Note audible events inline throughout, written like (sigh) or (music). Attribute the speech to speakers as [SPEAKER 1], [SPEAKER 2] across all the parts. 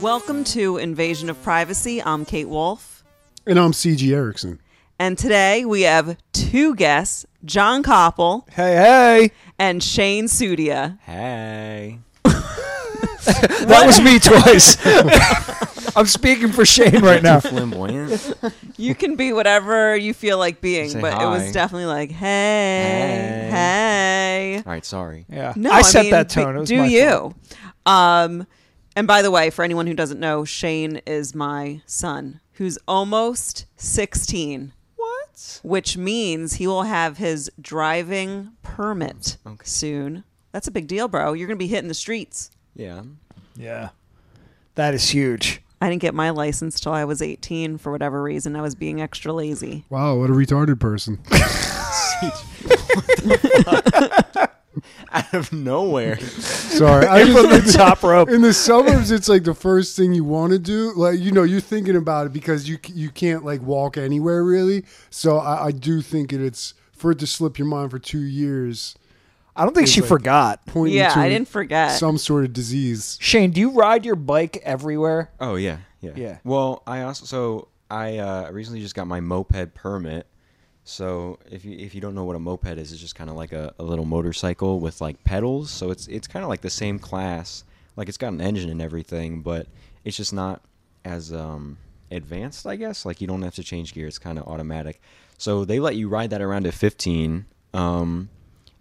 [SPEAKER 1] Welcome to Invasion of Privacy. I'm Kate Wolf.
[SPEAKER 2] And I'm CG Erickson.
[SPEAKER 1] And today we have two guests, John Koppel
[SPEAKER 3] Hey, hey.
[SPEAKER 1] and Shane Sudia.
[SPEAKER 4] Hey.
[SPEAKER 3] (laughs) That was me twice. (laughs) I'm speaking for Shane right now.
[SPEAKER 4] Flamboyant.
[SPEAKER 1] You can be whatever you feel like being,
[SPEAKER 4] Say
[SPEAKER 1] but it was
[SPEAKER 4] hi.
[SPEAKER 1] definitely like, hey, hey.
[SPEAKER 4] All right, sorry.
[SPEAKER 3] Yeah.
[SPEAKER 1] No,
[SPEAKER 3] I, set
[SPEAKER 1] mean,
[SPEAKER 3] that
[SPEAKER 1] b-
[SPEAKER 3] tone. It was
[SPEAKER 1] do
[SPEAKER 3] my fault.
[SPEAKER 1] you? Um, and by the way, for anyone who doesn't know, Shane is my son, who's almost 16.
[SPEAKER 3] What?
[SPEAKER 1] which means he will have his driving permit soon. That's a big deal, bro. You're going to be hitting the streets.
[SPEAKER 4] Yeah.
[SPEAKER 3] Yeah. That is (laughs) huge.
[SPEAKER 1] I didn't get my license till I was 18 for whatever reason. I was being extra lazy.
[SPEAKER 2] Wow, what a retarded person. (laughs)
[SPEAKER 4] Out of (laughs) nowhere.
[SPEAKER 2] Sorry. I
[SPEAKER 3] From the top
[SPEAKER 2] (laughs)
[SPEAKER 3] rope.
[SPEAKER 2] in the suburbs, it's like the first thing you want to do. Like, you know, you're thinking about it because you c- you can't like walk anywhere really. So I, I do think it, it's for it to slip your mind for two years,
[SPEAKER 3] (laughs) I don't think she
[SPEAKER 2] like-
[SPEAKER 3] forgot.
[SPEAKER 2] pointing
[SPEAKER 1] Yeah,
[SPEAKER 2] to
[SPEAKER 1] I didn't forget.
[SPEAKER 2] some sort of disease.
[SPEAKER 3] Shane, do you ride your bike everywhere?
[SPEAKER 4] Oh yeah, yeah.
[SPEAKER 3] Yeah.
[SPEAKER 4] Well, I also so I uh, recently just got my moped permit. So if you if you don't know what a moped is, it's just kind of like a, a little motorcycle with like pedals. So it's it's kind of like the same class. Like it's got an engine and everything, but it's just not as um, advanced, I guess. Like you don't have to change gear; it's kind of automatic. So they let you ride that around at 15. Um,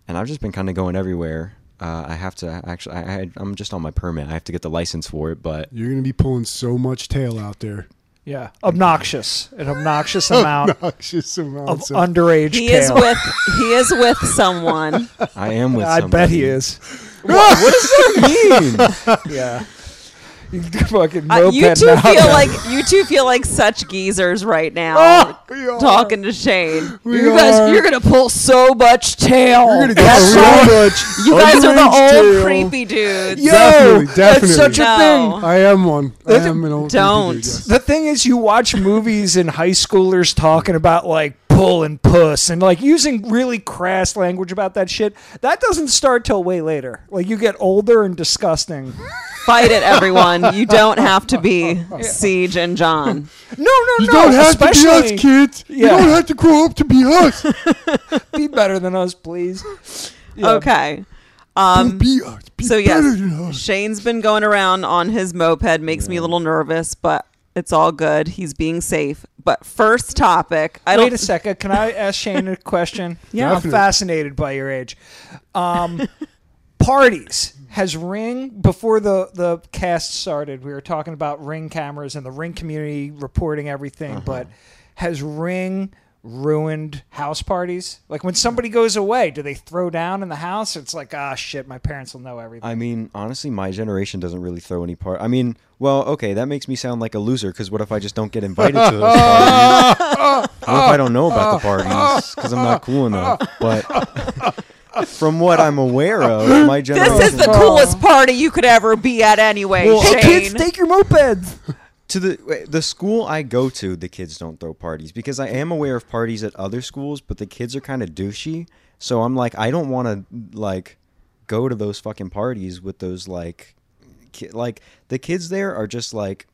[SPEAKER 4] and I've just been kind of going everywhere. Uh, I have to actually. I, I, I'm just on my permit. I have to get the license for it, but
[SPEAKER 2] You're gonna be pulling so much tail out there. (laughs)
[SPEAKER 3] Yeah. Obnoxious. An (laughs) obnoxious amount
[SPEAKER 2] Obnoxious
[SPEAKER 3] of
[SPEAKER 2] amounts of-
[SPEAKER 3] underage
[SPEAKER 1] He is
[SPEAKER 3] tail.
[SPEAKER 1] with he is with
[SPEAKER 3] (laughs)
[SPEAKER 1] someone.
[SPEAKER 4] I am with.
[SPEAKER 3] I
[SPEAKER 4] Somebody.
[SPEAKER 3] bet he is. (laughs) what, does that mean? yeah. (laughs) You fucking
[SPEAKER 1] Uh,
[SPEAKER 3] moped
[SPEAKER 1] you two
[SPEAKER 3] now. (laughs)
[SPEAKER 1] feel like you two feel like such geezers right
[SPEAKER 3] Oh, (laughs)
[SPEAKER 1] now.
[SPEAKER 2] We are-
[SPEAKER 1] Talking to Shane.
[SPEAKER 2] Oh. (laughs) we
[SPEAKER 1] you guys,
[SPEAKER 2] are-
[SPEAKER 1] you're gonna pull so much tail.
[SPEAKER 2] You're gonna
[SPEAKER 3] That's
[SPEAKER 2] get so
[SPEAKER 3] right.
[SPEAKER 2] much.
[SPEAKER 1] you guys are the
[SPEAKER 2] underage
[SPEAKER 1] old
[SPEAKER 2] tail.
[SPEAKER 1] creepy dudes.
[SPEAKER 3] Yo,
[SPEAKER 2] Definitely,
[SPEAKER 3] That's such a
[SPEAKER 1] definitely.
[SPEAKER 3] thing.
[SPEAKER 1] No.
[SPEAKER 2] I am one. I am an old creepy dude,
[SPEAKER 1] Don't.
[SPEAKER 2] yes.
[SPEAKER 3] The thing is, you watch movies and high schoolers talking about like pull and puss and like using really crass language about that shit. That doesn't start till way later. Like you get older and disgusting.
[SPEAKER 1] Fight it, everyone. You don't have to
[SPEAKER 2] (laughs)
[SPEAKER 1] be Siege and John.
[SPEAKER 3] No, no,
[SPEAKER 2] You
[SPEAKER 3] no.
[SPEAKER 2] don't have to be us,
[SPEAKER 3] especially-
[SPEAKER 2] kids. You
[SPEAKER 3] Yeah.
[SPEAKER 2] don't have to grow up to be
[SPEAKER 3] (laughs)
[SPEAKER 2] us.
[SPEAKER 3] Be better than
[SPEAKER 1] (laughs)
[SPEAKER 3] us, please. Yeah.
[SPEAKER 1] Okay. Um,
[SPEAKER 2] be us. Be
[SPEAKER 1] so
[SPEAKER 2] better than
[SPEAKER 1] yes,
[SPEAKER 2] us.
[SPEAKER 1] Shane's been going around on his moped. Makes me a little nervous, but it's all good. He's being safe. But first topic, I
[SPEAKER 3] Wait a
[SPEAKER 1] don't.
[SPEAKER 3] second. Can I ask Shane
[SPEAKER 1] (laughs)
[SPEAKER 3] a question?
[SPEAKER 2] Yeah.
[SPEAKER 3] I'm
[SPEAKER 2] Definitely.
[SPEAKER 3] fascinated by your age. Um, parties has Ring before the the cast started. We were talking about Ring cameras and the Ring community reporting
[SPEAKER 4] Uh-huh.
[SPEAKER 3] everything, but has Ring ruined house parties? Like when somebody goes away, do they throw down in the house? It's like ah shit, my parents will know everything.
[SPEAKER 4] I mean, honestly, my generation doesn't really throw any part. I mean, well, okay, that makes me sound like a loser because what if I just don't get invited to those
[SPEAKER 2] Uh,
[SPEAKER 4] parties? what if I don't know about the parties because I'm not cool enough? But (laughs) from what I'm aware of, my generation.
[SPEAKER 1] This is the coolest party you could ever be at, anyway, Shane.
[SPEAKER 3] hey kids, take your mopeds.
[SPEAKER 4] to the wait, the school I go to, the kids don't throw parties because I am aware of parties at other schools, but the kids are kind of douchey. So I'm like, I don't want to like go to those fucking parties with those like, ki- like the kids there are just like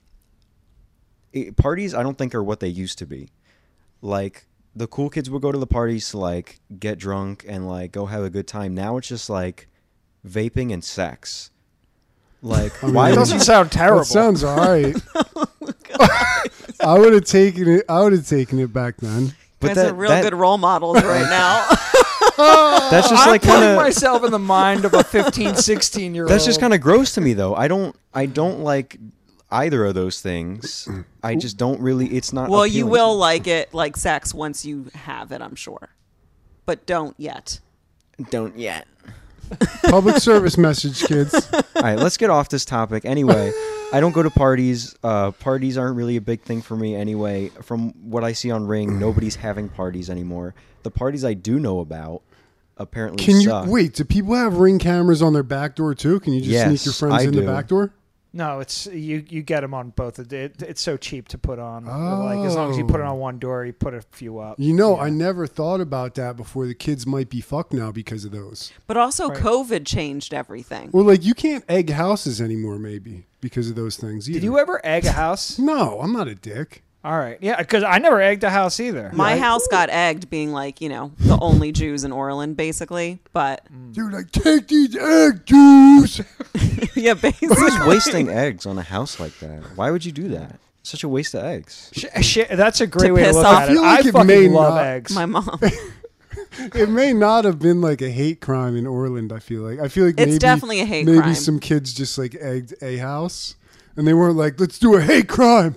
[SPEAKER 4] it, parties. I don't think are what they used to be. Like the cool kids would go to the parties to like get drunk and like go have a good time. Now it's just like vaping and sex. Like why
[SPEAKER 3] It
[SPEAKER 2] mean,
[SPEAKER 4] would
[SPEAKER 3] doesn't sound terrible. Oh
[SPEAKER 2] That sounds all
[SPEAKER 3] (laughs)
[SPEAKER 2] right. (laughs) I would have taken it. I would have taken it back then.
[SPEAKER 1] You
[SPEAKER 4] but
[SPEAKER 1] guys
[SPEAKER 4] that-
[SPEAKER 1] are real
[SPEAKER 4] that-
[SPEAKER 1] good role models
[SPEAKER 4] (laughs)
[SPEAKER 1] right now.
[SPEAKER 4] that's just
[SPEAKER 3] I'm
[SPEAKER 4] like
[SPEAKER 3] putting
[SPEAKER 4] kind of
[SPEAKER 3] myself in the mind of a 15, 16 year old.
[SPEAKER 4] That's just kind of gross to me, though. I don't, I don't like either of those things. I just don't really. It's not.
[SPEAKER 1] well, you
[SPEAKER 4] appealing
[SPEAKER 1] will
[SPEAKER 4] to me.
[SPEAKER 1] like it, like sex, once you have it, I'm sure. But don't yet.
[SPEAKER 4] Don't yet.
[SPEAKER 2] Public
[SPEAKER 3] (laughs)
[SPEAKER 2] service message, kids.
[SPEAKER 4] All right, let's get off this topic. Anyway, I don't go to parties. Uh, parties aren't really a big thing for me anyway. From what I see on
[SPEAKER 1] Mm.
[SPEAKER 4] Ring, nobody's having parties anymore. The parties I do know about apparently
[SPEAKER 2] Can you
[SPEAKER 4] suck.
[SPEAKER 2] wait? Do people have ring cameras on their back door too? Can you just sneak
[SPEAKER 4] Yes,
[SPEAKER 2] your friends
[SPEAKER 4] I
[SPEAKER 2] in the
[SPEAKER 4] do.
[SPEAKER 2] back door?
[SPEAKER 3] No, it's you. You get them on both. It, it, it's so cheap to put on. Like as long as you put it on one door, you put a few up.
[SPEAKER 2] You know, I never thought about that before. The kids might be fucked now because of those.
[SPEAKER 1] But also, COVID changed everything.
[SPEAKER 2] Well, like you can't egg houses anymore, maybe because of those things. Either.
[SPEAKER 3] Did you ever egg
[SPEAKER 2] (laughs)
[SPEAKER 3] a house?
[SPEAKER 2] No, I'm not a dick.
[SPEAKER 3] All right, yeah, because I never egged a house either.
[SPEAKER 1] My house got egged, being like, you know, the only Jews in Orland, basically. But
[SPEAKER 2] Dude, like take these egg juice.
[SPEAKER 1] (laughs) yeah, basically. (laughs)
[SPEAKER 4] Who's wasting eggs on a house like that? Why would you do that? Such a waste of eggs.
[SPEAKER 3] Sh- sh- that's a great
[SPEAKER 1] To
[SPEAKER 3] way to
[SPEAKER 1] piss
[SPEAKER 3] look
[SPEAKER 1] off.
[SPEAKER 3] at
[SPEAKER 2] I
[SPEAKER 3] it.
[SPEAKER 2] feel like
[SPEAKER 3] I
[SPEAKER 2] it
[SPEAKER 3] fucking
[SPEAKER 2] may
[SPEAKER 3] love
[SPEAKER 2] not-
[SPEAKER 3] eggs.
[SPEAKER 1] My mom.
[SPEAKER 2] (laughs) It may not have been like a hate crime in Orland. I feel like I feel like
[SPEAKER 1] It's
[SPEAKER 2] maybe,
[SPEAKER 1] definitely a hate
[SPEAKER 2] maybe
[SPEAKER 1] crime.
[SPEAKER 2] some kids just like egged a house, and they weren't like, "Let's do a hate crime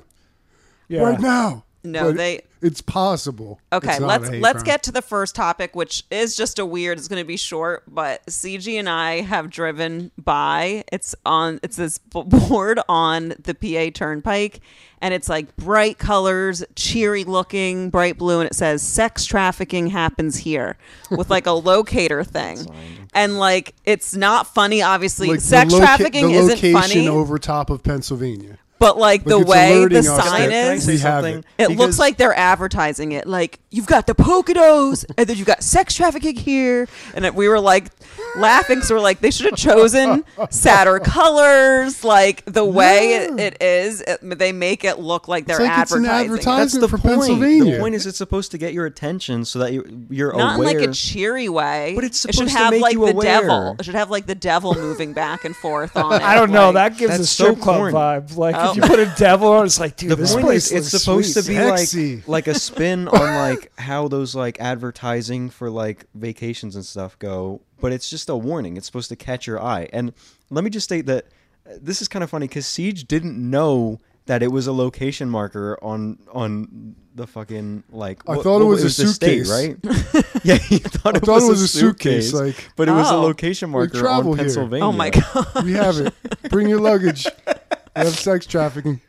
[SPEAKER 3] yeah.
[SPEAKER 2] right now."
[SPEAKER 1] No,
[SPEAKER 2] But
[SPEAKER 1] they-
[SPEAKER 2] It's possible.
[SPEAKER 1] Okay,
[SPEAKER 2] It's not
[SPEAKER 1] let's
[SPEAKER 2] a hate
[SPEAKER 1] let's
[SPEAKER 2] crime.
[SPEAKER 1] get to the first topic, which is just a weird. It's going to be short, but CG and I have driven by. It's on. It's this b- (laughs) board on the PA Turnpike, and it's like bright colors, cheery looking, bright blue, and it says "Sex trafficking happens here" with like a
[SPEAKER 2] (laughs)
[SPEAKER 1] locator thing, and like it's not funny. Obviously,
[SPEAKER 2] Like, the
[SPEAKER 1] sex
[SPEAKER 2] loca-
[SPEAKER 1] trafficking
[SPEAKER 2] the
[SPEAKER 1] isn't funny,
[SPEAKER 2] location over top of Pennsylvania.
[SPEAKER 1] but like,
[SPEAKER 2] Like,
[SPEAKER 1] the
[SPEAKER 2] it's
[SPEAKER 1] way the
[SPEAKER 2] alerting us
[SPEAKER 1] sign
[SPEAKER 2] that-
[SPEAKER 1] is.
[SPEAKER 2] We have it.
[SPEAKER 1] It looks
[SPEAKER 4] Because-
[SPEAKER 1] like they're advertising it. Like you've got the Poconos, and then you've got sex trafficking here. And it- we were like laughing, so we're like, they should have chosen sadder colors. Like the way it, it is, it, they make it look like they're
[SPEAKER 2] It's like it's an
[SPEAKER 1] advertising.
[SPEAKER 2] advertisement
[SPEAKER 4] That's the
[SPEAKER 2] for
[SPEAKER 4] point.
[SPEAKER 2] Pennsylvania.
[SPEAKER 4] The point is, it's supposed to get your attention so that you're, you're
[SPEAKER 1] Not in
[SPEAKER 4] aware.
[SPEAKER 1] like a cheery way.
[SPEAKER 4] But it's
[SPEAKER 1] it should
[SPEAKER 4] supposed to
[SPEAKER 1] have
[SPEAKER 4] make
[SPEAKER 1] like
[SPEAKER 4] you
[SPEAKER 1] the
[SPEAKER 4] aware.
[SPEAKER 1] devil. It should have like the devil moving back and forth on it.
[SPEAKER 3] I don't know.
[SPEAKER 1] Like,
[SPEAKER 3] That gives a
[SPEAKER 4] That's
[SPEAKER 3] strip
[SPEAKER 4] so
[SPEAKER 3] club
[SPEAKER 4] corny.
[SPEAKER 3] vibe. Like
[SPEAKER 1] Oh.
[SPEAKER 3] if you put a devil on, it's like, dude,
[SPEAKER 4] the
[SPEAKER 3] this
[SPEAKER 4] point
[SPEAKER 3] place
[SPEAKER 4] is, it's
[SPEAKER 3] looks
[SPEAKER 4] supposed
[SPEAKER 3] sweet.
[SPEAKER 4] to be
[SPEAKER 2] Sexy. (laughs)
[SPEAKER 4] like like a spin on like how those like advertising for like vacations and stuff go, but it's just a warning. It's supposed to catch your eye. And let me just state that uh, this is kind of funny because Siege didn't know that it was a location marker on on the fucking like
[SPEAKER 2] I
[SPEAKER 4] what-
[SPEAKER 2] thought it
[SPEAKER 4] what-
[SPEAKER 2] was a
[SPEAKER 4] the state,
[SPEAKER 2] suitcase. (laughs)
[SPEAKER 4] right? yeah, he thought, it,
[SPEAKER 2] thought
[SPEAKER 4] was
[SPEAKER 2] it was
[SPEAKER 4] a
[SPEAKER 2] a suitcase,
[SPEAKER 4] suitcase,
[SPEAKER 2] like-
[SPEAKER 4] but it was a
[SPEAKER 1] Oh.
[SPEAKER 4] location marker
[SPEAKER 2] travel
[SPEAKER 4] on
[SPEAKER 2] here.
[SPEAKER 4] Pennsylvania.
[SPEAKER 1] Oh my (laughs) god.
[SPEAKER 2] We have it. Bring your luggage. We have sex trafficking.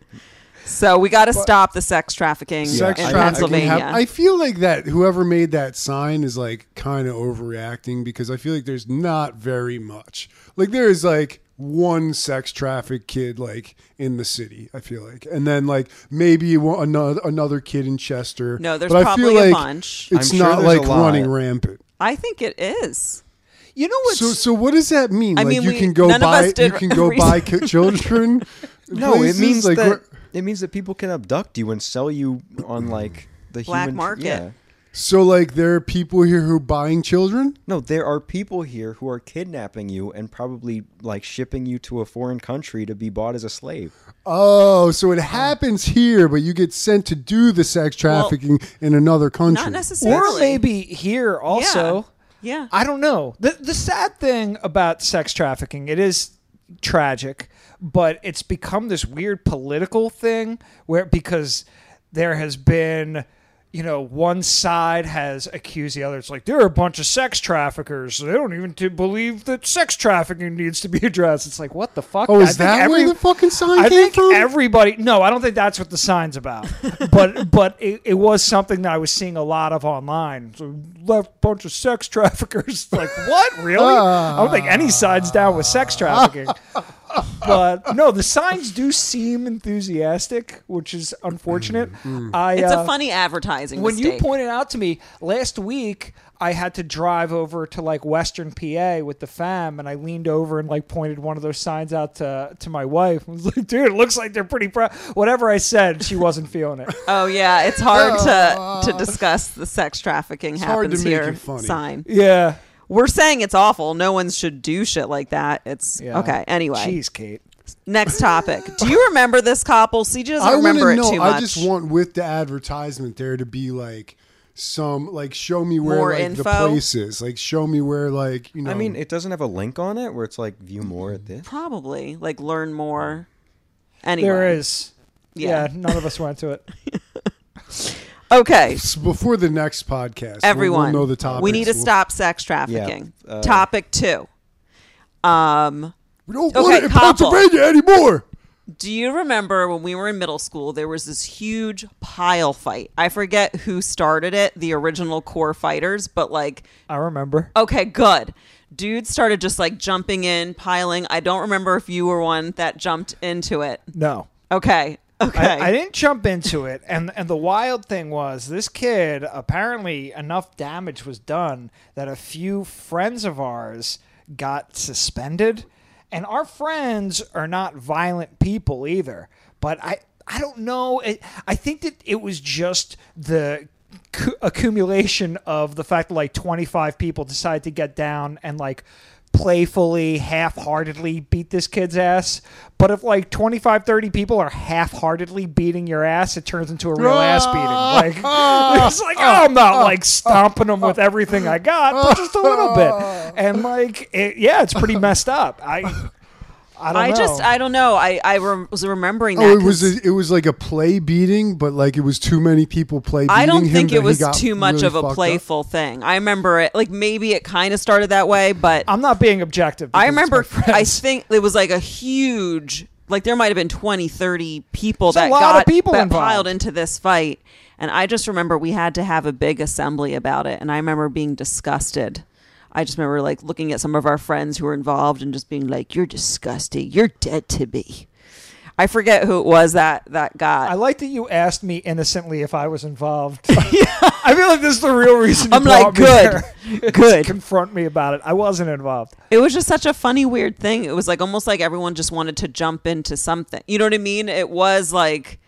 [SPEAKER 1] So we got to stop the sex trafficking
[SPEAKER 2] sex
[SPEAKER 1] in
[SPEAKER 2] trafficking.
[SPEAKER 1] Pennsylvania.
[SPEAKER 2] hap- I feel like that whoever made that sign is like kind of overreacting because I feel like there's not very much. Like there is like one sex traffic kid like in the city. I feel like, and then like maybe one, another another kid in Chester.
[SPEAKER 1] No, there's
[SPEAKER 2] but I
[SPEAKER 1] probably
[SPEAKER 2] feel
[SPEAKER 1] a
[SPEAKER 2] like
[SPEAKER 1] bunch.
[SPEAKER 2] It's
[SPEAKER 4] I'm sure
[SPEAKER 2] not
[SPEAKER 4] there's a
[SPEAKER 2] like
[SPEAKER 4] lot.
[SPEAKER 2] running rampant.
[SPEAKER 1] I think it is.
[SPEAKER 3] You know what's
[SPEAKER 2] So, so what does that mean?
[SPEAKER 1] I
[SPEAKER 2] like
[SPEAKER 1] mean,
[SPEAKER 2] you
[SPEAKER 1] we-
[SPEAKER 2] can go
[SPEAKER 1] none of
[SPEAKER 2] buy
[SPEAKER 1] us
[SPEAKER 2] you
[SPEAKER 1] did
[SPEAKER 2] can go
[SPEAKER 1] (laughs)
[SPEAKER 2] buy ki- children.
[SPEAKER 4] No,
[SPEAKER 2] places?
[SPEAKER 4] it means
[SPEAKER 2] like
[SPEAKER 4] that
[SPEAKER 2] what-
[SPEAKER 4] it means that people can abduct you and sell you on like the
[SPEAKER 1] Black
[SPEAKER 4] human,
[SPEAKER 1] market.
[SPEAKER 4] Yeah.
[SPEAKER 2] so like there are people here who are buying children.
[SPEAKER 4] No, there are people here who are kidnapping you and probably like shipping you to a foreign country to be bought as a slave.
[SPEAKER 2] Oh, so it happens here, but you get sent to do the sex trafficking in another country.
[SPEAKER 1] Not necessarily.
[SPEAKER 3] or maybe here also.
[SPEAKER 1] Yeah.
[SPEAKER 3] I don't know. The the sad thing about sex trafficking, it is tragic, but it's become this weird political thing where because there has been you know, one side has accused the other. It's like there are a bunch of sex traffickers. They don't even t- believe that sex trafficking needs to be (laughs) addressed. It's like what the fuck?
[SPEAKER 2] Oh,
[SPEAKER 3] I
[SPEAKER 2] is
[SPEAKER 3] think
[SPEAKER 2] that where the fucking sign came
[SPEAKER 3] I think
[SPEAKER 2] from?
[SPEAKER 3] everybody. No, I don't think that's what the
[SPEAKER 2] (laughs)
[SPEAKER 3] sign's about. but but it, it was something that I was seeing a lot of online. So left bunch of sex traffickers. (laughs) Like what? Really? I don't think any side's down with
[SPEAKER 2] (laughs)
[SPEAKER 3] sex trafficking. but no, the signs do seem enthusiastic, which is unfortunate.
[SPEAKER 2] Mm-hmm.
[SPEAKER 3] I
[SPEAKER 1] It's
[SPEAKER 3] uh,
[SPEAKER 1] a funny advertising
[SPEAKER 3] when
[SPEAKER 1] mistake.
[SPEAKER 3] you pointed out to me last week i had to drive over to like western pa with the fam and i leaned over and like pointed one of those signs out to to my wife i was like dude it looks like they're pretty proud whatever i said she wasn't feeling it
[SPEAKER 1] oh yeah, it's hard to to discuss the sex trafficking
[SPEAKER 2] hard
[SPEAKER 1] happens
[SPEAKER 2] to make
[SPEAKER 1] here
[SPEAKER 2] it funny.
[SPEAKER 1] sign.
[SPEAKER 3] yeah
[SPEAKER 1] We're saying it's awful. No one should do shit like that. It's
[SPEAKER 3] yeah
[SPEAKER 1] okay. Anyway,
[SPEAKER 3] jeez kate
[SPEAKER 1] next topic.
[SPEAKER 2] (laughs)
[SPEAKER 1] Do you remember this couple? CJ doesn't
[SPEAKER 2] I want
[SPEAKER 1] remember
[SPEAKER 2] to
[SPEAKER 1] it
[SPEAKER 2] know.
[SPEAKER 1] too much.
[SPEAKER 2] I just want with the advertisement there to be like some like show me where
[SPEAKER 1] More
[SPEAKER 2] like the
[SPEAKER 1] info?
[SPEAKER 2] place is. Like show me where like you know.
[SPEAKER 4] I mean, it doesn't have a link on it where it's like view more at this.
[SPEAKER 1] Probably like learn more. Anyway,
[SPEAKER 3] there is
[SPEAKER 1] Yeah.
[SPEAKER 3] yeah. none of us went to it
[SPEAKER 1] okay.
[SPEAKER 2] it's before the next podcast, we'll-
[SPEAKER 1] Everyone,
[SPEAKER 2] we'll uh, know the topic.
[SPEAKER 1] we need to stop sex trafficking. Topic two. Um,
[SPEAKER 2] We don't want
[SPEAKER 1] Okay,
[SPEAKER 2] it in
[SPEAKER 1] Koppel.
[SPEAKER 2] Pennsylvania anymore.
[SPEAKER 1] do you remember when we were in middle school? There was this huge pile fight. I forget who started it, the original core fighters, but like
[SPEAKER 3] I remember.
[SPEAKER 1] Okay, good. Dude started just like jumping in, piling. I don't remember if you were one that jumped into it.
[SPEAKER 3] No.
[SPEAKER 1] Okay. Okay.
[SPEAKER 3] I, I didn't jump into it, and and the wild thing was this kid apparently enough damage was done that a few friends of ours got suspended, and our friends are not violent people either. But I I don't know. It, I think that it was just the cu- accumulation of the fact that like 25 people decided to get down and like playfully half-heartedly beat this kid's ass but if like 25 30 people are half-heartedly beating your ass it turns into a real ass
[SPEAKER 1] Ah.
[SPEAKER 3] beating like (laughs) it's like oh, i'm not like stomping them with everything i got but just a little bit and like it, yeah it's pretty messed up i i don't
[SPEAKER 1] I
[SPEAKER 3] know
[SPEAKER 1] just, I don't know. I, I rem- was remembering that.
[SPEAKER 2] Oh, it
[SPEAKER 1] 'cause
[SPEAKER 2] was a, it was like a play beating, but like it was too many people play. Beating
[SPEAKER 1] I don't
[SPEAKER 2] him
[SPEAKER 1] think
[SPEAKER 2] that he
[SPEAKER 1] it was
[SPEAKER 2] got
[SPEAKER 1] too much
[SPEAKER 2] really
[SPEAKER 1] of
[SPEAKER 2] fucked
[SPEAKER 1] a
[SPEAKER 2] up.
[SPEAKER 1] playful thing. I remember it, like maybe it kind of started that way, but
[SPEAKER 3] i'm not being objective
[SPEAKER 1] I
[SPEAKER 3] because it's
[SPEAKER 1] remember,
[SPEAKER 3] my
[SPEAKER 1] I
[SPEAKER 3] friends.
[SPEAKER 1] think it was like a huge, like there might have been 20, 30 people
[SPEAKER 3] There's a
[SPEAKER 1] that
[SPEAKER 3] lot of
[SPEAKER 1] got
[SPEAKER 3] people
[SPEAKER 1] that
[SPEAKER 3] involved.
[SPEAKER 1] piled into this fight. And I just remember we had to have a big assembly about it. And I remember being disgusted. I just remember like looking at some of our friends who were involved and just being like, you're disgusting. You're dead to me. I forget who it was that that got.
[SPEAKER 3] I like that you asked me innocently if I
[SPEAKER 1] (laughs)
[SPEAKER 3] was involved. I feel like this is the real reason. You
[SPEAKER 1] I'm like,
[SPEAKER 3] brought me
[SPEAKER 1] good,
[SPEAKER 3] (laughs) there.
[SPEAKER 1] good.
[SPEAKER 3] Confront me about it. I wasn't involved.
[SPEAKER 1] It was just such a funny, weird thing. It was like almost like everyone just wanted to jump into something. You know what I mean? It was like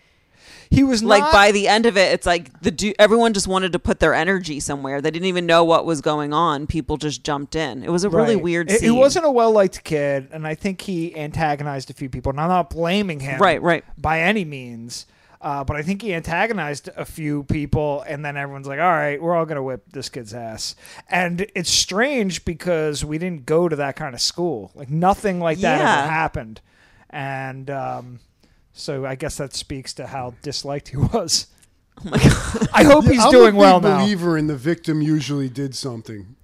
[SPEAKER 3] He was
[SPEAKER 1] like
[SPEAKER 3] not-
[SPEAKER 1] by the end of it, it's like the du- everyone just wanted to put their energy somewhere. They didn't even know what was going on. People just jumped in. It was a really
[SPEAKER 3] Right.
[SPEAKER 1] weird.
[SPEAKER 3] It-
[SPEAKER 1] Scene.
[SPEAKER 3] He wasn't a well liked kid, and I think he antagonized a few people. And I'm not blaming him,
[SPEAKER 1] Right, right.
[SPEAKER 3] by any means. Uh, but I think he antagonized a few people, and then everyone's like, "All right, we're all gonna whip this kid's ass." And it's strange because we didn't go to that kind of school. Like nothing like that
[SPEAKER 1] Yeah.
[SPEAKER 3] ever happened, and um, so I guess that speaks to how disliked he (laughs) was.
[SPEAKER 1] Oh my god!
[SPEAKER 3] I hope he's
[SPEAKER 2] I'm a
[SPEAKER 3] doing
[SPEAKER 2] big
[SPEAKER 3] well now.
[SPEAKER 2] believer in the victim usually did something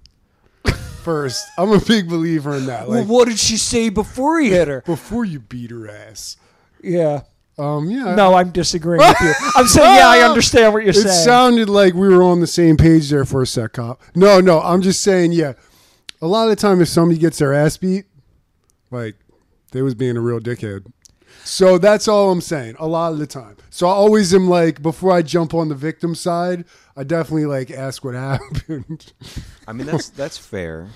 [SPEAKER 2] first. I'm a big believer in that. Like
[SPEAKER 3] what did she say before he hit her?
[SPEAKER 2] before you beat her ass.
[SPEAKER 3] Yeah.
[SPEAKER 2] Um, yeah.
[SPEAKER 3] No, I'm disagreeing with you. I'm
[SPEAKER 2] (laughs)
[SPEAKER 3] saying, yeah, I understand what you're
[SPEAKER 2] It
[SPEAKER 3] saying.
[SPEAKER 2] sounded like we were on the same page there for a sec, cop. No, no, I'm just saying, yeah. A lot of the time, if somebody gets their ass beat, like they was being a real dickhead. So that's all I'm saying. A lot of the time. So I always am like, before I jump on the victim side, I definitely like ask what (laughs) happened.
[SPEAKER 4] I mean,
[SPEAKER 2] (laughs)
[SPEAKER 4] that's that's fair.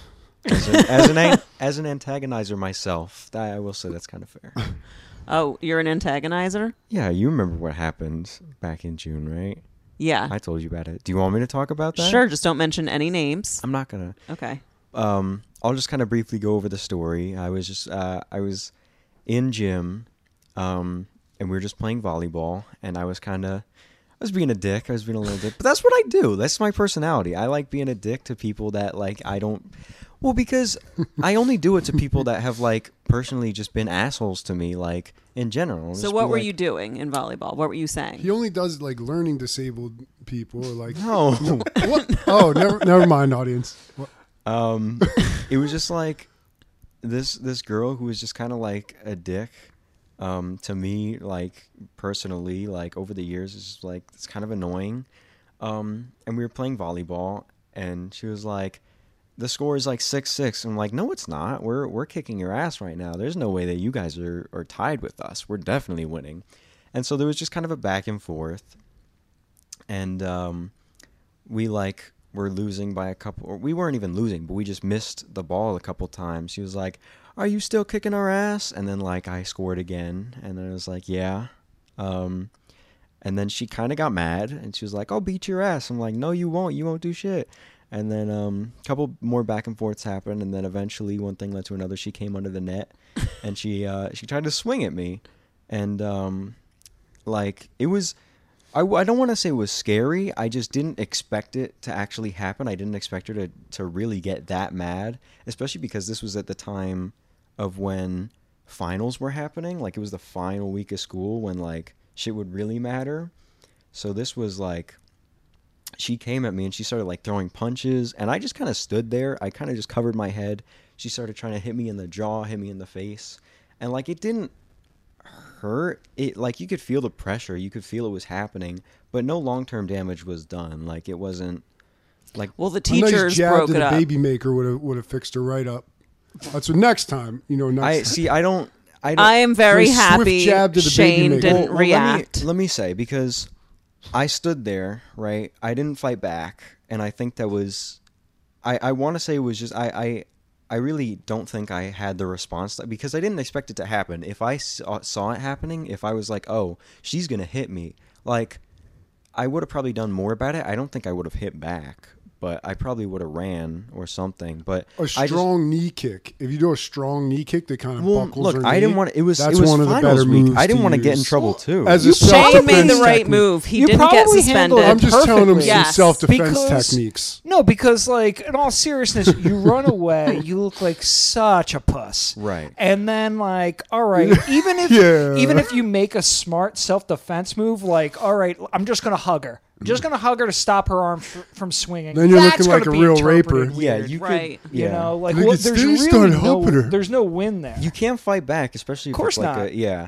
[SPEAKER 4] As an as an, an, as an antagonizer myself, I I will say that's kind
[SPEAKER 2] (laughs)
[SPEAKER 4] of fair.
[SPEAKER 1] Oh, you're an antagonizer.
[SPEAKER 4] Yeah, you remember what happened back in June, right?
[SPEAKER 1] Yeah,
[SPEAKER 4] I told you about it. Do you want me to talk about that?
[SPEAKER 1] sure. Just don't mention any names.
[SPEAKER 4] I'm not gonna.
[SPEAKER 1] Okay.
[SPEAKER 4] um, I'll just kind of briefly go over the story. I was just uh, I was in gym, um, and we were just playing volleyball, and I was kind of I was being a dick. I was being a little dick, but that's what I do. That's my personality. I like being a dick to people that like I don't. Well, because I only do it to people that have like personally just been assholes to me, like in general.
[SPEAKER 1] So
[SPEAKER 4] Just
[SPEAKER 1] what
[SPEAKER 4] be
[SPEAKER 1] were
[SPEAKER 4] like,
[SPEAKER 1] you doing in volleyball? What were you saying?
[SPEAKER 2] he only does like learning disabled people, or like,
[SPEAKER 4] No.
[SPEAKER 2] (laughs) what? Oh, never, never mind, audience. What?
[SPEAKER 4] Um, it was just like this this girl who was just kind of like a dick um, to me, like personally, like over the years, it's just like it's kind of annoying. Um, and we were playing volleyball, and she was like, "The score is like six six." I'm like, "No, it's not. We're we're kicking your ass right now. There's no way that you guys are are tied with us. We're definitely winning." And so there was just kind of a back and forth, and um, we like were losing by a couple or we weren't even losing but we just missed the ball a couple times she was like are you still kicking our ass and then like i scored again and then i was like yeah um and then she kind of got mad and she was like i'll beat your ass i'm like no you won't you won't do shit and then um a couple more back and forths happened and then eventually one thing led to another she came under the net and she uh she tried to swing at me and um like it was I, I don't want to say it was scary. I just didn't expect it to actually happen. I didn't expect her to, to really get that mad, especially because this was at the time of when finals were happening. Like, it was the final week of school when, like, shit would really matter. So, this was like, she came at me and she started, like, throwing punches. And I just kind of stood there. I kind of just covered my head. She started trying to hit me in the jaw, hit me in the face, and like it didn't hurt. It like you could feel the pressure, you could feel it was happening, but no long term damage was done. Like it wasn't like
[SPEAKER 1] Well, the
[SPEAKER 2] a nice
[SPEAKER 1] teachers
[SPEAKER 2] jab
[SPEAKER 1] broke
[SPEAKER 2] to
[SPEAKER 1] it
[SPEAKER 2] the
[SPEAKER 1] up.
[SPEAKER 2] baby maker would have would have fixed her right up. That's what next time, you know. Next
[SPEAKER 1] (laughs)
[SPEAKER 4] I
[SPEAKER 2] time.
[SPEAKER 4] see. I don't. I don't.
[SPEAKER 1] I am very
[SPEAKER 2] Your swift
[SPEAKER 1] happy
[SPEAKER 2] jab to the baby
[SPEAKER 1] Shane
[SPEAKER 2] maker.
[SPEAKER 1] didn't
[SPEAKER 2] Well,
[SPEAKER 1] react.
[SPEAKER 4] Let me, let me say because I stood there, right? I didn't fight back, and I think that was. I I want to say it was just I I. I really don't think I had the response that- because I didn't expect it to happen. If I saw, saw it happening, if I was like, "Oh, she's gonna hit me," like I would have probably done more about it. I don't think I would have hit back, but I probably would have ran or something. But
[SPEAKER 2] a
[SPEAKER 4] I just,
[SPEAKER 2] strong knee kick. If you do a strong knee kick that kind of
[SPEAKER 4] Well,
[SPEAKER 2] buckles
[SPEAKER 4] look,
[SPEAKER 2] her
[SPEAKER 4] I
[SPEAKER 2] knee,
[SPEAKER 4] didn't want- it was-
[SPEAKER 2] that's
[SPEAKER 4] it was
[SPEAKER 2] one of the
[SPEAKER 4] finals
[SPEAKER 2] better
[SPEAKER 4] week.
[SPEAKER 2] moves
[SPEAKER 4] I didn't
[SPEAKER 2] to
[SPEAKER 4] wanna get in
[SPEAKER 2] use.
[SPEAKER 4] trouble, too.
[SPEAKER 2] As a
[SPEAKER 4] You-
[SPEAKER 1] Shane
[SPEAKER 2] self-defense
[SPEAKER 1] made the right
[SPEAKER 2] technique.
[SPEAKER 1] move. He
[SPEAKER 3] You
[SPEAKER 1] didn't get
[SPEAKER 3] probably handled
[SPEAKER 1] suspended.
[SPEAKER 3] it
[SPEAKER 2] I'm just telling him
[SPEAKER 3] Perfectly.
[SPEAKER 2] some
[SPEAKER 1] Yes.
[SPEAKER 2] self-defense
[SPEAKER 3] Because-
[SPEAKER 2] techniques.
[SPEAKER 3] No, because like in all seriousness, you run (laughs) away, you look like such a puss.
[SPEAKER 4] Right.
[SPEAKER 3] And then like,
[SPEAKER 2] (laughs)
[SPEAKER 3] all right, even if
[SPEAKER 2] Yeah.
[SPEAKER 3] even if you make a smart self-defense move, like, all right, I'm just gonna hug her. I'm just gonna hug her to stop her arm f- from swinging.
[SPEAKER 2] Then you're
[SPEAKER 3] That's
[SPEAKER 2] looking like
[SPEAKER 3] gonna
[SPEAKER 2] a
[SPEAKER 3] be
[SPEAKER 2] real
[SPEAKER 3] interpreted
[SPEAKER 2] raper.
[SPEAKER 4] yeah,
[SPEAKER 3] weird,
[SPEAKER 4] you could,
[SPEAKER 1] Right.
[SPEAKER 4] yeah.
[SPEAKER 3] You know, like
[SPEAKER 2] Look,
[SPEAKER 3] what-
[SPEAKER 2] it's
[SPEAKER 3] there's
[SPEAKER 2] still
[SPEAKER 3] really
[SPEAKER 2] starting to
[SPEAKER 3] no,
[SPEAKER 2] help her.
[SPEAKER 3] there's no win there.
[SPEAKER 4] You can't fight back, especially
[SPEAKER 3] course
[SPEAKER 4] if it's like
[SPEAKER 3] not.
[SPEAKER 4] a yeah.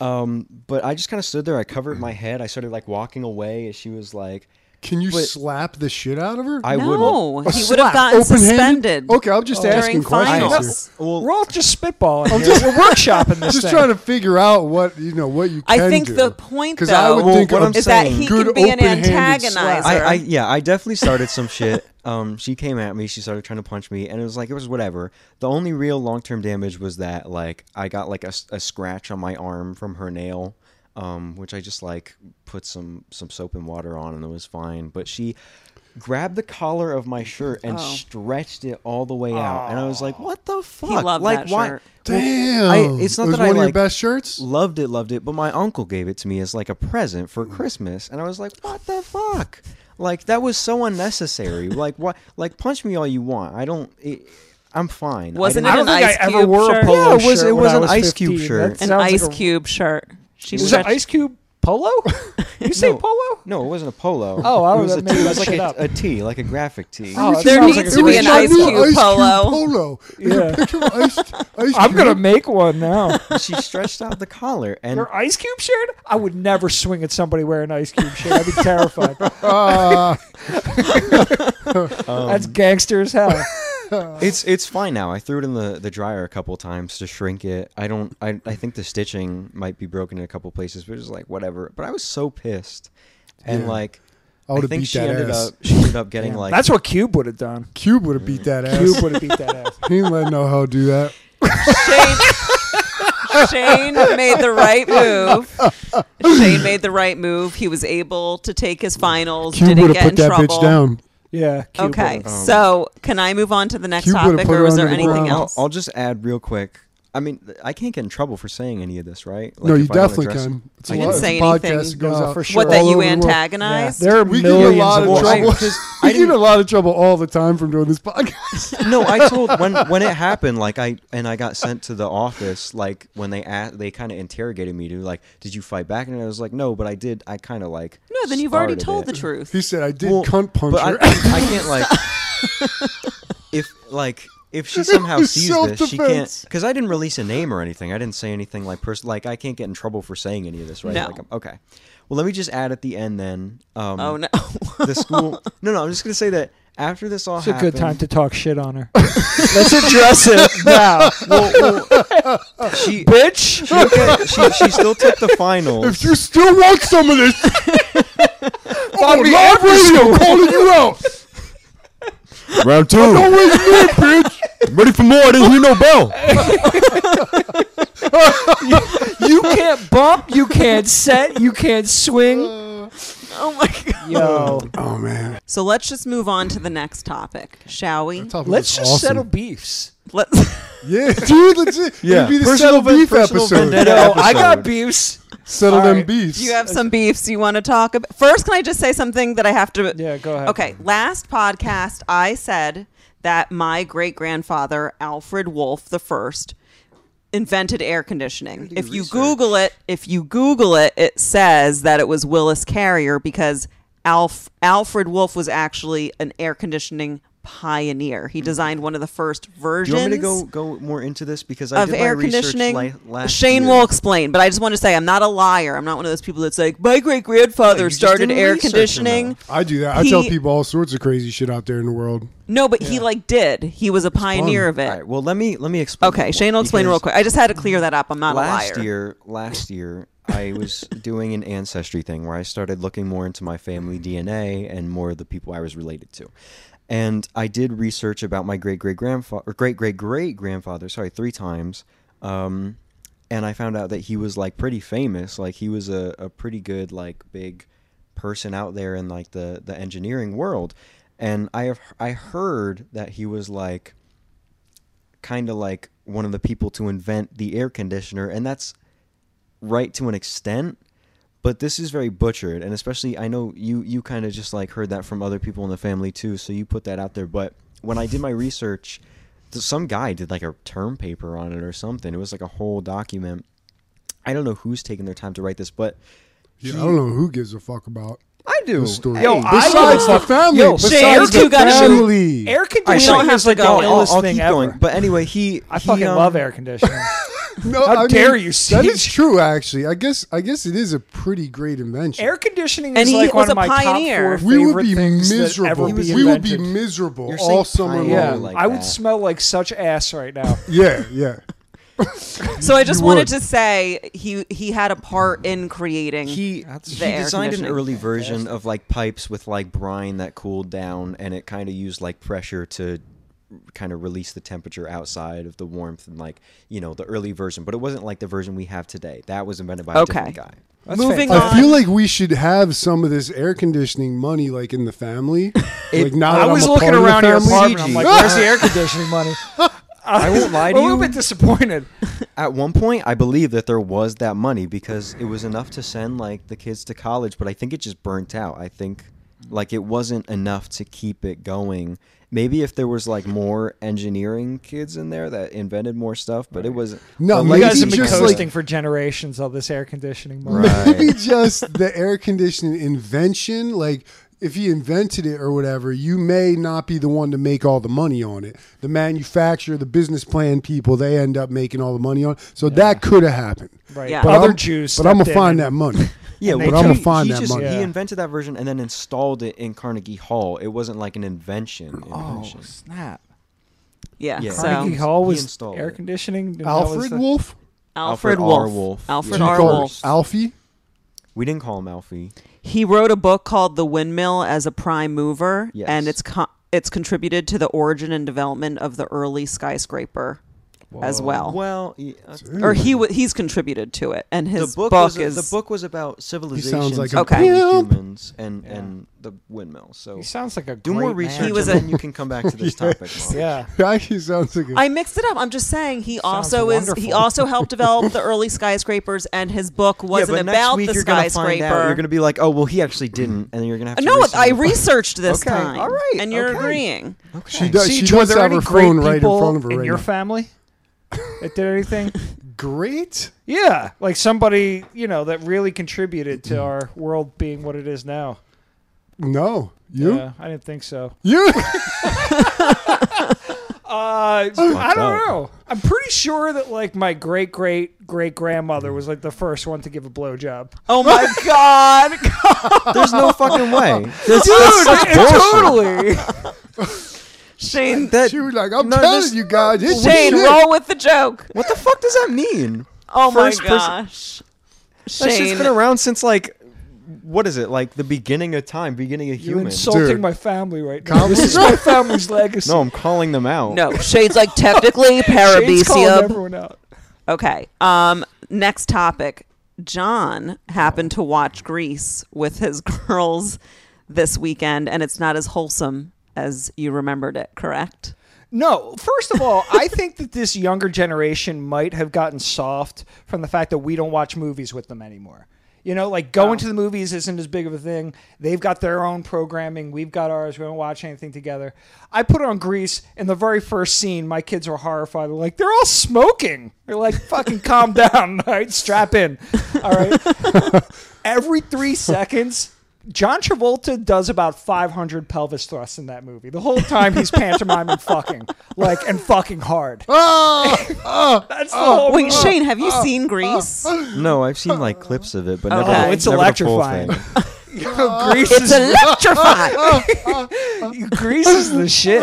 [SPEAKER 4] Um, but I just kind of stood there. I covered my head. I started like walking away as she was like,
[SPEAKER 2] Can you
[SPEAKER 4] But-
[SPEAKER 2] slap the shit out of her?
[SPEAKER 4] I would.
[SPEAKER 1] no,
[SPEAKER 2] A
[SPEAKER 1] he would have
[SPEAKER 2] slap,
[SPEAKER 1] gotten
[SPEAKER 2] open-handed?
[SPEAKER 1] suspended.
[SPEAKER 2] Okay, I'm just
[SPEAKER 1] during
[SPEAKER 2] asking questions
[SPEAKER 1] finals.
[SPEAKER 2] here. (laughs)
[SPEAKER 4] Well,
[SPEAKER 3] We're all just spitballing. I'm just we're workshopping this.
[SPEAKER 2] just
[SPEAKER 3] thing.
[SPEAKER 2] trying to figure out what you know what you. Can
[SPEAKER 1] I think
[SPEAKER 2] do.
[SPEAKER 1] the point,
[SPEAKER 2] 'Cause I
[SPEAKER 1] though,
[SPEAKER 2] would think
[SPEAKER 4] Well, what
[SPEAKER 2] a
[SPEAKER 4] I'm
[SPEAKER 1] is that
[SPEAKER 4] saying-
[SPEAKER 1] he
[SPEAKER 2] good
[SPEAKER 1] can be an
[SPEAKER 2] open-handed
[SPEAKER 1] antagonizer.
[SPEAKER 2] slap.
[SPEAKER 4] I, I yeah, I definitely started some shit. (laughs) Um, she came at me. She started trying to punch me, and it was like it was whatever. The only real long term damage was that like I got like a, s- a scratch on my arm from her nail, um, which I just like put some some soap and water on, and it was fine. But she grabbed the collar of my shirt and
[SPEAKER 1] Oh.
[SPEAKER 4] stretched it all the way out, and I was like, "What the fuck?
[SPEAKER 1] loved
[SPEAKER 4] like
[SPEAKER 1] that
[SPEAKER 4] why?"
[SPEAKER 1] shirt.
[SPEAKER 4] Well,
[SPEAKER 2] Damn,
[SPEAKER 4] I, it's
[SPEAKER 2] it
[SPEAKER 4] not
[SPEAKER 2] was
[SPEAKER 4] that I
[SPEAKER 2] one of your
[SPEAKER 4] like,
[SPEAKER 2] best shirts.
[SPEAKER 4] Loved it, loved it. But my uncle gave it to me as like a present for Christmas, and I was like, "What the fuck? Like that was so unnecessary. Like what? Like punch me all you want. I don't. It, I'm fine. I
[SPEAKER 1] Wasn't
[SPEAKER 4] didn't-
[SPEAKER 3] I
[SPEAKER 1] it
[SPEAKER 3] don't
[SPEAKER 1] an
[SPEAKER 3] think
[SPEAKER 1] ice
[SPEAKER 3] I ever
[SPEAKER 1] cube
[SPEAKER 3] wore
[SPEAKER 1] shirt?
[SPEAKER 3] a polo
[SPEAKER 4] Yeah, it was-
[SPEAKER 3] shirt
[SPEAKER 4] it
[SPEAKER 3] when
[SPEAKER 4] was
[SPEAKER 3] I
[SPEAKER 4] an Ice Cube
[SPEAKER 3] 15.
[SPEAKER 4] shirt.
[SPEAKER 3] That
[SPEAKER 1] an
[SPEAKER 3] sounds like
[SPEAKER 1] ice
[SPEAKER 3] a-
[SPEAKER 1] cube shirt. She
[SPEAKER 3] Was it
[SPEAKER 1] stretched.
[SPEAKER 3] Ice Cube (laughs) polo? you say
[SPEAKER 4] No.
[SPEAKER 3] polo?
[SPEAKER 4] No, it wasn't a polo.
[SPEAKER 3] Oh, I
[SPEAKER 4] it was
[SPEAKER 3] was-
[SPEAKER 4] a,
[SPEAKER 3] maybe
[SPEAKER 4] it
[SPEAKER 3] I
[SPEAKER 4] was like
[SPEAKER 3] shut
[SPEAKER 4] a,
[SPEAKER 3] up.
[SPEAKER 4] a tee, like a graphic tee.
[SPEAKER 3] Oh,
[SPEAKER 2] It
[SPEAKER 3] There
[SPEAKER 2] sounds like
[SPEAKER 3] needs to
[SPEAKER 2] a-
[SPEAKER 3] be
[SPEAKER 2] it
[SPEAKER 3] an
[SPEAKER 2] was
[SPEAKER 3] Ice
[SPEAKER 2] my new
[SPEAKER 1] Cube
[SPEAKER 3] (laughs)
[SPEAKER 2] Ice
[SPEAKER 1] polo.
[SPEAKER 2] polo. There's a picture of Ice- Ice
[SPEAKER 3] I'm gonna
[SPEAKER 2] Cube.
[SPEAKER 3] make one now.
[SPEAKER 4] she stretched out the collar, and
[SPEAKER 3] Your Ice Cube shirt? I would never swing at somebody wearing an Ice Cube shirt. I'd be terrified.
[SPEAKER 2] Uh,
[SPEAKER 3] (laughs) That's gangster as hell.
[SPEAKER 4] it's it's fine now. I threw it in the, the dryer a couple times to shrink it. I don't. I, I think the stitching might be broken in a couple places, but it was like whatever. But I was so pissed, and
[SPEAKER 2] Yeah.
[SPEAKER 4] like
[SPEAKER 2] I
[SPEAKER 4] I,
[SPEAKER 2] would've
[SPEAKER 4] think
[SPEAKER 2] beat
[SPEAKER 4] she
[SPEAKER 2] that
[SPEAKER 4] ended
[SPEAKER 2] ass.
[SPEAKER 4] up she ended up getting like
[SPEAKER 3] That's what Cube would have done.
[SPEAKER 2] Cube would have beat that ass.
[SPEAKER 3] Cube would have beat that ass.
[SPEAKER 2] He ain't letting no hoe do that.
[SPEAKER 1] Shane, Shane made the right move. Shane made the right move. He was able to take his finals.
[SPEAKER 2] Cube
[SPEAKER 1] didn't
[SPEAKER 2] would
[SPEAKER 1] get
[SPEAKER 2] have put
[SPEAKER 1] in
[SPEAKER 2] that
[SPEAKER 1] trouble.
[SPEAKER 2] bitch down.
[SPEAKER 3] Yeah. Cube
[SPEAKER 1] Okay,
[SPEAKER 3] would've. um,
[SPEAKER 1] so can I move on to the next
[SPEAKER 2] Cube would've
[SPEAKER 1] topic,
[SPEAKER 2] put
[SPEAKER 1] or
[SPEAKER 2] her
[SPEAKER 1] was
[SPEAKER 2] under
[SPEAKER 1] there
[SPEAKER 2] the
[SPEAKER 1] anything
[SPEAKER 2] ground.
[SPEAKER 4] I'll,
[SPEAKER 1] else?
[SPEAKER 4] (laughs) I'll just add real quick. I mean, th- I can't get in trouble for saying any of this, right? Like,
[SPEAKER 2] no,
[SPEAKER 4] if
[SPEAKER 2] you
[SPEAKER 4] I don't
[SPEAKER 2] definitely
[SPEAKER 4] address-
[SPEAKER 2] can. It's
[SPEAKER 1] I
[SPEAKER 2] a
[SPEAKER 1] didn't
[SPEAKER 2] lot-
[SPEAKER 1] say
[SPEAKER 2] it's a podcast
[SPEAKER 1] anything.
[SPEAKER 2] that goes
[SPEAKER 3] No,
[SPEAKER 2] out
[SPEAKER 3] for
[SPEAKER 1] what
[SPEAKER 3] sure.
[SPEAKER 1] that
[SPEAKER 2] all
[SPEAKER 1] you
[SPEAKER 2] over the world.
[SPEAKER 3] Yeah.
[SPEAKER 1] antagonized?
[SPEAKER 3] There are
[SPEAKER 2] We get in a
[SPEAKER 3] millions
[SPEAKER 2] lot
[SPEAKER 3] of
[SPEAKER 2] of
[SPEAKER 4] Well, I-
[SPEAKER 2] trouble. (laughs)
[SPEAKER 4] because I
[SPEAKER 2] I get in
[SPEAKER 4] didn't-
[SPEAKER 2] a lot of trouble all the time from doing this podcast.
[SPEAKER 4] no, I
[SPEAKER 2] (laughs)
[SPEAKER 4] told when when it happened, like I and I got sent to the office, like when they asked, they kind of interrogated me to like, did you fight back? And I was like, no, but I did. I kind of like
[SPEAKER 1] no, then you've already
[SPEAKER 4] started
[SPEAKER 1] told
[SPEAKER 4] it.
[SPEAKER 1] the truth.
[SPEAKER 2] he said, "I did
[SPEAKER 4] Well,
[SPEAKER 2] cunt punch
[SPEAKER 4] but I,
[SPEAKER 2] her."
[SPEAKER 4] I can't like
[SPEAKER 1] (laughs)
[SPEAKER 4] if like
[SPEAKER 2] (laughs)
[SPEAKER 4] if she somehow
[SPEAKER 2] was
[SPEAKER 4] sees this, she can't
[SPEAKER 2] self-defense.
[SPEAKER 4] because I didn't release a name or anything. I didn't say anything like person like I can't get in trouble for saying any of this, right?
[SPEAKER 1] No.
[SPEAKER 4] Like, I'm- okay. Well, let me just add at the end then. Um,
[SPEAKER 1] Oh no. (laughs)
[SPEAKER 4] the school. No, no. I'm just gonna say that after this all
[SPEAKER 3] It's a
[SPEAKER 4] happened,
[SPEAKER 3] good
[SPEAKER 4] (laughs)
[SPEAKER 3] time to talk shit on her. (laughs) Let's address it now.
[SPEAKER 4] she,
[SPEAKER 3] (laughs) Bitch.
[SPEAKER 4] she, she, she still took the finals.
[SPEAKER 2] if you still want some of this,
[SPEAKER 3] Bobby,
[SPEAKER 2] live radio calling you out.
[SPEAKER 4] (laughs) Round two.
[SPEAKER 2] Don't waste me, bitch.
[SPEAKER 4] (laughs) ready for more? I didn't hear no bell.
[SPEAKER 3] you can't bump, you can't set, you can't swing. Um,
[SPEAKER 1] oh my god.
[SPEAKER 3] Yo.
[SPEAKER 2] Oh man,
[SPEAKER 1] So let's just move on to the next topic, shall we?
[SPEAKER 2] Topic
[SPEAKER 3] Let's
[SPEAKER 2] was
[SPEAKER 3] just
[SPEAKER 2] awesome.
[SPEAKER 3] settle beefs.
[SPEAKER 1] Let's.
[SPEAKER 2] Yeah, dude, let's
[SPEAKER 4] Yeah.
[SPEAKER 2] It'd be the
[SPEAKER 4] Personal
[SPEAKER 2] settle
[SPEAKER 4] ven-
[SPEAKER 2] beef
[SPEAKER 4] personal
[SPEAKER 2] episode.
[SPEAKER 4] vendetta.
[SPEAKER 3] Yo, I
[SPEAKER 4] episode.
[SPEAKER 3] got beefs.
[SPEAKER 2] Settle
[SPEAKER 3] All
[SPEAKER 2] them
[SPEAKER 3] right.
[SPEAKER 2] beefs.
[SPEAKER 1] You have some beefs you want to talk about. First, can I just say something that I have to?
[SPEAKER 3] Yeah, go ahead.
[SPEAKER 1] Okay. Last podcast, I said that my great grandfather, Alfred Wolf the First, invented air conditioning. If you Google it, if you Google it, it says that it was Willis Carrier because Alf, Alfred Wolf was actually an air conditioning pioneer. He designed one of the first
[SPEAKER 4] Hmm. Do
[SPEAKER 1] versions
[SPEAKER 4] you want me to go go more into this because I
[SPEAKER 1] of
[SPEAKER 4] did my
[SPEAKER 1] air
[SPEAKER 4] research
[SPEAKER 1] conditioning.
[SPEAKER 4] li- last
[SPEAKER 1] Shane
[SPEAKER 4] year.
[SPEAKER 1] will explain, but I just want to say I'm not a liar. I'm not one of those people that's like my great grandfather
[SPEAKER 4] you just
[SPEAKER 1] started
[SPEAKER 4] didn't
[SPEAKER 1] air
[SPEAKER 4] research
[SPEAKER 1] conditioning.
[SPEAKER 4] enough.
[SPEAKER 2] I do that. I
[SPEAKER 1] He-
[SPEAKER 2] tell people all sorts of crazy shit out there in the world.
[SPEAKER 1] No, but he like did. He was a pioneer of it.
[SPEAKER 4] All right. Well, let me let me explain.
[SPEAKER 1] Okay, Shane will explain real
[SPEAKER 4] because-
[SPEAKER 1] quick. I just had to clear that up. I'm not a
[SPEAKER 4] last
[SPEAKER 1] liar.
[SPEAKER 4] year last year i
[SPEAKER 1] (laughs)
[SPEAKER 4] was doing an ancestry thing where i started looking more into my family dna and more of the people i was related to and i did research about my great great grandfather or great great great grandfather sorry three times um, and i found out that he was like pretty famous like he was a, a pretty good like big person out there in like the the engineering world and i have i heard that he was like kind of like one of the people to invent the air conditioner, and that's right to an extent. But this is very butchered, and especially I know you you kind of just like heard that from other people in the family too, so you put that out there. But when I did my research, th- some guy did like a term paper on it or something. It was like a whole document. I don't know who's taking their time to write this, but
[SPEAKER 2] Yeah, I don't know who gives a fuck about.
[SPEAKER 4] I do.
[SPEAKER 2] This story.
[SPEAKER 3] Yo, I
[SPEAKER 2] Besides the family,
[SPEAKER 3] Yo, Shane,
[SPEAKER 2] besides
[SPEAKER 1] you two
[SPEAKER 2] the
[SPEAKER 1] gotta shoot.
[SPEAKER 2] family.
[SPEAKER 3] Air
[SPEAKER 4] I
[SPEAKER 3] conditioning
[SPEAKER 1] don't have
[SPEAKER 3] is
[SPEAKER 1] to
[SPEAKER 3] like the
[SPEAKER 1] go.
[SPEAKER 4] I'll,
[SPEAKER 3] illest
[SPEAKER 4] I'll
[SPEAKER 3] thing
[SPEAKER 4] keep
[SPEAKER 3] ever.
[SPEAKER 4] going. But anyway, he
[SPEAKER 3] (laughs) I fucking
[SPEAKER 4] he, um,
[SPEAKER 3] love air conditioning.
[SPEAKER 2] No,
[SPEAKER 3] How dare you,
[SPEAKER 2] That
[SPEAKER 3] Siege.
[SPEAKER 2] is true. Actually, I guess I guess it is a pretty great invention.
[SPEAKER 3] air conditioning
[SPEAKER 1] And
[SPEAKER 3] is
[SPEAKER 1] he
[SPEAKER 3] like
[SPEAKER 1] was
[SPEAKER 3] one
[SPEAKER 1] a
[SPEAKER 3] of my
[SPEAKER 1] pioneer.
[SPEAKER 3] top four
[SPEAKER 2] we would
[SPEAKER 3] favorite
[SPEAKER 2] be
[SPEAKER 3] things that ever
[SPEAKER 2] miserable.
[SPEAKER 3] be
[SPEAKER 2] we would be
[SPEAKER 3] invented.
[SPEAKER 2] miserable
[SPEAKER 4] You're saying
[SPEAKER 2] all summer
[SPEAKER 4] pioneer,
[SPEAKER 3] Yeah,
[SPEAKER 2] long.
[SPEAKER 4] like
[SPEAKER 3] I would
[SPEAKER 4] that.
[SPEAKER 3] smell like such ass right now.
[SPEAKER 2] Yeah,
[SPEAKER 3] (laughs)
[SPEAKER 2] yeah.
[SPEAKER 1] so I just
[SPEAKER 2] You
[SPEAKER 1] wanted to
[SPEAKER 2] would.
[SPEAKER 1] say he he had a part in creating.
[SPEAKER 4] he
[SPEAKER 1] That's
[SPEAKER 4] he
[SPEAKER 1] the air
[SPEAKER 4] designed an
[SPEAKER 1] conditioning.
[SPEAKER 4] early version of like pipes with like brine that cooled down and it kind of used like pressure to kind of release the temperature outside of the warmth and like you know the early version but it wasn't like the version we have today that was invented by a
[SPEAKER 1] okay.
[SPEAKER 4] different guy
[SPEAKER 1] Moving
[SPEAKER 3] fantastic.
[SPEAKER 1] on.
[SPEAKER 2] I feel like we should have some of this air conditioning money, like in the
[SPEAKER 3] (laughs)
[SPEAKER 2] family. like now that
[SPEAKER 3] I was
[SPEAKER 2] I'm a
[SPEAKER 3] looking
[SPEAKER 2] part of the
[SPEAKER 3] around your
[SPEAKER 2] family.
[SPEAKER 3] apartment. I'm like, where's (laughs) the air conditioning money?
[SPEAKER 4] i won't lie
[SPEAKER 3] I'm
[SPEAKER 4] to
[SPEAKER 3] a little bit
[SPEAKER 4] you
[SPEAKER 3] disappointed.
[SPEAKER 4] at one point i believe that there was that money because it was enough to send like the kids to college but i think it just burnt out i think like it wasn't enough to keep it going maybe if there was like more engineering kids in there that invented more stuff but it wasn't
[SPEAKER 2] No, you
[SPEAKER 4] the
[SPEAKER 3] You
[SPEAKER 2] Maybe
[SPEAKER 3] guys have been
[SPEAKER 2] just
[SPEAKER 3] coasting
[SPEAKER 2] like-
[SPEAKER 3] for generations on this air conditioning money.
[SPEAKER 2] (laughs)
[SPEAKER 4] Right.
[SPEAKER 2] Maybe just the air conditioning invention, like. If he invented it or whatever, you may not be the one to make all the money on it. The manufacturer, the business plan people, they end up making all the money on it. So that could have happened.
[SPEAKER 3] Right.
[SPEAKER 1] Yeah.
[SPEAKER 2] But
[SPEAKER 3] Other
[SPEAKER 2] I'm,
[SPEAKER 3] Jews.
[SPEAKER 2] But I'm
[SPEAKER 3] stepped
[SPEAKER 2] gonna
[SPEAKER 3] in
[SPEAKER 2] find
[SPEAKER 3] (laughs) and-
[SPEAKER 2] that money.
[SPEAKER 4] Yeah,
[SPEAKER 3] they
[SPEAKER 4] well,
[SPEAKER 3] But
[SPEAKER 2] I'ma
[SPEAKER 4] he-
[SPEAKER 2] find
[SPEAKER 4] he
[SPEAKER 2] that
[SPEAKER 4] just-
[SPEAKER 2] money.
[SPEAKER 4] He
[SPEAKER 3] Yeah.
[SPEAKER 4] invented that version and then installed it in Carnegie Hall. It wasn't like an invention.
[SPEAKER 3] Oh,
[SPEAKER 4] invention.
[SPEAKER 3] snap.
[SPEAKER 1] yeah.
[SPEAKER 4] Yeah.
[SPEAKER 1] So
[SPEAKER 3] Carnegie
[SPEAKER 4] He
[SPEAKER 3] Hall was
[SPEAKER 4] installed
[SPEAKER 3] air
[SPEAKER 4] it.
[SPEAKER 3] conditioning. and that was
[SPEAKER 2] Alfred
[SPEAKER 3] the-
[SPEAKER 2] Wolf.
[SPEAKER 1] Alfred,
[SPEAKER 4] Alfred R.
[SPEAKER 1] Wolf.
[SPEAKER 4] Wolf.
[SPEAKER 1] Alfred
[SPEAKER 4] Yeah.
[SPEAKER 2] You
[SPEAKER 1] R.
[SPEAKER 2] call him
[SPEAKER 1] Wolf.
[SPEAKER 2] Alfie. (laughs)
[SPEAKER 4] We didn't call him Alfie.
[SPEAKER 1] He wrote a book called The Windmill as a Prime Mover,
[SPEAKER 4] Yes.
[SPEAKER 1] and it's co it's contributed to the origin and development of the early skyscraper as well.
[SPEAKER 4] Well, yeah, uh,
[SPEAKER 1] Or he wa he's contributed to it, and
[SPEAKER 4] the
[SPEAKER 1] his
[SPEAKER 4] book,
[SPEAKER 1] book
[SPEAKER 4] was,
[SPEAKER 1] is
[SPEAKER 4] the book was about civilization.
[SPEAKER 2] like a
[SPEAKER 1] Okay.
[SPEAKER 2] pimp.
[SPEAKER 4] humans and and the windmill. So
[SPEAKER 3] He sounds like a
[SPEAKER 4] do
[SPEAKER 3] great
[SPEAKER 4] more
[SPEAKER 3] man.
[SPEAKER 4] research,
[SPEAKER 1] He was
[SPEAKER 4] and
[SPEAKER 1] a-
[SPEAKER 4] then you can come back
[SPEAKER 3] (laughs)
[SPEAKER 4] to this topic. Mark.
[SPEAKER 3] Yeah.
[SPEAKER 2] Actually, sounds like a
[SPEAKER 1] I mixed it up. I'm just saying he also is he
[SPEAKER 3] wonderful.
[SPEAKER 1] also
[SPEAKER 4] (laughs)
[SPEAKER 1] helped develop the early skyscrapers and his book
[SPEAKER 4] Yeah,
[SPEAKER 1] wasn't
[SPEAKER 4] but next
[SPEAKER 1] about
[SPEAKER 4] week
[SPEAKER 1] the
[SPEAKER 4] you're gonna
[SPEAKER 1] skyscraper. Uh,
[SPEAKER 4] find out. You're gonna be like, oh well, he actually didn't, and then you're gonna have to.
[SPEAKER 1] no,
[SPEAKER 4] research
[SPEAKER 1] I
[SPEAKER 4] it.
[SPEAKER 1] research this
[SPEAKER 4] Okay,
[SPEAKER 1] time.
[SPEAKER 4] all right,
[SPEAKER 1] And you're
[SPEAKER 4] okay.
[SPEAKER 1] agreeing.
[SPEAKER 4] (laughs) Okay.
[SPEAKER 2] She does.
[SPEAKER 3] Siege,
[SPEAKER 2] she
[SPEAKER 3] were
[SPEAKER 2] does
[SPEAKER 3] there
[SPEAKER 2] have
[SPEAKER 3] any
[SPEAKER 2] her
[SPEAKER 3] great
[SPEAKER 2] phone right in
[SPEAKER 3] people
[SPEAKER 2] front of her
[SPEAKER 3] in
[SPEAKER 2] right
[SPEAKER 3] your
[SPEAKER 2] now.
[SPEAKER 3] family that did anything?
[SPEAKER 2] Great.
[SPEAKER 3] Yeah, like somebody you know that really contributed to our world being what it is now.
[SPEAKER 2] No, you.
[SPEAKER 3] Yeah, I didn't think so.
[SPEAKER 2] You. (laughs)
[SPEAKER 3] Uh, I
[SPEAKER 4] fucked
[SPEAKER 3] don't
[SPEAKER 4] up.
[SPEAKER 3] know. I'm pretty sure that like my great great great grandmother was like the first one to give a blowjob.
[SPEAKER 1] Oh
[SPEAKER 3] (laughs)
[SPEAKER 1] my god.
[SPEAKER 4] There's no fucking way.
[SPEAKER 3] Dude,
[SPEAKER 1] (laughs)
[SPEAKER 3] totally.
[SPEAKER 4] (laughs)
[SPEAKER 1] Shane
[SPEAKER 4] That-
[SPEAKER 2] she was like, I'm
[SPEAKER 4] no,
[SPEAKER 2] telling
[SPEAKER 4] this-
[SPEAKER 2] you guys, it's
[SPEAKER 1] Shane,
[SPEAKER 2] shit.
[SPEAKER 1] roll with the joke.
[SPEAKER 4] What the fuck does that mean?
[SPEAKER 1] Oh
[SPEAKER 4] First
[SPEAKER 1] my
[SPEAKER 4] person-
[SPEAKER 1] gosh.
[SPEAKER 4] That shit's
[SPEAKER 1] Shane,
[SPEAKER 4] been around since like what is it? Like the beginning of time, beginning of
[SPEAKER 3] You're
[SPEAKER 4] humans.
[SPEAKER 3] insulting
[SPEAKER 2] Dude.
[SPEAKER 3] my family right now. This is
[SPEAKER 2] Comedy?
[SPEAKER 3] my family's legacy.
[SPEAKER 4] no, I'm calling them out.
[SPEAKER 1] No, Shade's like
[SPEAKER 4] (laughs)
[SPEAKER 1] technically
[SPEAKER 3] Shane's calling
[SPEAKER 1] Parabesium.
[SPEAKER 3] everyone out.
[SPEAKER 1] Okay. Um, next topic. John happened to watch Grease with his (laughs) girls this weekend, and it's not as wholesome as you remembered it, correct?
[SPEAKER 3] No, first of all, I think that this younger generation might have gotten soft from the fact that we don't watch movies with them anymore. You know, like going to the movies isn't as big of a thing. They've got their own programming. We've got ours. We don't watch anything together. I put on Grease, and the very first scene, my kids were horrified. They're like, they're all smoking. They're like, fucking (laughs) calm down. All right, strap in. All right. Every three seconds, John Travolta does about 500 pelvis thrusts in that movie. The whole time he's pantomiming fucking, like, and fucking hard.
[SPEAKER 2] Oh,
[SPEAKER 3] (laughs)
[SPEAKER 2] oh,
[SPEAKER 3] That's the whole
[SPEAKER 1] Wait, Shane, have you
[SPEAKER 3] uh,
[SPEAKER 1] seen Grease?
[SPEAKER 4] No, I've seen like clips of it, but never.
[SPEAKER 1] Okay.
[SPEAKER 3] It's
[SPEAKER 4] never the full
[SPEAKER 3] electrifying.
[SPEAKER 4] thing.
[SPEAKER 3] Grease
[SPEAKER 1] It's
[SPEAKER 3] uh,
[SPEAKER 1] electrified.
[SPEAKER 3] Grease is the shit.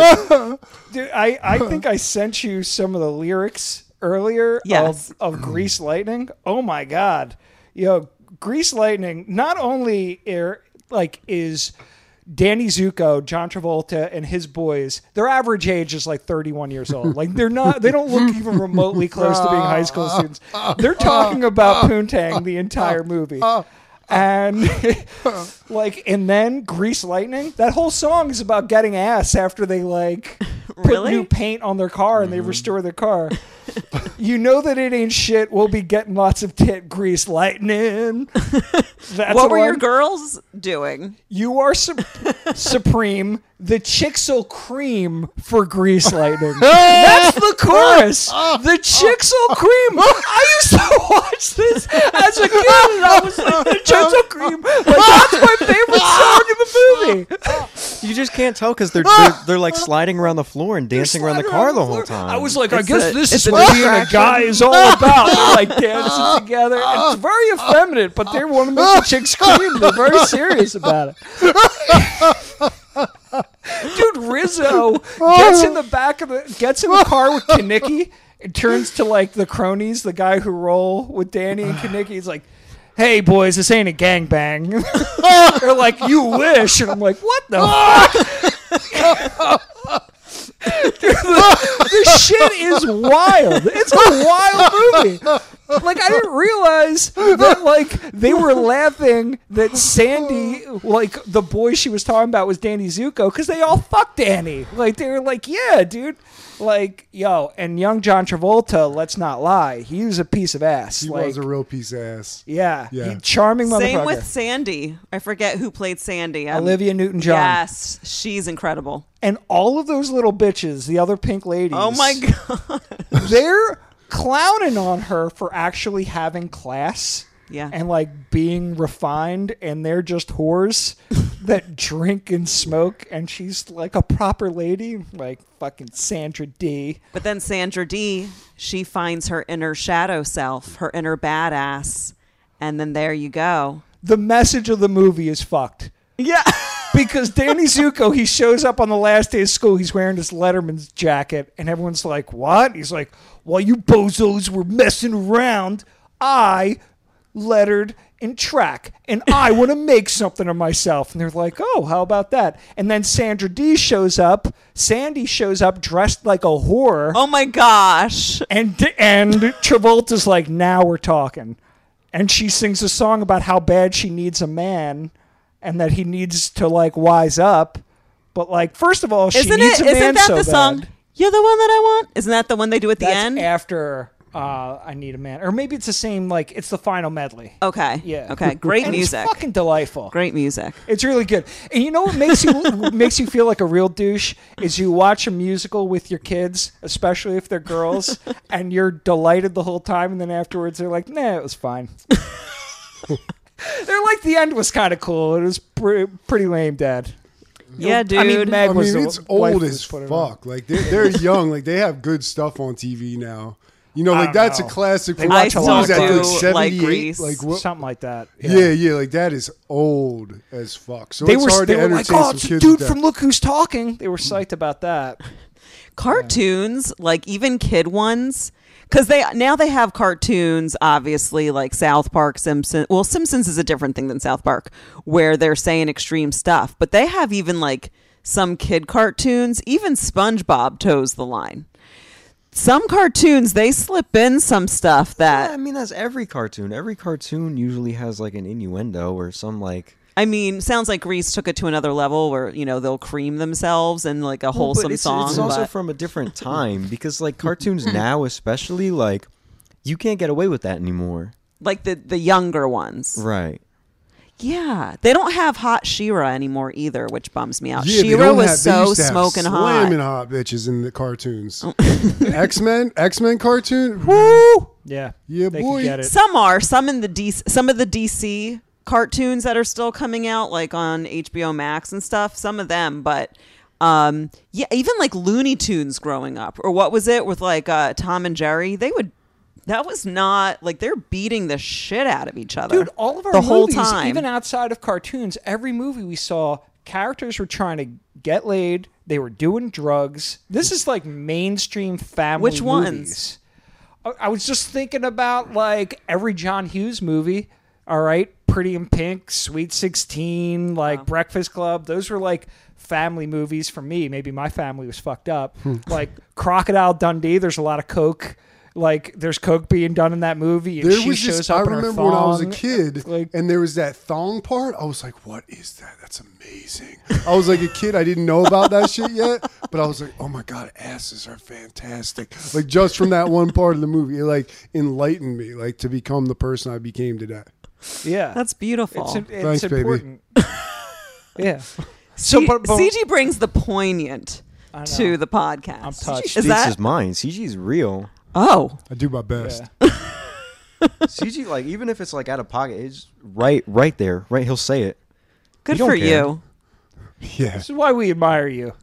[SPEAKER 3] Dude, I, I think I sent you some of the lyrics earlier
[SPEAKER 1] Yes.
[SPEAKER 3] of, of Grease Lightning. Oh my god. Yo, Grease Lightning not only are, like is Danny Zuko, John Travolta, and his boys, their average age is like 31 years old. Like they're not they don't look even remotely close to being high school students. They're talking about Poontang the entire movie. And (laughs) like and then Grease Lightning, that whole song is about getting ass after they like put
[SPEAKER 1] Really?
[SPEAKER 3] new paint on their car and they restore their car. you know that it ain't shit. We'll be getting lots of tit grease lightning.
[SPEAKER 1] (laughs)
[SPEAKER 3] That's
[SPEAKER 1] what were
[SPEAKER 3] one.
[SPEAKER 1] your girls doing?
[SPEAKER 3] You
[SPEAKER 1] (laughs)
[SPEAKER 3] are sup- supreme. The Chixel cream
[SPEAKER 1] (laughs)
[SPEAKER 3] for grease lightning. That's the chorus.
[SPEAKER 1] Oh,
[SPEAKER 3] The Chixel
[SPEAKER 1] (laughs)
[SPEAKER 3] cream. I used to watch this as a kid, and I was like, the Chixel cream. Like, that's my favorite song in the
[SPEAKER 1] (laughs)
[SPEAKER 3] movie.
[SPEAKER 4] You just can't tell because they're, they're they're like sliding around the floor and dancing around the car the whole time.
[SPEAKER 3] I was like, I
[SPEAKER 1] It's
[SPEAKER 3] guess
[SPEAKER 1] a-
[SPEAKER 3] this
[SPEAKER 1] it's
[SPEAKER 3] is
[SPEAKER 1] a
[SPEAKER 3] what being a
[SPEAKER 1] distraction.
[SPEAKER 3] guy is all about. They're like
[SPEAKER 4] (laughs)
[SPEAKER 3] dancing together. It's very effeminate, but they want to make the chick scream. They're very serious about it. (laughs) Dude, Rizzo gets in the back of the gets in the car with Kanicki and turns to like the cronies, the guy who roll with Danny and Kanicki. He's like, "Hey boys, this ain't a gangbang." (laughs) They're like, "You wish," and I'm like, "What
[SPEAKER 4] (laughs)
[SPEAKER 3] the the shit is wild. It's a wild movie. Like I didn't realize that like they were laughing that Sandy like the boy she was talking about was Danny Zuko because they all fucked Danny. Like they were like, yeah, dude. Like yo, and young John Travolta. Let's not lie, he was a piece of ass.
[SPEAKER 2] he
[SPEAKER 3] like
[SPEAKER 2] was a real piece of ass.
[SPEAKER 3] yeah,
[SPEAKER 2] Yeah.
[SPEAKER 3] He, charming motherfucker.
[SPEAKER 1] Same with Sandy. I forget who played Sandy. Um,
[SPEAKER 3] Olivia Newton-John.
[SPEAKER 1] Yes, she's incredible.
[SPEAKER 3] and all of those little bitches, the other pink ladies.
[SPEAKER 1] Oh my god.
[SPEAKER 3] they're clowning on her for actually having class
[SPEAKER 1] Yeah.
[SPEAKER 3] and like being refined and they're just whores that drink and smoke and she's like a proper lady like fucking sandra d
[SPEAKER 1] But then Sandra D, she finds her inner shadow self, her inner badass, and then there you go.
[SPEAKER 3] the message of the movie is fucked
[SPEAKER 1] Yeah.
[SPEAKER 3] because Danny Zuko, he shows up on the last day of school. He's wearing his Letterman's jacket, and everyone's like, "What?" He's like, "While you bozos were messing around, I lettered in track, and I want to make something of myself." And they're like, "Oh, how about that?" And then Sandra D shows up. Sandy shows up dressed like a whore,
[SPEAKER 1] Oh my gosh.
[SPEAKER 3] and and Travolta's like, "Now we're talking." And she sings a song about how bad she needs a man and that he needs to like wise up. But like, first of all, she
[SPEAKER 1] Isn't
[SPEAKER 3] needs
[SPEAKER 1] it?
[SPEAKER 3] a man
[SPEAKER 1] Isn't that
[SPEAKER 3] so
[SPEAKER 1] the song?
[SPEAKER 3] bad.
[SPEAKER 1] You're the one that I want. Isn't that the one they do at the
[SPEAKER 3] That's
[SPEAKER 1] end?
[SPEAKER 3] after uh, I need a man, or maybe it's the same. Like, it's the final medley.
[SPEAKER 1] okay.
[SPEAKER 3] Yeah. (laughs)
[SPEAKER 1] Okay. Great
[SPEAKER 3] And
[SPEAKER 1] music.
[SPEAKER 3] It's fucking delightful.
[SPEAKER 1] Great music.
[SPEAKER 3] It's really good. And you know what makes you (laughs) what makes you feel like a real douche is you watch a musical with your kids, especially if
[SPEAKER 1] (laughs)
[SPEAKER 3] they're girls, and you're delighted the whole time, and then afterwards they're like, "Nah, it was
[SPEAKER 1] (laughs)
[SPEAKER 3] fine." they're like, "The end was kind of cool. It was pre- pretty lame, Dad."
[SPEAKER 1] Yeah, dude.
[SPEAKER 3] I mean, Meg
[SPEAKER 2] I
[SPEAKER 3] was
[SPEAKER 2] mean,
[SPEAKER 3] the
[SPEAKER 2] it's
[SPEAKER 3] wife
[SPEAKER 2] old
[SPEAKER 3] who
[SPEAKER 2] as
[SPEAKER 3] was putting it on.
[SPEAKER 2] fuck. Like they're,
[SPEAKER 3] (laughs)
[SPEAKER 2] they're young. Like they have good stuff on TV now. You know, like
[SPEAKER 3] don't
[SPEAKER 2] that's a
[SPEAKER 3] know.
[SPEAKER 2] classic.
[SPEAKER 3] They
[SPEAKER 1] I
[SPEAKER 3] watch a lot
[SPEAKER 1] still
[SPEAKER 3] of
[SPEAKER 1] do
[SPEAKER 3] Like
[SPEAKER 1] like
[SPEAKER 2] 78?
[SPEAKER 1] Grease.
[SPEAKER 2] Like what?
[SPEAKER 3] Something like that.
[SPEAKER 2] Yeah. yeah, like that is old as fuck. So
[SPEAKER 3] They
[SPEAKER 2] it's
[SPEAKER 3] were,
[SPEAKER 2] hard
[SPEAKER 3] they
[SPEAKER 2] to
[SPEAKER 3] were like,
[SPEAKER 2] entertain
[SPEAKER 3] oh,
[SPEAKER 2] some
[SPEAKER 3] it's
[SPEAKER 2] kids.
[SPEAKER 3] a
[SPEAKER 2] with
[SPEAKER 3] dude
[SPEAKER 2] that.
[SPEAKER 3] from Look Who's Talking. They were psyched about that.
[SPEAKER 1] cartoons like even kid ones because they now they have cartoons obviously like south park simpsons well simpsons is a different thing than south park where they're saying extreme stuff but they have even like some kid cartoons even spongebob toes the line some cartoons they slip in some stuff
[SPEAKER 4] I
[SPEAKER 1] that
[SPEAKER 4] mean, that's every cartoon. Every cartoon usually has like an innuendo or some like.
[SPEAKER 1] i mean sounds like Reese took it to another level where you know they'll cream themselves and like a wholesome
[SPEAKER 4] it's,
[SPEAKER 1] song
[SPEAKER 4] It's also
[SPEAKER 1] but-
[SPEAKER 4] from a (laughs) different time because (laughs) like cartoons now, especially like, you can't get away with that anymore.
[SPEAKER 1] like the the younger ones
[SPEAKER 4] Right.
[SPEAKER 1] Yeah, they don't have hot Shira anymore either, which bums me out.
[SPEAKER 2] Yeah, they
[SPEAKER 1] Shira
[SPEAKER 2] don't
[SPEAKER 1] was
[SPEAKER 2] have- they
[SPEAKER 1] so
[SPEAKER 2] used to have
[SPEAKER 1] smoking
[SPEAKER 2] slamming
[SPEAKER 1] hot.
[SPEAKER 2] hot bitches in the
[SPEAKER 3] (laughs)
[SPEAKER 2] cartoons. X Men, X Men cartoon.
[SPEAKER 3] Yeah.
[SPEAKER 2] Yeah,
[SPEAKER 3] they
[SPEAKER 2] boy.
[SPEAKER 3] Could get it.
[SPEAKER 1] Some are some in the DC, some of the DC cartoons that are still coming out, like on HBO Max and stuff. Some of them, but um, yeah, even like Looney Tunes growing up, or what was it with like uh, Tom and Jerry? They would. That was not like they're beating the shit out of each other.
[SPEAKER 3] Dude, all of our
[SPEAKER 1] the
[SPEAKER 3] movies,
[SPEAKER 1] whole time.
[SPEAKER 3] even outside of cartoons, every movie we saw, characters were trying to get laid. They were doing drugs. This is like mainstream family.
[SPEAKER 1] Which ones?
[SPEAKER 3] movies. I- I was just thinking about like every John Hughes movie. All right, Pretty in Pink, Sweet Sixteen, like Breakfast Club. Those were like family movies for me. Maybe my family was fucked up.
[SPEAKER 2] Hmm.
[SPEAKER 3] (laughs) like Crocodile Dundee. There's a lot of coke. Like there's coke being done in that movie. And
[SPEAKER 2] There
[SPEAKER 3] she
[SPEAKER 2] was
[SPEAKER 3] shows
[SPEAKER 2] this.
[SPEAKER 3] up
[SPEAKER 2] I
[SPEAKER 3] in her
[SPEAKER 2] remember when I was a
[SPEAKER 3] thong.
[SPEAKER 2] kid,
[SPEAKER 3] like-
[SPEAKER 2] and there was that thong part. I was like, "What is that? That's amazing." I was like a kid. I didn't know about that shit yet, but I was like, "Oh my god, asses are fantastic!" Like just from that one part of the movie, it like enlightened me, like to become the person I became today.
[SPEAKER 3] Yeah,
[SPEAKER 1] That's beautiful.
[SPEAKER 3] It's, it's
[SPEAKER 2] Thanks, baby.
[SPEAKER 3] important. yeah.
[SPEAKER 1] so,
[SPEAKER 3] So, but, but
[SPEAKER 1] CG brings the poignant
[SPEAKER 3] know.
[SPEAKER 1] to the podcast.
[SPEAKER 3] I'm touched.
[SPEAKER 1] Is
[SPEAKER 4] Speaks
[SPEAKER 1] that?
[SPEAKER 4] his mind. CG is real.
[SPEAKER 1] oh,
[SPEAKER 2] I do my best.
[SPEAKER 4] (laughs) CG, like even if it's like out of pocket, it's right, right there, right. He'll say it.
[SPEAKER 1] good
[SPEAKER 4] don't
[SPEAKER 1] for
[SPEAKER 4] care.
[SPEAKER 1] you.
[SPEAKER 2] Yeah,
[SPEAKER 3] this is why we
[SPEAKER 1] (laughs)
[SPEAKER 3] admire you.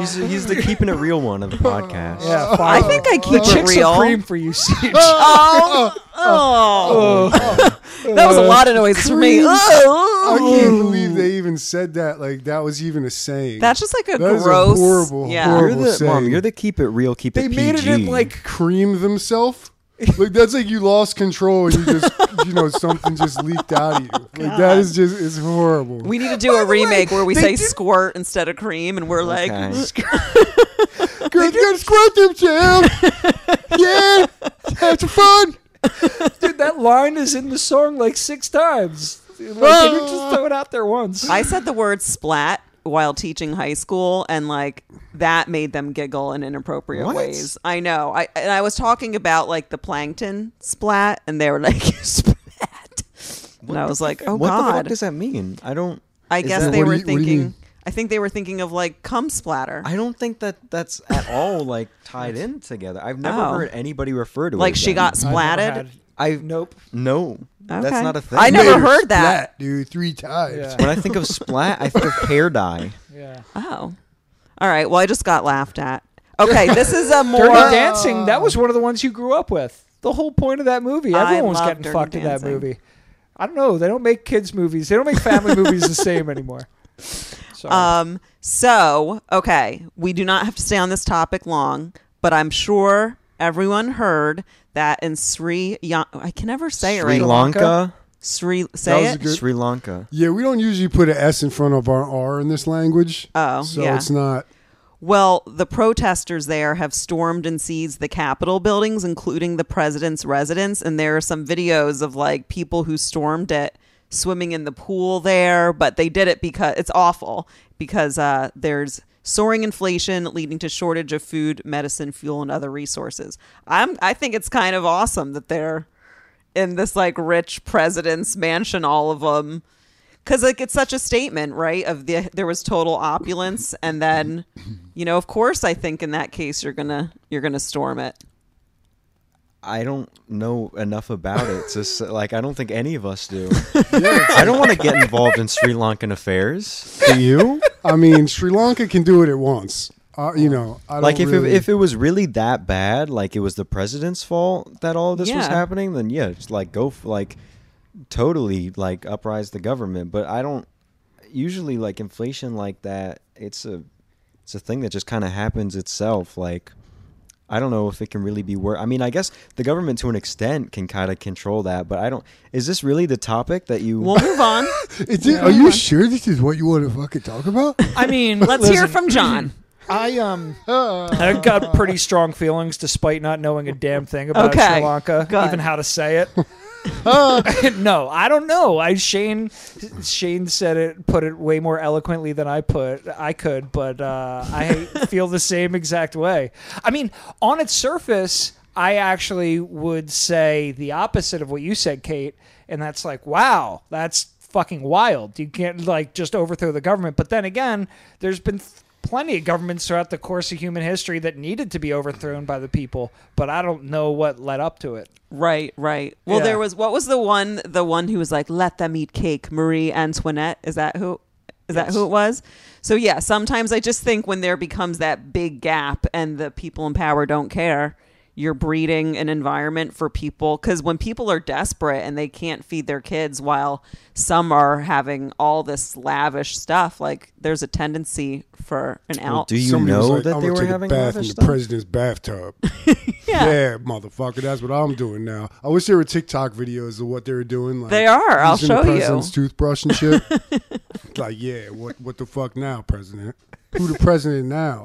[SPEAKER 4] He's, he's the keeping it real one of the podcast.
[SPEAKER 3] Yeah,
[SPEAKER 1] I think I keep
[SPEAKER 3] the
[SPEAKER 1] it
[SPEAKER 3] chicks
[SPEAKER 1] real.
[SPEAKER 3] are cream for
[SPEAKER 1] (laughs)
[SPEAKER 3] you, Siege.
[SPEAKER 1] Oh, oh. (laughs) that was a lot of noises for me.
[SPEAKER 2] I
[SPEAKER 1] Oh.
[SPEAKER 2] can't believe they even said that. Like that was even a saying.
[SPEAKER 1] That's just like a
[SPEAKER 2] That is a
[SPEAKER 1] gross.
[SPEAKER 2] horrible,
[SPEAKER 1] yeah.
[SPEAKER 4] You're
[SPEAKER 2] horrible-
[SPEAKER 4] the mom.
[SPEAKER 2] saying.
[SPEAKER 4] You're the keep it real, keep
[SPEAKER 3] they
[SPEAKER 4] it.
[SPEAKER 3] made it in
[SPEAKER 4] PG.
[SPEAKER 3] like
[SPEAKER 2] cream themselves. Like that's like you lost control and you just (laughs) you know something just leaked out of you. Like that is just it's horrible.
[SPEAKER 1] We need to do a remake where we
[SPEAKER 3] they
[SPEAKER 1] say
[SPEAKER 3] did-
[SPEAKER 1] squirt instead of cream, and we're like,
[SPEAKER 4] Okay.
[SPEAKER 2] Good, good, squirt
[SPEAKER 1] (laughs)
[SPEAKER 2] them, champ. yeah, have some fun.
[SPEAKER 3] dude. That line is in the song like six times. Like, they didn't just throw it out there once.
[SPEAKER 1] I said the word splat while teaching high school, and like that made them giggle in inappropriate
[SPEAKER 4] What?
[SPEAKER 1] ways. I know. I and I was talking about like the plankton splat, and they were like (laughs) splat, and I was like, oh
[SPEAKER 4] what the fuck
[SPEAKER 1] god.
[SPEAKER 4] does that mean? I don't.
[SPEAKER 1] I
[SPEAKER 4] is
[SPEAKER 1] guess
[SPEAKER 4] that-
[SPEAKER 1] they
[SPEAKER 2] What do
[SPEAKER 1] were
[SPEAKER 2] you- what do you
[SPEAKER 1] thinking.
[SPEAKER 2] mean?
[SPEAKER 1] I think they were thinking of like cum splatter.
[SPEAKER 4] I don't think that that's at all like tied in together. I've never
[SPEAKER 1] Oh.
[SPEAKER 4] heard anybody refer to it.
[SPEAKER 1] like
[SPEAKER 4] as
[SPEAKER 1] she
[SPEAKER 4] that.
[SPEAKER 1] got
[SPEAKER 3] I've never
[SPEAKER 1] splatted.
[SPEAKER 3] had-
[SPEAKER 4] I
[SPEAKER 3] nope.
[SPEAKER 4] no,
[SPEAKER 1] Okay.
[SPEAKER 4] that's not a thing.
[SPEAKER 1] I never
[SPEAKER 2] Made her
[SPEAKER 1] heard that.
[SPEAKER 2] splat, dude, three times.
[SPEAKER 3] Yeah.
[SPEAKER 4] When I think of splat, I think of
[SPEAKER 1] (laughs)
[SPEAKER 4] hair dye.
[SPEAKER 3] Yeah.
[SPEAKER 1] Oh. All right. Well, I just got laughed at. Okay, this is
[SPEAKER 3] (laughs)
[SPEAKER 1] a more
[SPEAKER 3] Dirty Dancing. That was one of the ones you grew up with. The whole point of that movie.
[SPEAKER 1] I
[SPEAKER 3] Everyone was
[SPEAKER 1] love
[SPEAKER 3] getting
[SPEAKER 1] Dirty
[SPEAKER 3] fucked in that
[SPEAKER 1] Dancing.
[SPEAKER 3] movie. I don't know. They don't make kids movies. They don't make family movies
[SPEAKER 1] (laughs)
[SPEAKER 3] the same anymore.
[SPEAKER 1] Uh,
[SPEAKER 3] Sorry.
[SPEAKER 1] Um, so, okay, we do not have to stay on this topic long, but I'm sure everyone heard that in Sri Yan- I can never say it
[SPEAKER 4] Sri
[SPEAKER 1] right.
[SPEAKER 4] Lanka.
[SPEAKER 1] Sri
[SPEAKER 2] That
[SPEAKER 1] say
[SPEAKER 2] was
[SPEAKER 1] it.
[SPEAKER 2] a Good.
[SPEAKER 4] Sri Lanka.
[SPEAKER 2] Yeah, we don't usually put an S in front of our R in this language.
[SPEAKER 1] Oh,
[SPEAKER 2] so
[SPEAKER 1] yeah.
[SPEAKER 2] it's not.
[SPEAKER 1] Well, the protesters there have stormed and seized the Capitol buildings, including the president's residence. And there are some videos of like people who stormed it swimming in the pool there, but they did it because it's awful because uh, there's soaring inflation leading to shortage of food, medicine, fuel, and other resources. I'm I think it's kind of awesome that they're in this like rich president's mansion, all of them. Cause like it's such a statement, right? Of the there was total opulence, and then, you know, of course, I think in that case you're gonna you're gonna storm it.
[SPEAKER 4] I don't know enough about it to s like. I don't think any of us
[SPEAKER 1] (laughs)
[SPEAKER 4] do.
[SPEAKER 2] Yeah,
[SPEAKER 4] I don't want to get involved in Sri Lankan affairs.
[SPEAKER 2] do you? I mean, Sri Lanka can do it at once. Uh, you know, I don't
[SPEAKER 4] Like if
[SPEAKER 2] really,
[SPEAKER 4] it, if it was really that bad, like it was the president's fault that all this was
[SPEAKER 1] Yeah.
[SPEAKER 4] happening, then yeah, just like go f- like totally like uprise the government. But I don't usually like inflation like that. It's a it's a thing that just kind of happens itself. Like I don't know if it can really be wor I mean, I guess the government to an extent can kind of control that, but I don't. Is this really the topic that you?
[SPEAKER 1] We'll move on.
[SPEAKER 2] Is it- are you sure this is what you want to fucking talk about?
[SPEAKER 3] I mean,
[SPEAKER 1] Let's hear from John.
[SPEAKER 3] I um.
[SPEAKER 2] (laughs) Uh,
[SPEAKER 3] I got pretty strong feelings despite not knowing a damn thing about
[SPEAKER 1] Okay,
[SPEAKER 3] Sri Lanka,
[SPEAKER 1] good.
[SPEAKER 3] even how to say it. (laughs) no, I don't know. I Shane Shane said it, put it way more eloquently than I put I could, but uh, I feel the same exact way. I mean, on its surface, I actually would say the opposite of what you said, Kate, and that's like, wow, that's fucking wild. You can't like just overthrow the government. But then again, there's been th- plenty of governments throughout the course of human history that needed to be overthrown by the people, but I don't know what led up to it.
[SPEAKER 1] Right, right. Well,
[SPEAKER 3] Yeah.
[SPEAKER 1] there was what was the one the one who was like let them eat cake, Marie Antoinette. Is that who is that who it was? So yeah, sometimes I just think when there becomes that big gap and the people in power don't care, you're breeding an environment for people cuz when people are desperate and they can't feed their kids while some are having all this lavish stuff, like there's a tendency for an
[SPEAKER 4] Well,
[SPEAKER 1] out.
[SPEAKER 4] do you
[SPEAKER 2] Somebody was
[SPEAKER 4] know
[SPEAKER 2] like,
[SPEAKER 4] that
[SPEAKER 2] I'm
[SPEAKER 4] they
[SPEAKER 2] gonna
[SPEAKER 4] were
[SPEAKER 2] take
[SPEAKER 4] having
[SPEAKER 2] a bath in
[SPEAKER 4] lavish
[SPEAKER 2] the
[SPEAKER 4] stuff?
[SPEAKER 2] president's bathtub. yeah. motherfucker, that's what I'm doing now. I wish there were TikTok videos of what they were doing. Like
[SPEAKER 1] They are. I'll
[SPEAKER 2] using
[SPEAKER 1] show
[SPEAKER 2] the
[SPEAKER 1] you.
[SPEAKER 2] president's toothbrush and shit. It's like, yeah, what what the fuck now, president? Who the president now?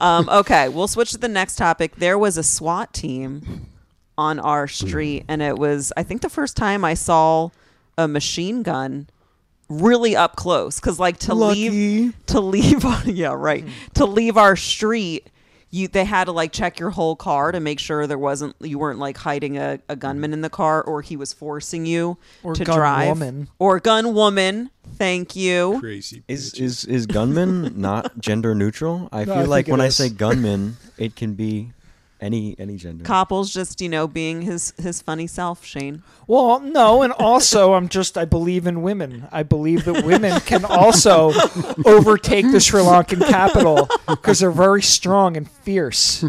[SPEAKER 1] Um, okay, we'll switch to the next topic. There was a SWAT team on our street, and it was, I think, the first time I saw a machine gun really up close. Because, like, to leave, to leave, (laughs) yeah, right, to leave our street, you they had to like check your whole car to make sure there wasn't you weren't like hiding a, a gunman in the car or he was forcing you
[SPEAKER 3] Or
[SPEAKER 1] to
[SPEAKER 3] gun
[SPEAKER 1] drive
[SPEAKER 3] woman.
[SPEAKER 1] or gun woman. Thank you.
[SPEAKER 2] Crazy.
[SPEAKER 4] Is is is gunman not (laughs) gender neutral? I
[SPEAKER 3] No, I
[SPEAKER 4] feel like
[SPEAKER 3] think it
[SPEAKER 4] when I
[SPEAKER 3] is.
[SPEAKER 4] say gunman, it can be any any gender.
[SPEAKER 1] Copple's just you know being his his funny self, Shane.
[SPEAKER 3] Well, no, and also I'm just I believe in women. I believe that women can also overtake the Sri Lankan capital because they're very strong and fierce.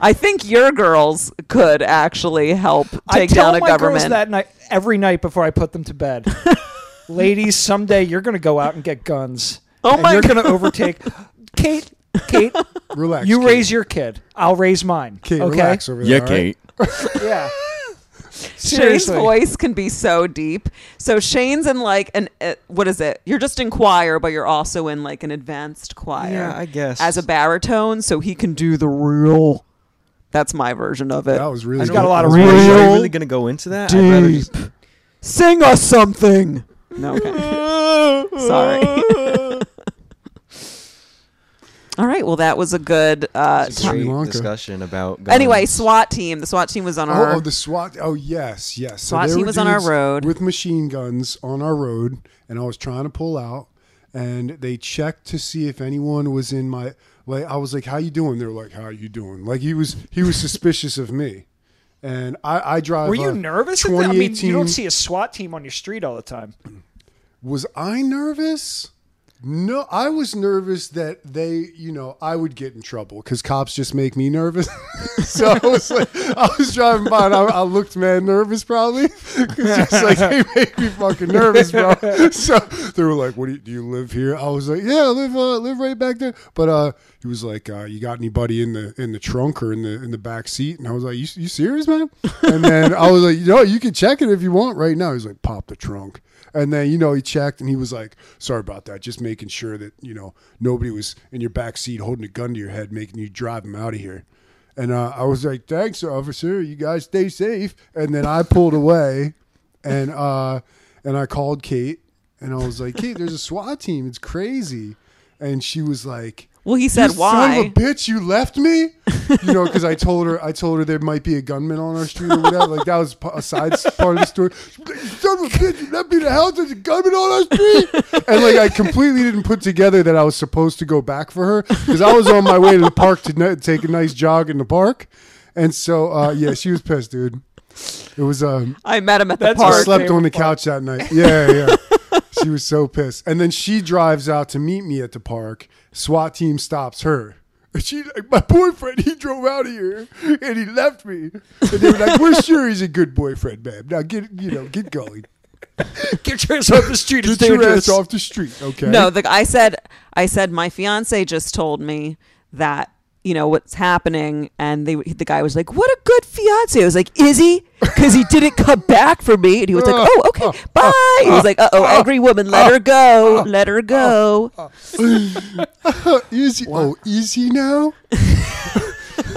[SPEAKER 1] I think your girls could actually help
[SPEAKER 3] I
[SPEAKER 1] take
[SPEAKER 3] tell
[SPEAKER 1] down a
[SPEAKER 3] my
[SPEAKER 1] government.
[SPEAKER 3] girls that night every night before I put them to bed. Ladies, someday you're going to go out and get guns.
[SPEAKER 1] Oh
[SPEAKER 3] and
[SPEAKER 1] my
[SPEAKER 3] You're going to overtake Kate. Kate,
[SPEAKER 2] Relax.
[SPEAKER 3] you
[SPEAKER 2] Kate.
[SPEAKER 3] raise your kid. I'll raise mine.
[SPEAKER 2] Kate,
[SPEAKER 3] okay.
[SPEAKER 2] relax over there. all right?
[SPEAKER 3] Yeah.
[SPEAKER 1] Shane's
[SPEAKER 3] Seriously.
[SPEAKER 1] voice can be so deep. So Shane's in like an uh, what is it? You're just in choir, but you're also in like an advanced choir.
[SPEAKER 4] Yeah, I guess.
[SPEAKER 1] as a baritone, so he can do the real. That's my version of it.
[SPEAKER 2] That was really
[SPEAKER 3] He's got a
[SPEAKER 2] good.
[SPEAKER 3] lot of
[SPEAKER 4] Are you
[SPEAKER 3] real.
[SPEAKER 4] really gonna go into that? I'd rather just-
[SPEAKER 1] Sing us something. No, okay. Sorry. (laughs) All right. Well, that was a good. Uh,
[SPEAKER 4] It's a
[SPEAKER 1] to-
[SPEAKER 4] great
[SPEAKER 2] Lanka.
[SPEAKER 4] discussion about guns.
[SPEAKER 1] anyway, SWAT team. The SWAT team was on our.
[SPEAKER 2] Oh, oh, the SWAT. Oh, yes, yes. So
[SPEAKER 1] SWAT
[SPEAKER 2] there
[SPEAKER 1] team
[SPEAKER 2] were
[SPEAKER 1] was on our
[SPEAKER 2] dudes
[SPEAKER 1] road.
[SPEAKER 2] with machine guns on our road, and I was trying to pull out, and they checked to see if anyone was in my. Like I was like, "How you doing?" They were like, "How you doing?" Like he was
[SPEAKER 1] (laughs)
[SPEAKER 2] he was suspicious of me, and I I drive.
[SPEAKER 3] Were you
[SPEAKER 2] a
[SPEAKER 3] nervous? at that? I mean, you
[SPEAKER 2] 2018
[SPEAKER 3] don't see a SWAT team on your street all the time.
[SPEAKER 2] was I nervous? No, I was nervous that they, you know, I would get in trouble because cops just make me nervous. (laughs) so I was like, I was driving by and I, I looked mad nervous probably because just like (laughs) they make me fucking nervous, bro. So they were like, "What do you, do you live here?" I was like, "Yeah, I live, uh, live right back there." But uh, he was like, uh, "You got anybody in the in the trunk or in the in the back seat?" And I was like, "You you serious, man?" And then I was like, "No, you can check it if you want right now." He's like, "Pop the trunk." And then you know he checked and he was like, "Sorry about that. Just making sure that you know nobody was in your back seat holding a gun to your head, making you drive him out of here." And uh, I was like, "Thanks, officer. You guys stay safe." And then I pulled away, and uh, and I called Kate, and I was like, "Kate, there's a SWAT team. It's crazy." And she was like,
[SPEAKER 1] well, he said
[SPEAKER 2] you
[SPEAKER 1] why.
[SPEAKER 2] Son of a bitch, you left me. You know, because I told her, I told her there might be a gunman on our street or whatever. Like that was p- a side s- part of the story. You son of a bitch, you left me to hell. There's a gunman on our street. And like I completely didn't put together that I was supposed to go back for her because I was on my way to the park to n- take a nice jog in the park. And so, uh, yeah, she was pissed, dude. It was. Um,
[SPEAKER 1] I met him at the
[SPEAKER 3] That's
[SPEAKER 1] park.
[SPEAKER 3] our
[SPEAKER 2] I slept
[SPEAKER 3] favorite
[SPEAKER 2] on the
[SPEAKER 3] part.
[SPEAKER 2] couch that night. Yeah, yeah.
[SPEAKER 1] (laughs)
[SPEAKER 2] yeah. she was so pissed. And then she drives out to meet me at the park. SWAT team stops her. And She like my boyfriend. He drove out of here and he left me. And they were like, "We're sure he's a good boyfriend, man. Now get you know get going.
[SPEAKER 3] Get your ass off
[SPEAKER 2] (laughs)
[SPEAKER 3] the street.
[SPEAKER 2] Get your ass
[SPEAKER 3] (laughs)
[SPEAKER 2] off the street, okay?
[SPEAKER 1] No, the, I said I said my fiance just told me that you know what's happening and they the guy was like what a good fiance i was like is he because he didn't come back for me and he was
[SPEAKER 2] (laughs)
[SPEAKER 1] like oh okay bye he was like uh-oh angry woman let her go let her go
[SPEAKER 2] Is he, oh, is he now?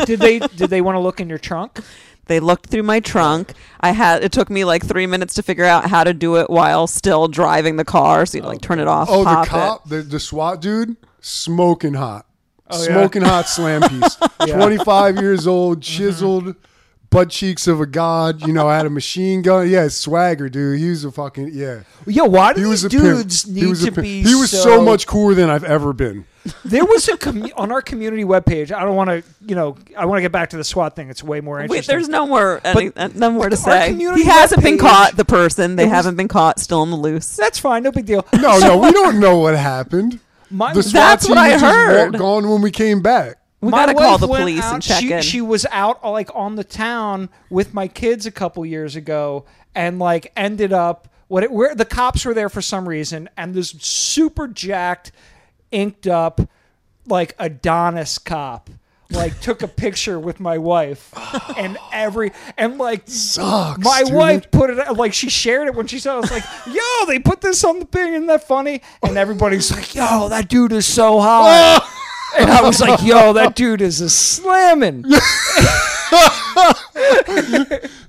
[SPEAKER 3] did they did they want to look in your trunk?
[SPEAKER 1] they looked through my trunk i had it took me like three minutes to figure out how to do it while still driving the car so you know, like turn it off
[SPEAKER 2] Oh,
[SPEAKER 1] pop
[SPEAKER 2] the cop, the, the SWAT dude, smoking hot, smoking hot slam piece. Twenty-five years old, chiseled, butt cheeks of a god. You know, had a machine gun. Yeah, swagger, dude. He was a fucking yeah.
[SPEAKER 3] Yeah, why do
[SPEAKER 2] He was
[SPEAKER 3] these
[SPEAKER 2] a
[SPEAKER 3] dudes
[SPEAKER 2] pimp.
[SPEAKER 3] need
[SPEAKER 2] he was a
[SPEAKER 3] to
[SPEAKER 2] pimp.
[SPEAKER 3] be?
[SPEAKER 2] He was so,
[SPEAKER 3] (laughs)
[SPEAKER 2] much cooler than I've ever been.
[SPEAKER 3] There was a commu- on our community webpage. I don't want to, you know, I want to get back to the SWAT thing. It's way more
[SPEAKER 1] it
[SPEAKER 3] interesting.
[SPEAKER 1] Wait, there's no more any, uh,
[SPEAKER 3] But-
[SPEAKER 1] no more to
[SPEAKER 3] but our
[SPEAKER 1] say
[SPEAKER 3] community
[SPEAKER 1] he hasn't been
[SPEAKER 3] webpage-
[SPEAKER 1] caught the person they
[SPEAKER 3] was-
[SPEAKER 1] haven't been caught still on the loose
[SPEAKER 3] That's fine. No big deal.
[SPEAKER 2] No, no,
[SPEAKER 3] (laughs)
[SPEAKER 2] we don't know what happened.
[SPEAKER 3] My-
[SPEAKER 2] The SWAT
[SPEAKER 1] That's
[SPEAKER 2] team
[SPEAKER 1] what I
[SPEAKER 2] was just wa-
[SPEAKER 1] heard.
[SPEAKER 2] Gone when we came back.
[SPEAKER 1] we
[SPEAKER 3] My
[SPEAKER 1] gotta call
[SPEAKER 3] wife
[SPEAKER 1] the
[SPEAKER 3] went
[SPEAKER 1] police and
[SPEAKER 3] out-
[SPEAKER 1] check
[SPEAKER 3] she,
[SPEAKER 1] in
[SPEAKER 3] She was out like on the town with my kids a couple years ago, and like ended up what it, where the cops were there for some reason, and this super jacked, inked up, like Adonis cop. Like took a picture with my wife, and every
[SPEAKER 1] (laughs)
[SPEAKER 3] and like
[SPEAKER 2] Sucks,
[SPEAKER 3] my
[SPEAKER 2] dude.
[SPEAKER 3] wife put it out- like she shared it when she saw. It. I was like, (laughs) "Yo, they put this on the thing. Isn't that funny?" And everybody's like, "Yo, that dude is
[SPEAKER 2] (laughs)
[SPEAKER 3] so hot." And I was like, yo, that dude is
[SPEAKER 2] (laughs)
[SPEAKER 3] a slamming.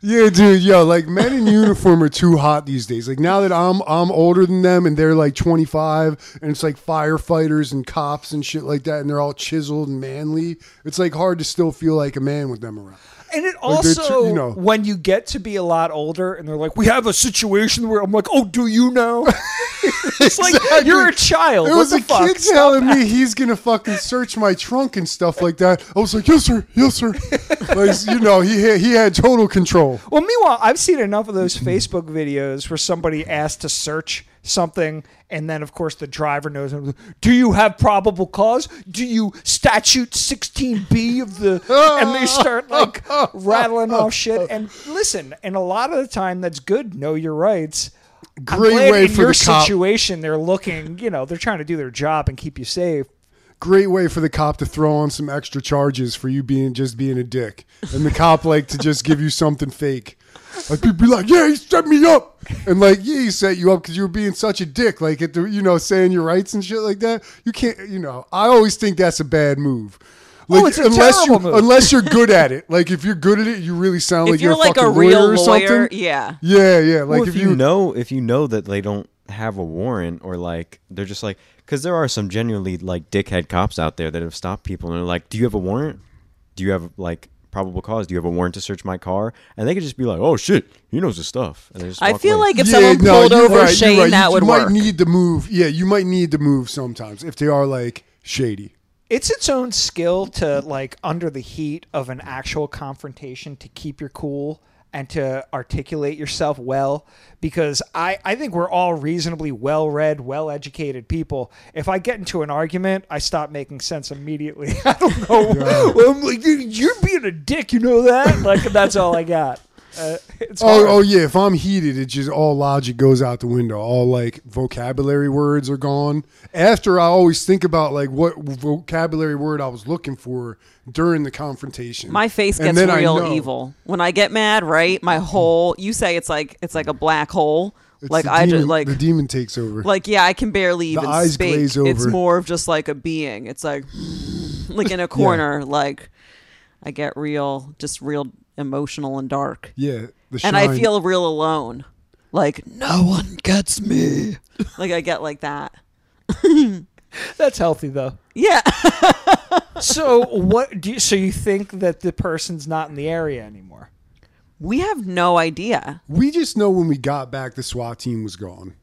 [SPEAKER 2] Yeah, dude, yo, like men in uniform are too hot these days. Like now that I'm I'm older than them and they're like 25 and it's like firefighters and cops and shit like that and they're all chiseled and manly. It's like hard to still feel like a man with them around.
[SPEAKER 3] And it
[SPEAKER 2] Like, they're tr-
[SPEAKER 3] also,
[SPEAKER 2] you know.
[SPEAKER 3] when you get to be a lot older and they're like, we have a situation where I'm like, oh, do you know? (laughs) it's like, you're a child.
[SPEAKER 2] There
[SPEAKER 3] what
[SPEAKER 2] was
[SPEAKER 3] the
[SPEAKER 2] a
[SPEAKER 3] fuck?
[SPEAKER 2] kid telling me he's gonna fucking search my trunk and stuff like that. I was like, yes sir, yes
[SPEAKER 3] (laughs)
[SPEAKER 2] sir. like you know, he had, he had total control.
[SPEAKER 3] Well, meanwhile, I've seen enough
[SPEAKER 2] (laughs)
[SPEAKER 3] of
[SPEAKER 2] Mm-hmm.
[SPEAKER 3] those Facebook videos where somebody asked to search something, and then, of course, the driver knows. and, Do you have probable cause? Do you statute 16B of the. And they start like rattling off shit. And listen, and a lot of the time, that's good. Know your rights. I'm
[SPEAKER 2] Great
[SPEAKER 3] glad
[SPEAKER 2] way
[SPEAKER 3] in
[SPEAKER 2] for
[SPEAKER 3] your
[SPEAKER 2] the cop.
[SPEAKER 3] situation. They're looking, you know, they're trying to do their job and keep you safe.
[SPEAKER 2] great way for the cop to throw on some extra charges for you being just being a dick, and the cop like to just give you something fake. Like people be like, yeah, he set me up, and like, yeah, he set you up because you were being such a dick, like at the, you know, saying your rights and shit like that. You can't, you know, I always think that's a bad move. Like,
[SPEAKER 3] it's a
[SPEAKER 2] unless you,
[SPEAKER 3] terrible move.
[SPEAKER 2] unless you're good at it. Like, if you're good at it, you really sound
[SPEAKER 1] if
[SPEAKER 2] like
[SPEAKER 1] you're
[SPEAKER 2] a
[SPEAKER 1] like a
[SPEAKER 2] fucking
[SPEAKER 1] real lawyer
[SPEAKER 2] or something.
[SPEAKER 1] yeah
[SPEAKER 2] Yeah, yeah. Like,
[SPEAKER 4] well, if, you, know, if you know that they don't have a warrant or like they're just like, because there are some genuinely like dickhead cops out there that have stopped people and they're like, "Do you have a warrant? Do you have like probable cause? Do you have a warrant to search my car?" And they could just be like, "Oh shit, he knows his stuff." And they just
[SPEAKER 1] i
[SPEAKER 4] walk
[SPEAKER 1] feel
[SPEAKER 4] away.
[SPEAKER 1] like if someone pulled
[SPEAKER 2] you're
[SPEAKER 1] over
[SPEAKER 2] right, you're
[SPEAKER 1] shane
[SPEAKER 2] right.
[SPEAKER 1] that
[SPEAKER 2] you,
[SPEAKER 1] would
[SPEAKER 2] you
[SPEAKER 1] work
[SPEAKER 2] might need the move. Yeah, you might need the move sometimes if they are like shady.
[SPEAKER 3] it's its own skill to like under the heat of an actual confrontation to keep your cool and to articulate yourself well because I, I think we're all reasonably well read, well educated people. If I get into an argument, I stop making sense immediately. (laughs) I don't know. I'm like, "You- you're being a dick, you know that? Like, that's all I got. Uh, it's hard.
[SPEAKER 2] Oh, oh yeah. If I'm heated, it just all logic goes out the window. All like vocabulary words are gone. After I always think about like what vocabulary word I was looking for during the confrontation.
[SPEAKER 1] My face
[SPEAKER 2] And
[SPEAKER 1] gets
[SPEAKER 2] then I
[SPEAKER 1] real
[SPEAKER 2] know.
[SPEAKER 1] evil when I get mad. Right,
[SPEAKER 2] (laughs)
[SPEAKER 1] my whole you say it's like it's like a black hole.
[SPEAKER 2] It's
[SPEAKER 1] like
[SPEAKER 2] the
[SPEAKER 1] I
[SPEAKER 2] demon,
[SPEAKER 1] just like
[SPEAKER 2] the demon takes over.
[SPEAKER 1] like yeah, I can barely even
[SPEAKER 2] eyes
[SPEAKER 1] speak.
[SPEAKER 2] glaze
[SPEAKER 1] It's
[SPEAKER 2] over.
[SPEAKER 1] more of just like a being. It's like like
[SPEAKER 2] (laughs)
[SPEAKER 1] in a corner. Like I get real, just real emotional and dark,
[SPEAKER 2] yeah, the
[SPEAKER 1] and I
[SPEAKER 2] Shine.
[SPEAKER 1] feel real alone. Like no
[SPEAKER 3] (laughs)
[SPEAKER 1] one gets me. like I get like that.
[SPEAKER 3] that's healthy though.
[SPEAKER 1] Yeah, (laughs)
[SPEAKER 3] So what do you, so you think that the person's not in the area anymore?
[SPEAKER 1] we have no idea.
[SPEAKER 2] We just know when we got back, the SWAT team was gone.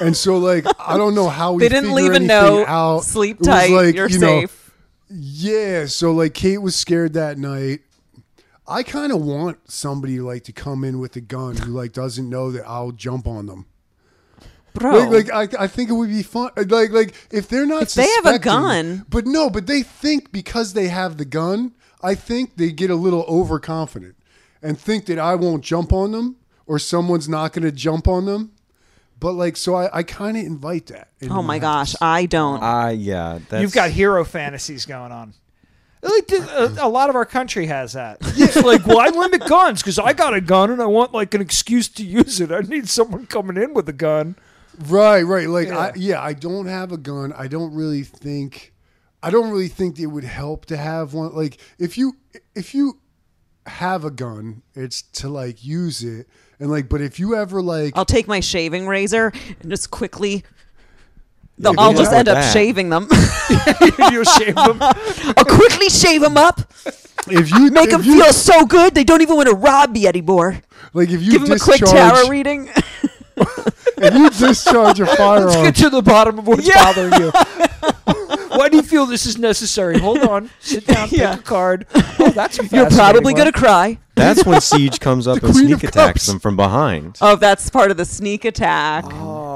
[SPEAKER 2] and so, like, I don't know how we
[SPEAKER 1] They didn't
[SPEAKER 2] figure
[SPEAKER 1] leave a
[SPEAKER 2] anything
[SPEAKER 1] note.
[SPEAKER 2] Out.
[SPEAKER 1] Sleep
[SPEAKER 2] It was
[SPEAKER 1] tight. You're safe.
[SPEAKER 2] Yeah. So like Kate was scared that night. I kind of want somebody like to come in with a gun who like doesn't know that I'll jump on them.
[SPEAKER 1] Bro,
[SPEAKER 2] Like, like I, I think it would be fun. Like, like if they're not,
[SPEAKER 1] Oh. If they have a
[SPEAKER 2] suspecting-
[SPEAKER 1] gun-
[SPEAKER 2] but no, but they think because they have the gun, I think they get a little overconfident and think that I won't jump on them or someone's not going to jump on them. But like, so I, I kind of invite that. in
[SPEAKER 1] oh my gosh, I don't.
[SPEAKER 4] Uh, Ah, yeah, that's, (laughs)
[SPEAKER 3] You've got hero fantasies going on. Like the- a, a lot of our country has (laughs) that. It's like, why limit guns? Because I got a gun and I want like an excuse to use it. I need someone coming in with a gun. (laughs)
[SPEAKER 2] Right, right. Like
[SPEAKER 3] Yeah.
[SPEAKER 2] I yeah, I don't have a gun. I don't really think I don't really think it would help to have one. Like if you if you have a gun, it's to like use it and like but if you ever like
[SPEAKER 1] I'll take my shaving razor and just quickly. They'll-
[SPEAKER 4] Yeah,
[SPEAKER 1] I'll
[SPEAKER 4] yeah.
[SPEAKER 1] just end up
[SPEAKER 4] That.
[SPEAKER 1] shaving them. (laughs)
[SPEAKER 3] you shave them.
[SPEAKER 1] I'll quickly shave them
[SPEAKER 3] (laughs)
[SPEAKER 1] up,
[SPEAKER 2] if you
[SPEAKER 1] make
[SPEAKER 2] if
[SPEAKER 1] them
[SPEAKER 2] you,
[SPEAKER 1] feel so good they don't even want to rob me anymore.
[SPEAKER 2] like if you
[SPEAKER 1] Give them a
[SPEAKER 2] discharge
[SPEAKER 1] quick tarot reading.
[SPEAKER 2] if you discharge
[SPEAKER 3] (laughs)
[SPEAKER 2] a
[SPEAKER 3] Let's
[SPEAKER 2] firearm
[SPEAKER 3] (laughs) get to the bottom of what's
[SPEAKER 1] (laughs) Yeah.
[SPEAKER 3] bothering you. Why do you feel this is necessary? Hold on. Sit down.
[SPEAKER 1] Yeah.
[SPEAKER 3] Pick a card. Oh, that's (laughs) a
[SPEAKER 1] You're probably
[SPEAKER 3] fascinating
[SPEAKER 1] gonna
[SPEAKER 3] one.
[SPEAKER 1] cry.
[SPEAKER 4] That's when Siege comes up and
[SPEAKER 2] Queen
[SPEAKER 4] sneak
[SPEAKER 2] of
[SPEAKER 4] attacks
[SPEAKER 2] Cups.
[SPEAKER 4] them from behind.
[SPEAKER 1] Oh, that's part of the sneak attack.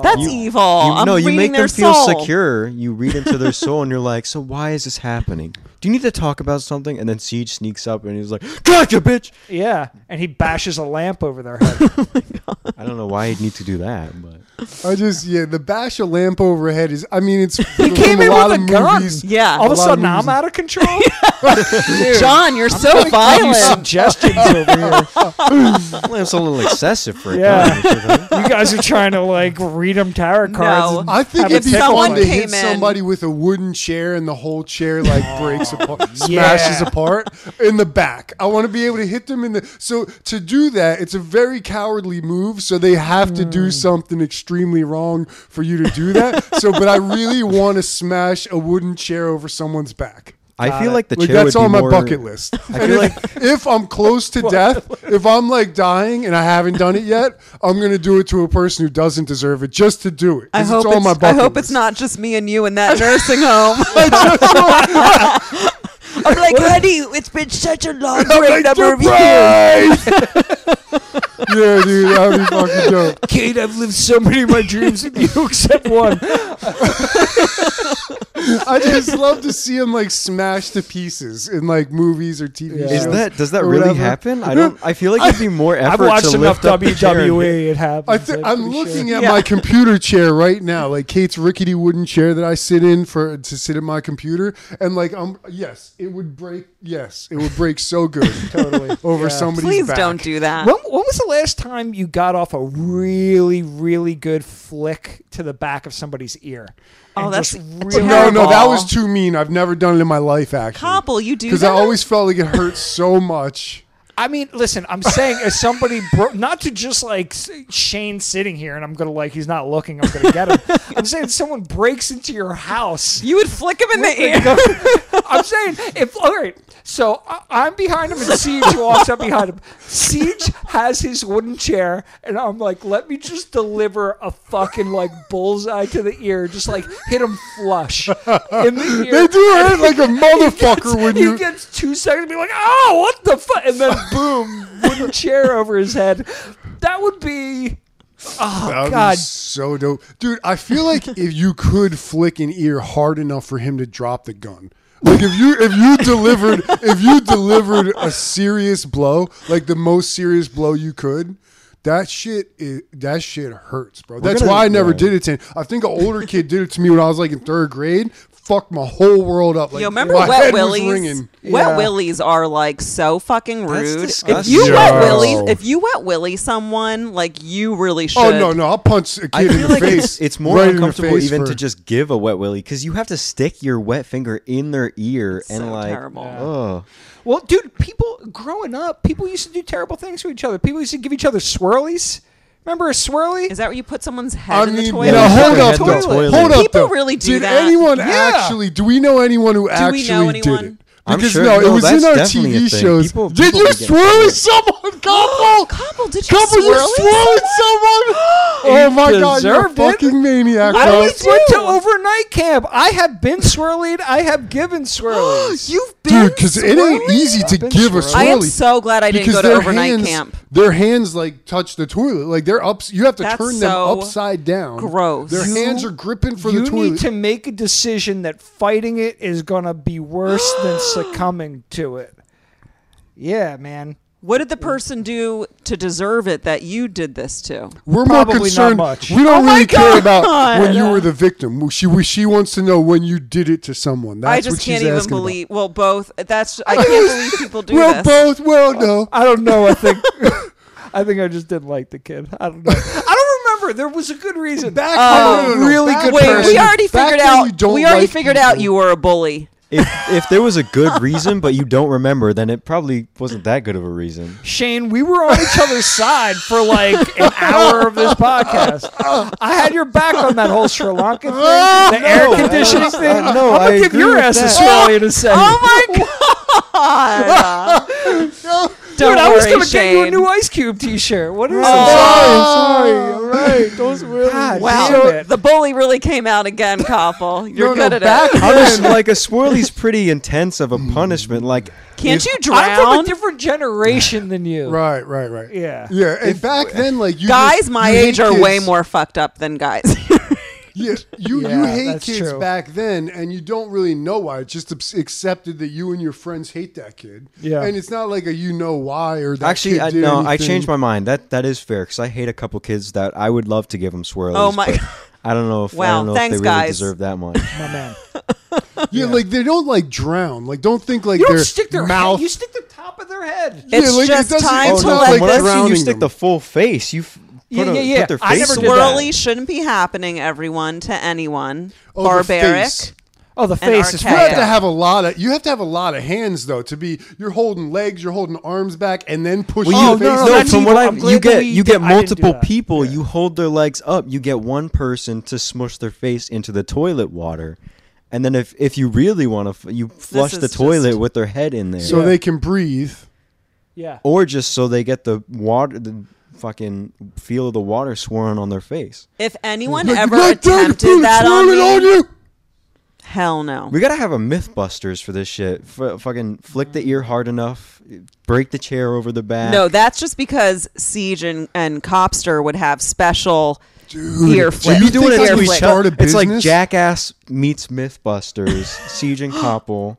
[SPEAKER 1] That's evil. I'm
[SPEAKER 4] no, Oh. you
[SPEAKER 1] reading
[SPEAKER 4] make
[SPEAKER 1] their
[SPEAKER 4] them feel
[SPEAKER 1] soul. (laughs)
[SPEAKER 4] secure. You read into their soul, and you're like, "So why is this happening? Do you need to talk about something?" And then Siege sneaks up, and he's like, "Gotcha, bitch!"
[SPEAKER 3] Yeah, and he bashes a lamp over their head.
[SPEAKER 4] I don't know why he'd need to do that, but
[SPEAKER 2] I just yeah, the bash a lamp overhead is I mean it's
[SPEAKER 3] he
[SPEAKER 2] from
[SPEAKER 3] (laughs) came
[SPEAKER 2] a
[SPEAKER 3] in
[SPEAKER 2] lot
[SPEAKER 3] with a
[SPEAKER 2] of
[SPEAKER 3] gun.
[SPEAKER 2] movies.
[SPEAKER 1] Yeah.
[SPEAKER 3] All of a,
[SPEAKER 2] lot of
[SPEAKER 3] sudden,
[SPEAKER 2] movies-
[SPEAKER 3] I'm out of (laughs) control.
[SPEAKER 1] John, you're so
[SPEAKER 3] You
[SPEAKER 1] violent.
[SPEAKER 3] (laughs) suggestions
[SPEAKER 4] (laughs)
[SPEAKER 3] over here.
[SPEAKER 4] it's a little excessive for a
[SPEAKER 3] Yeah.
[SPEAKER 4] gun, (laughs) don't you think?
[SPEAKER 3] You guys are trying to like read them tarot cards.
[SPEAKER 1] No.
[SPEAKER 3] and
[SPEAKER 2] I think
[SPEAKER 3] have a
[SPEAKER 2] it'd be
[SPEAKER 3] tickle
[SPEAKER 2] fun
[SPEAKER 1] someone
[SPEAKER 2] to
[SPEAKER 3] fight.
[SPEAKER 2] hit
[SPEAKER 1] came in-
[SPEAKER 2] somebody with a wooden chair and the whole chair like breaks
[SPEAKER 3] (laughs)
[SPEAKER 2] apart,
[SPEAKER 3] yeah.
[SPEAKER 2] smashes apart in the back. I want to be able to hit them in the. So to do that, it's a very cowardly move. So they have to
[SPEAKER 3] Hmm.
[SPEAKER 2] do something extremely wrong for you to do that. so, but I really want to smash a wooden chair over someone's back.
[SPEAKER 4] I feel like the
[SPEAKER 2] Like
[SPEAKER 4] chair
[SPEAKER 2] that's
[SPEAKER 4] would be
[SPEAKER 2] on my
[SPEAKER 4] more-
[SPEAKER 2] bucket list.
[SPEAKER 4] (laughs) I
[SPEAKER 2] And
[SPEAKER 4] feel
[SPEAKER 2] if, (laughs) if I'm close
[SPEAKER 4] (laughs)
[SPEAKER 2] to death, if I'm like dying and I haven't done it yet, I'm gonna do it to a person who doesn't deserve it just to do it.
[SPEAKER 1] I
[SPEAKER 2] 'cause
[SPEAKER 1] hope,
[SPEAKER 2] it's on
[SPEAKER 1] it's,
[SPEAKER 2] my
[SPEAKER 1] I
[SPEAKER 2] bucket
[SPEAKER 1] hope
[SPEAKER 2] list.
[SPEAKER 1] it's not just me and you in
[SPEAKER 2] (laughs)
[SPEAKER 1] that nursing home. (laughs) I'm like, honey, it's been such a long break number of years. (laughs)
[SPEAKER 2] (laughs) yeah, dude, that would be fucking dope.
[SPEAKER 3] Kate, I've lived so many of my dreams with you (laughs) except one.
[SPEAKER 2] I just love to see him like smash to pieces in like movies or TV
[SPEAKER 3] Yeah.
[SPEAKER 2] shows.
[SPEAKER 4] Is that does that
[SPEAKER 2] or
[SPEAKER 4] really
[SPEAKER 2] whatever.
[SPEAKER 4] happen? I don't. I (laughs) feel like it'd be more
[SPEAKER 3] I've
[SPEAKER 4] effort
[SPEAKER 3] watched
[SPEAKER 4] to
[SPEAKER 3] enough
[SPEAKER 4] lift up the chair and-
[SPEAKER 3] WWE. It happens.
[SPEAKER 2] I th-
[SPEAKER 3] I'm
[SPEAKER 2] I'm
[SPEAKER 3] pretty sure.
[SPEAKER 2] looking at
[SPEAKER 1] (laughs)
[SPEAKER 2] my computer chair right now, like Kate's rickety wooden chair that I sit in for to sit at my computer, and like um, yes, it would break. Yes, it would break so good, totally (laughs) over
[SPEAKER 3] Yeah.
[SPEAKER 2] somebody's
[SPEAKER 1] Please
[SPEAKER 2] back.
[SPEAKER 1] don't do that.
[SPEAKER 3] When, when was the last time you got off a really, really good flick to the back of somebody's ear?
[SPEAKER 1] Oh,
[SPEAKER 3] And
[SPEAKER 1] that's
[SPEAKER 3] just
[SPEAKER 1] terrible.
[SPEAKER 2] No, no, that
[SPEAKER 1] Terrible.
[SPEAKER 2] was too mean. I've never done it in my life, actually.
[SPEAKER 1] Copple, you do
[SPEAKER 2] because I
[SPEAKER 1] that?
[SPEAKER 2] always felt like it hurt so much.
[SPEAKER 3] I mean, listen, I'm saying as somebody, bro- not to just like s- Shane sitting here and I'm going to like, he's not looking, I'm going to
[SPEAKER 1] (laughs)
[SPEAKER 3] get him. I'm saying someone breaks into your house.
[SPEAKER 1] You would flick him in the ear.
[SPEAKER 3] (laughs) I'm saying if, all right, so I, I'm behind him and Siege walks up behind him. Siege has his wooden chair and I'm like, let me just deliver a fucking like bullseye to the ear, just like hit him flush in the ear.
[SPEAKER 2] They do
[SPEAKER 1] (laughs)
[SPEAKER 2] hurt like a motherfucker
[SPEAKER 3] gets-
[SPEAKER 2] when
[SPEAKER 3] he
[SPEAKER 2] you.
[SPEAKER 3] gets two seconds to be like, oh, what the fuck? And
[SPEAKER 2] (laughs)
[SPEAKER 3] then boom, wooden chair over his head. That would be. Oh,
[SPEAKER 2] That would be
[SPEAKER 3] God.
[SPEAKER 2] so dope, dude. I feel like
[SPEAKER 4] (laughs)
[SPEAKER 2] if you could flick an ear hard enough for him to drop the gun, like if you if you
[SPEAKER 4] (laughs)
[SPEAKER 2] delivered if you delivered a serious blow, like the most serious blow you could. That shit is that shit hurts, bro. That's
[SPEAKER 4] gonna-
[SPEAKER 2] why I never
[SPEAKER 4] yeah.
[SPEAKER 2] did it to him. I think an older kid did it to me when I was like in third grade. Fucked my whole world up. Like
[SPEAKER 1] Yo, remember
[SPEAKER 2] my
[SPEAKER 1] wet
[SPEAKER 2] head was
[SPEAKER 1] willies?
[SPEAKER 2] ringing.
[SPEAKER 3] Yeah.
[SPEAKER 1] Wet willies are like so fucking rude. If
[SPEAKER 4] disgusting.
[SPEAKER 1] you
[SPEAKER 2] Yo.
[SPEAKER 1] wet willies, if you wet willy someone, like you really should.
[SPEAKER 2] Oh no, no! I'll punch a kid
[SPEAKER 4] I
[SPEAKER 2] in the
[SPEAKER 4] feel like
[SPEAKER 2] face.
[SPEAKER 4] it's, it's more
[SPEAKER 2] right in the
[SPEAKER 4] uncomfortable
[SPEAKER 2] face
[SPEAKER 4] even
[SPEAKER 2] for-
[SPEAKER 4] to just give a wet willy because you have to stick your wet finger in their ear and
[SPEAKER 1] so
[SPEAKER 4] like,
[SPEAKER 1] terrible. Yeah.
[SPEAKER 4] oh,
[SPEAKER 3] Well, dude, people growing up, people used to do terrible things to each other. People used to give each other swirlies. Remember a swirly?
[SPEAKER 1] Is that where you put someone's head
[SPEAKER 2] I
[SPEAKER 1] in the
[SPEAKER 2] mean,
[SPEAKER 1] toilet?
[SPEAKER 2] now
[SPEAKER 4] Yeah,
[SPEAKER 2] hold
[SPEAKER 4] you
[SPEAKER 2] up, though.
[SPEAKER 4] put your head in the
[SPEAKER 2] Hold
[SPEAKER 4] toilet.
[SPEAKER 2] up,
[SPEAKER 1] People
[SPEAKER 2] though.
[SPEAKER 1] really do
[SPEAKER 2] Did
[SPEAKER 1] that.
[SPEAKER 2] anyone
[SPEAKER 3] Yeah.
[SPEAKER 2] actually? Do we know anyone who
[SPEAKER 1] know
[SPEAKER 2] actually
[SPEAKER 1] anyone?
[SPEAKER 2] did it?
[SPEAKER 4] I'm
[SPEAKER 2] Because
[SPEAKER 4] sure-
[SPEAKER 2] no, it
[SPEAKER 4] no,
[SPEAKER 2] was in
[SPEAKER 4] that's
[SPEAKER 2] our
[SPEAKER 4] definitely a
[SPEAKER 2] TV
[SPEAKER 4] thing.
[SPEAKER 2] shows.
[SPEAKER 4] People-
[SPEAKER 2] did
[SPEAKER 4] people
[SPEAKER 2] you
[SPEAKER 4] would get
[SPEAKER 2] swirly
[SPEAKER 1] (gasps)
[SPEAKER 4] it.
[SPEAKER 2] someone, couple?
[SPEAKER 1] Couple, did you
[SPEAKER 2] Couple, you
[SPEAKER 1] swirly
[SPEAKER 2] swirled someone?
[SPEAKER 1] (gasps)
[SPEAKER 2] Oh my god, you're a
[SPEAKER 3] deserved it.
[SPEAKER 2] fucking maniac,
[SPEAKER 3] I
[SPEAKER 2] bro.
[SPEAKER 3] always went to overnight camp. I have been swirlied. I have given swirlies.
[SPEAKER 1] You've been
[SPEAKER 2] Dude, because it ain't easy to
[SPEAKER 3] been
[SPEAKER 2] give a
[SPEAKER 3] swirly.
[SPEAKER 2] swirly.
[SPEAKER 1] I am so glad I didn't
[SPEAKER 2] because
[SPEAKER 1] go to
[SPEAKER 2] their
[SPEAKER 1] overnight
[SPEAKER 2] hands,
[SPEAKER 1] camp.
[SPEAKER 2] Their hands like touch the toilet. Like they're ups. You have to
[SPEAKER 1] That's
[SPEAKER 2] turn
[SPEAKER 1] so
[SPEAKER 2] them upside down.
[SPEAKER 1] gross.
[SPEAKER 2] Their
[SPEAKER 1] You-
[SPEAKER 2] hands are gripping for
[SPEAKER 3] you
[SPEAKER 2] the toilet.
[SPEAKER 3] need to make a decision that fighting it is gonna be worse than succumbing to it. Yeah, man.
[SPEAKER 1] What did the person do to deserve it that you did this to?
[SPEAKER 2] We're more
[SPEAKER 3] Probably not
[SPEAKER 2] concerned.
[SPEAKER 3] much. Oh
[SPEAKER 2] We don't
[SPEAKER 1] my
[SPEAKER 2] really
[SPEAKER 1] God.
[SPEAKER 2] care about when you were
[SPEAKER 3] (laughs)
[SPEAKER 2] the victim. She we- she wants to know when you did it to someone. That's
[SPEAKER 1] I just
[SPEAKER 2] what she's
[SPEAKER 1] can't even
[SPEAKER 2] asking about.
[SPEAKER 1] believe. Well, both. That's
[SPEAKER 2] (laughs)
[SPEAKER 1] I can't believe people do
[SPEAKER 2] Well,
[SPEAKER 1] this.
[SPEAKER 2] both. Well, no.
[SPEAKER 3] I don't know. I think (laughs) I think I just didn't like the kid. I don't know. I don't remember. There was a good reason. Um,
[SPEAKER 2] Back- no,
[SPEAKER 3] I'm a
[SPEAKER 2] no, no, no.
[SPEAKER 3] really
[SPEAKER 2] Back-
[SPEAKER 3] good
[SPEAKER 1] Wait,
[SPEAKER 3] person.
[SPEAKER 1] we already
[SPEAKER 2] Back
[SPEAKER 1] figured
[SPEAKER 2] then
[SPEAKER 1] out.
[SPEAKER 2] you don't
[SPEAKER 1] we already
[SPEAKER 2] like
[SPEAKER 1] figured
[SPEAKER 2] people.
[SPEAKER 1] out you were a
[SPEAKER 2] (laughs)
[SPEAKER 1] bully.
[SPEAKER 4] If, if there was a good reason, but you don't remember, then it probably wasn't that good of a reason.
[SPEAKER 2] (laughs)
[SPEAKER 3] Shane, we were on each other's side for like an hour of this podcast. I had your back on that whole Sri Lanka thing, the air conditioning thing.
[SPEAKER 4] uh, no,
[SPEAKER 3] I'm gonna
[SPEAKER 4] I
[SPEAKER 3] give
[SPEAKER 4] agree
[SPEAKER 3] your
[SPEAKER 4] with
[SPEAKER 3] ass a
[SPEAKER 4] that.
[SPEAKER 3] swelling in a second.
[SPEAKER 1] (laughs) Oh my god!
[SPEAKER 3] Dude, I was
[SPEAKER 1] worry,
[SPEAKER 3] gonna get you a
[SPEAKER 1] Shane.
[SPEAKER 3] new Ice Cube T-shirt. What is
[SPEAKER 2] Oh, Sorry, sorry. All
[SPEAKER 3] (laughs)
[SPEAKER 2] right. Those were.
[SPEAKER 3] God,
[SPEAKER 1] wow,
[SPEAKER 3] damn
[SPEAKER 1] the,
[SPEAKER 3] it.
[SPEAKER 1] bully really came out again,
[SPEAKER 2] (laughs)
[SPEAKER 1] Koppel. You're
[SPEAKER 2] No, no,
[SPEAKER 1] good at
[SPEAKER 2] back
[SPEAKER 1] it.
[SPEAKER 4] I'm just like a swirly's pretty intense of a punishment.
[SPEAKER 2] Hmm.
[SPEAKER 4] Like
[SPEAKER 1] Can't you
[SPEAKER 3] I'm from a
[SPEAKER 1] drown?
[SPEAKER 3] different generation than you.
[SPEAKER 2] (laughs) Right, right, right.
[SPEAKER 3] Yeah.
[SPEAKER 2] Yeah. And back then, like you
[SPEAKER 1] Guys
[SPEAKER 2] just-
[SPEAKER 1] my
[SPEAKER 2] you hate
[SPEAKER 1] age are way
[SPEAKER 2] kids.
[SPEAKER 1] more fucked up than guys. (laughs)
[SPEAKER 2] Yeah, you you
[SPEAKER 3] Yeah,
[SPEAKER 2] hate
[SPEAKER 3] that's
[SPEAKER 2] kids
[SPEAKER 3] true.
[SPEAKER 2] back then, and you don't really know why. It's just abs- accepted that you and your friends hate that kid.
[SPEAKER 3] Yeah.
[SPEAKER 2] and it's not like a you know why or that
[SPEAKER 4] actually,
[SPEAKER 2] kid
[SPEAKER 4] I,
[SPEAKER 2] did
[SPEAKER 4] no, I
[SPEAKER 2] anything.
[SPEAKER 4] changed my mind. That that is fair because I hate a couple kids that I would love to give them swirlies.
[SPEAKER 1] Oh my- (laughs)
[SPEAKER 4] but I don't know if I
[SPEAKER 1] Wow,
[SPEAKER 4] don't know
[SPEAKER 1] thanks,
[SPEAKER 4] if they really
[SPEAKER 1] guys.
[SPEAKER 4] deserve that much.
[SPEAKER 3] My man.
[SPEAKER 2] Yeah, like they don't like drown. Like don't think like
[SPEAKER 3] You
[SPEAKER 2] their
[SPEAKER 3] don't stick their
[SPEAKER 2] mouth.
[SPEAKER 3] head. You stick the top of their head.
[SPEAKER 1] It's
[SPEAKER 2] like, it
[SPEAKER 1] just
[SPEAKER 2] doesn't-
[SPEAKER 1] time
[SPEAKER 2] Oh,
[SPEAKER 1] to
[SPEAKER 2] no,
[SPEAKER 1] let
[SPEAKER 2] like
[SPEAKER 4] From what I've seen,
[SPEAKER 2] drowning
[SPEAKER 4] you stick
[SPEAKER 2] them.
[SPEAKER 4] the full face. You f- put,
[SPEAKER 3] Yeah,
[SPEAKER 4] a-
[SPEAKER 3] yeah, yeah.
[SPEAKER 4] put their
[SPEAKER 3] I
[SPEAKER 4] face.
[SPEAKER 3] never
[SPEAKER 4] in
[SPEAKER 3] did that.
[SPEAKER 4] that.
[SPEAKER 1] Swirly shouldn't be happening, everyone, to anyone.
[SPEAKER 2] Oh, the
[SPEAKER 1] Barbaric.
[SPEAKER 2] face.
[SPEAKER 3] Oh, the
[SPEAKER 1] And
[SPEAKER 3] face is
[SPEAKER 2] You have
[SPEAKER 1] Yeah.
[SPEAKER 2] to have a lot of you have to have a lot of hands though to be. You're holding legs, you're holding arms back, and then pushing.
[SPEAKER 4] Well,
[SPEAKER 2] the
[SPEAKER 4] you,
[SPEAKER 2] face
[SPEAKER 4] no,
[SPEAKER 2] up.
[SPEAKER 3] that's
[SPEAKER 4] from
[SPEAKER 3] evil.
[SPEAKER 4] what I
[SPEAKER 3] I'm glad
[SPEAKER 4] you
[SPEAKER 3] that
[SPEAKER 4] get,
[SPEAKER 3] we
[SPEAKER 4] you
[SPEAKER 3] did-
[SPEAKER 4] get
[SPEAKER 3] I didn't do
[SPEAKER 4] multiple
[SPEAKER 3] that.
[SPEAKER 4] people. You hold their legs up. You get one person to smush their face into the toilet water, and then if if you really want to, you flush
[SPEAKER 1] is
[SPEAKER 4] the
[SPEAKER 1] just-
[SPEAKER 4] toilet with their head in there,
[SPEAKER 2] so they can breathe.
[SPEAKER 3] Yeah.
[SPEAKER 4] or just so they get the water, the fucking feel of the water swirling on their face.
[SPEAKER 1] If anyone
[SPEAKER 2] Like,
[SPEAKER 1] ever
[SPEAKER 2] "God damn it,
[SPEAKER 1] attempted
[SPEAKER 2] dude,
[SPEAKER 1] that on
[SPEAKER 2] swirling on
[SPEAKER 1] me,
[SPEAKER 2] you.
[SPEAKER 1] hell no.
[SPEAKER 4] We gotta have a MythBusters for this shit. F- fucking flick the ear hard enough, break the chair over the back.
[SPEAKER 1] No, that's just because Siege and, and Copster would have special
[SPEAKER 2] Dude,
[SPEAKER 1] ear
[SPEAKER 2] do
[SPEAKER 1] flick.
[SPEAKER 2] you
[SPEAKER 4] you doing
[SPEAKER 2] think
[SPEAKER 4] it
[SPEAKER 2] I
[SPEAKER 4] to
[SPEAKER 2] would
[SPEAKER 4] each
[SPEAKER 2] start
[SPEAKER 4] other.
[SPEAKER 2] a
[SPEAKER 4] It's like
[SPEAKER 2] business?
[SPEAKER 4] Jackass meets
[SPEAKER 2] (gasps)
[SPEAKER 4] MythBusters, Siege and Koppel.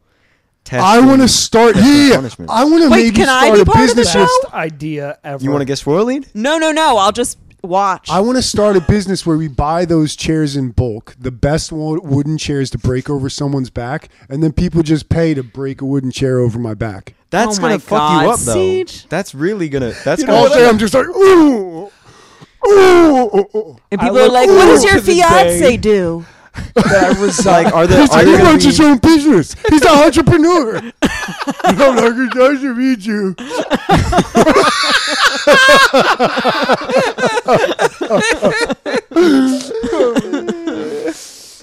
[SPEAKER 2] I
[SPEAKER 4] testing-
[SPEAKER 2] want to start.
[SPEAKER 4] testing
[SPEAKER 2] Yeah,
[SPEAKER 4] punishments.
[SPEAKER 2] I want to
[SPEAKER 1] Wait,
[SPEAKER 2] maybe
[SPEAKER 1] can I
[SPEAKER 2] start
[SPEAKER 1] be
[SPEAKER 2] a
[SPEAKER 1] part of the
[SPEAKER 2] business.
[SPEAKER 1] show?
[SPEAKER 2] where-
[SPEAKER 3] Best idea ever.
[SPEAKER 4] You want to get swirly?
[SPEAKER 1] No, no, no. I'll just watch.
[SPEAKER 2] I want to start a business where we buy those chairs in bulk, the best wo- wooden chairs to break over someone's back, and then people just pay to break a wooden chair over my back.
[SPEAKER 4] That's
[SPEAKER 1] Oh my
[SPEAKER 4] gonna fuck
[SPEAKER 1] God,
[SPEAKER 4] you up though.
[SPEAKER 1] Siege.
[SPEAKER 4] That's really gonna. That's
[SPEAKER 2] All
[SPEAKER 4] gonna.
[SPEAKER 2] day I'm just like, ooh, ooh, ooh, ooh.
[SPEAKER 1] and
[SPEAKER 3] I
[SPEAKER 1] people are
[SPEAKER 3] look
[SPEAKER 1] like, "What does
[SPEAKER 3] forward
[SPEAKER 1] your
[SPEAKER 3] to the
[SPEAKER 1] fiance
[SPEAKER 3] day."
[SPEAKER 1] do?"
[SPEAKER 4] that was
[SPEAKER 2] uh,
[SPEAKER 4] like, are there?
[SPEAKER 2] He's
[SPEAKER 4] Are
[SPEAKER 2] like,
[SPEAKER 4] there
[SPEAKER 2] he
[SPEAKER 4] gonna
[SPEAKER 2] runs his
[SPEAKER 4] be,
[SPEAKER 2] own business. He's a (laughs)
[SPEAKER 4] (laughs)
[SPEAKER 2] entrepreneur. you know, like, nice to meet you.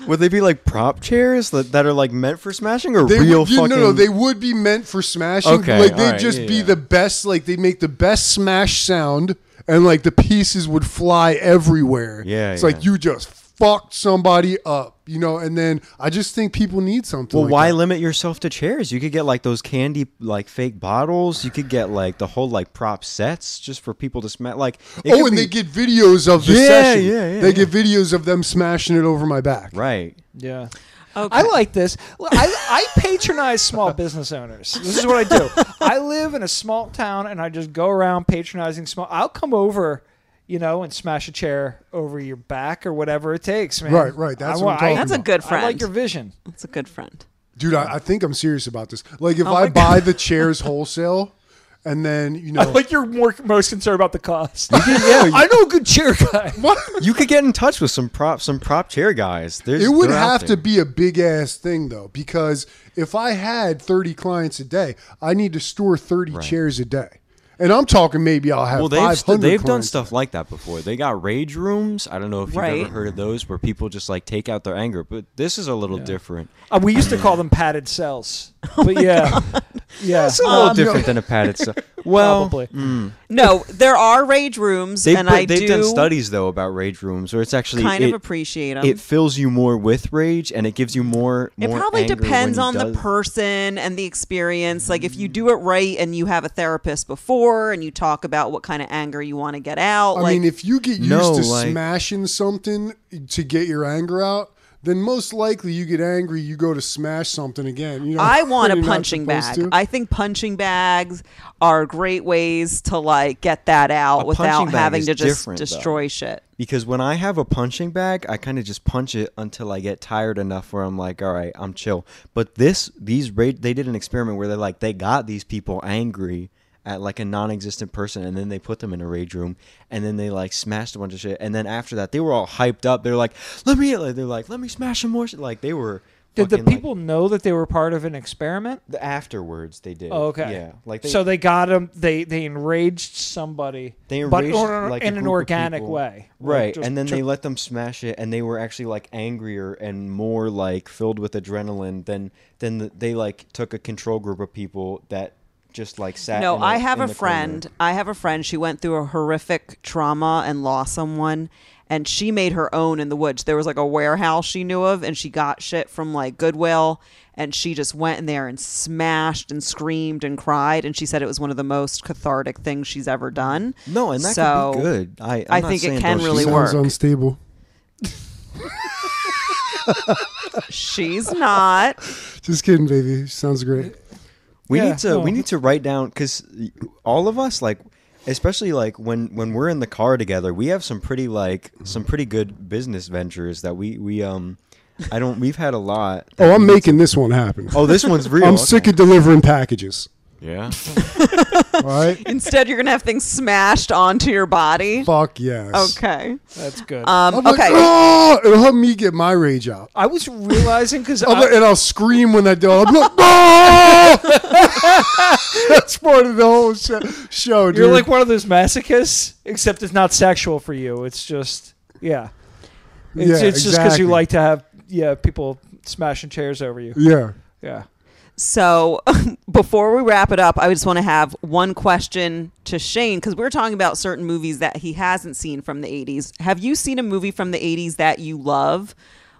[SPEAKER 4] would they be like prop chairs that, that are like meant for smashing or
[SPEAKER 2] They
[SPEAKER 4] real
[SPEAKER 2] would, you-
[SPEAKER 4] fucking?
[SPEAKER 2] No, no, they would be meant for smashing.
[SPEAKER 4] Okay,
[SPEAKER 2] like they'd
[SPEAKER 4] alright,
[SPEAKER 2] just
[SPEAKER 4] yeah,
[SPEAKER 2] be
[SPEAKER 4] yeah.
[SPEAKER 2] the best. Like they make the best smash sound, and like the pieces would fly everywhere.
[SPEAKER 4] Yeah,
[SPEAKER 2] it's
[SPEAKER 4] yeah.
[SPEAKER 2] like you just fucked somebody up, you know. And then I just think people need something.
[SPEAKER 4] Well,
[SPEAKER 2] like
[SPEAKER 4] why
[SPEAKER 2] that.
[SPEAKER 4] limit yourself to chairs? You could get like those candy, like fake bottles. You could get like the whole like prop sets just for people to smash. Like, it
[SPEAKER 2] Oh,
[SPEAKER 4] could
[SPEAKER 2] and
[SPEAKER 4] be-
[SPEAKER 2] they get videos of the
[SPEAKER 4] Yeah,
[SPEAKER 2] session.
[SPEAKER 4] yeah, yeah,
[SPEAKER 2] they get videos of them smashing it over my back.
[SPEAKER 4] right.
[SPEAKER 3] Yeah.
[SPEAKER 1] Okay.
[SPEAKER 3] I like this. L- I, I patronize small business owners. This is what
[SPEAKER 1] (laughs)
[SPEAKER 3] I do. I live in a small town and I just go around patronizing small. I'll come over, you know, and smash a chair over your back or whatever it takes, man.
[SPEAKER 2] Right, right. That's what
[SPEAKER 3] I
[SPEAKER 2] I'm
[SPEAKER 3] want-
[SPEAKER 2] talking
[SPEAKER 3] I-
[SPEAKER 1] That's a
[SPEAKER 2] about.
[SPEAKER 1] good
[SPEAKER 3] I
[SPEAKER 1] friend.
[SPEAKER 3] like your vision.
[SPEAKER 1] That's a good friend.
[SPEAKER 2] Dude, I, I think I'm serious about this. Like, if
[SPEAKER 1] Oh
[SPEAKER 2] I
[SPEAKER 1] my
[SPEAKER 2] buy the chairs wholesale, and then
[SPEAKER 4] (laughs)
[SPEAKER 2] you know,
[SPEAKER 3] I (laughs) like you're more most concerned about the cost.
[SPEAKER 4] Yeah,
[SPEAKER 3] (laughs) I know a good chair (laughs) guy.
[SPEAKER 4] you could get in touch with some prop, some prop chair guys. There's,
[SPEAKER 2] It would
[SPEAKER 4] they're out
[SPEAKER 2] have to
[SPEAKER 4] there.
[SPEAKER 2] be a big ass thing though, because if I had 30 clients a day, I need to store 30 chairs a day. And I'm talking maybe I'll have
[SPEAKER 4] Well,
[SPEAKER 2] 500
[SPEAKER 4] they've st- they've done
[SPEAKER 2] clients.
[SPEAKER 4] stuff like that before. They got rage rooms. I don't know if you've
[SPEAKER 1] Right.
[SPEAKER 4] ever heard of those, where people just like take out their anger. But this is a little different.
[SPEAKER 3] Uh, we used to call them padded
[SPEAKER 1] (laughs)
[SPEAKER 3] cells,
[SPEAKER 1] Oh
[SPEAKER 3] but yeah, yeah,
[SPEAKER 4] It's a little
[SPEAKER 3] Um,
[SPEAKER 4] different than a padded cell. (laughs) Well,
[SPEAKER 3] Probably.
[SPEAKER 1] No, there are rage rooms,
[SPEAKER 4] They've,
[SPEAKER 1] and
[SPEAKER 4] put-
[SPEAKER 1] I
[SPEAKER 4] they've
[SPEAKER 1] do
[SPEAKER 4] done studies though about rage rooms, where it's actually
[SPEAKER 1] kind
[SPEAKER 4] it,
[SPEAKER 1] of appreciate them.
[SPEAKER 4] it fills you more with rage and it gives you more.
[SPEAKER 1] It
[SPEAKER 4] more
[SPEAKER 1] probably
[SPEAKER 4] anger when
[SPEAKER 1] depends
[SPEAKER 4] you
[SPEAKER 1] on the
[SPEAKER 4] does- Mm-hmm.
[SPEAKER 1] person and the experience. Like if you do it right and you have a therapist before and you talk about what kind of anger you want to get out,
[SPEAKER 2] I
[SPEAKER 1] like
[SPEAKER 4] (laughs)
[SPEAKER 2] mean, if you get used
[SPEAKER 4] No,
[SPEAKER 2] to
[SPEAKER 4] like-
[SPEAKER 2] smashing something to get your anger out, then most likely you get angry, you go to smash something again. You know,
[SPEAKER 1] I want a
[SPEAKER 2] (laughs) you're not
[SPEAKER 1] punching
[SPEAKER 2] supposed
[SPEAKER 1] bag.
[SPEAKER 2] to.
[SPEAKER 1] I think punching bags are great ways to like get that out
[SPEAKER 4] A
[SPEAKER 1] without
[SPEAKER 4] punching bag
[SPEAKER 1] having
[SPEAKER 4] is
[SPEAKER 1] to just
[SPEAKER 4] different, though.
[SPEAKER 1] destroy shit.
[SPEAKER 4] Because when I have a punching bag, I kind of just punch it until I get tired enough where I'm like, all right, I'm chill. But this, these, ra- they did an experiment where they like they got these people angry at like a non-existent person, and then they put them in a rage room, and then they like smashed a bunch of shit, and then after that, they were all hyped up. They're like, let me, like, they're like, let me smash some more shit. Like they were.
[SPEAKER 3] Did the
[SPEAKER 4] fucking, like-
[SPEAKER 3] people know that they were part of an experiment?
[SPEAKER 4] the afterwards they did.
[SPEAKER 3] Oh, okay.
[SPEAKER 4] Yeah. Like they,
[SPEAKER 3] so they got them. They they enraged somebody.
[SPEAKER 4] They
[SPEAKER 3] but
[SPEAKER 4] enraged,
[SPEAKER 3] or-
[SPEAKER 4] like, a
[SPEAKER 3] in an
[SPEAKER 4] group of
[SPEAKER 3] organic
[SPEAKER 4] people.
[SPEAKER 3] way, Like,
[SPEAKER 4] Right,
[SPEAKER 3] just
[SPEAKER 4] and then
[SPEAKER 3] tr-
[SPEAKER 4] they let them smash it, and they were actually like angrier and more like filled with adrenaline than than the, they like took a control group of people that just like sat.
[SPEAKER 1] No,
[SPEAKER 4] in a-
[SPEAKER 1] I have
[SPEAKER 4] in
[SPEAKER 1] a
[SPEAKER 4] the corner.
[SPEAKER 1] friend. I have a friend. She went through a horrific trauma and lost someone, and she made her own in the woods. There was like a warehouse she knew of, and she got shit from like Goodwill, and she just went in there and smashed and screamed and cried. And she said it was one of the most cathartic things she's ever done.
[SPEAKER 4] No, and that
[SPEAKER 1] so,
[SPEAKER 4] could be good. I
[SPEAKER 1] I
[SPEAKER 4] I'm not
[SPEAKER 1] think it
[SPEAKER 4] saying
[SPEAKER 1] can
[SPEAKER 4] don't
[SPEAKER 1] really
[SPEAKER 4] shoot.
[SPEAKER 1] work.
[SPEAKER 2] Sounds unstable.
[SPEAKER 1] She's not.
[SPEAKER 2] Just kidding, baby. Sounds great.
[SPEAKER 4] We
[SPEAKER 3] Yeah,
[SPEAKER 4] need to we
[SPEAKER 3] no.
[SPEAKER 4] need to write down because all of us like, especially like when when we're in the car together, we have some pretty like some pretty good business ventures that we we um. I don't. We've had a lot.
[SPEAKER 2] Oh, I'm making this one happen.
[SPEAKER 4] Oh, this
[SPEAKER 3] (laughs)
[SPEAKER 4] one's real.
[SPEAKER 2] I'm
[SPEAKER 4] okay.
[SPEAKER 2] sick of delivering packages.
[SPEAKER 4] Yeah.
[SPEAKER 2] All right.
[SPEAKER 1] (laughs) Instead, you're gonna have things smashed onto your
[SPEAKER 4] (laughs)
[SPEAKER 1] body.
[SPEAKER 2] Fuck yes.
[SPEAKER 1] Okay.
[SPEAKER 3] that's good.
[SPEAKER 2] I'm
[SPEAKER 1] Um,
[SPEAKER 2] like,
[SPEAKER 1] okay.
[SPEAKER 2] "Oh!" it'll help me get my rage out.
[SPEAKER 3] I was realizing
[SPEAKER 4] (laughs)
[SPEAKER 3] because
[SPEAKER 4] Oh,
[SPEAKER 2] I'll
[SPEAKER 4] uh,
[SPEAKER 2] be- and I'll scream when I do. I'll be like, "Oh!" (laughs) That's part of the whole show, show dude.
[SPEAKER 3] you're like one of those masochists, except it's not sexual for you. It's just yeah. It's,
[SPEAKER 2] Yeah,
[SPEAKER 3] it's just because
[SPEAKER 2] exactly.
[SPEAKER 3] you like to have yeah people smashing chairs over you.
[SPEAKER 2] yeah.
[SPEAKER 3] Yeah.
[SPEAKER 1] So (laughs) before we wrap it up, I just want to have one question to Shane because we're talking about certain movies that he hasn't seen from the 80s. Have you seen a movie from the 80s that you love?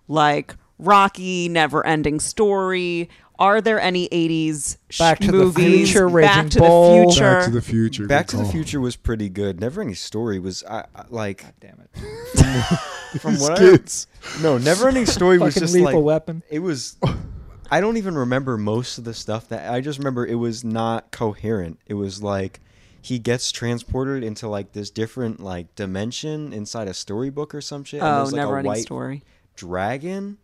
[SPEAKER 1] Like Rocky, Never Ending Story? Are there any 80s sh-
[SPEAKER 3] Back to the
[SPEAKER 1] movies?
[SPEAKER 3] Future, Raging
[SPEAKER 1] Back to
[SPEAKER 3] Bull.
[SPEAKER 1] the Future.
[SPEAKER 2] Back to the future.
[SPEAKER 4] Back
[SPEAKER 2] good
[SPEAKER 4] to the
[SPEAKER 2] call.
[SPEAKER 4] Future was pretty good. Never Ending Story was I, I like
[SPEAKER 3] Damn it.
[SPEAKER 2] (laughs)
[SPEAKER 4] from what I
[SPEAKER 2] Kids.
[SPEAKER 4] no Never Ending Story was
[SPEAKER 3] Fucking
[SPEAKER 4] just
[SPEAKER 3] lethal
[SPEAKER 4] like
[SPEAKER 3] weapon.
[SPEAKER 4] it was. I don't even remember most of the stuff that I just remember it was not coherent. It was like he gets transported into like this different like dimension inside a storybook or some shit. and
[SPEAKER 1] Oh,
[SPEAKER 4] there's, like,
[SPEAKER 1] Never
[SPEAKER 4] a
[SPEAKER 1] Ending
[SPEAKER 4] white
[SPEAKER 1] Story.
[SPEAKER 4] Dragon.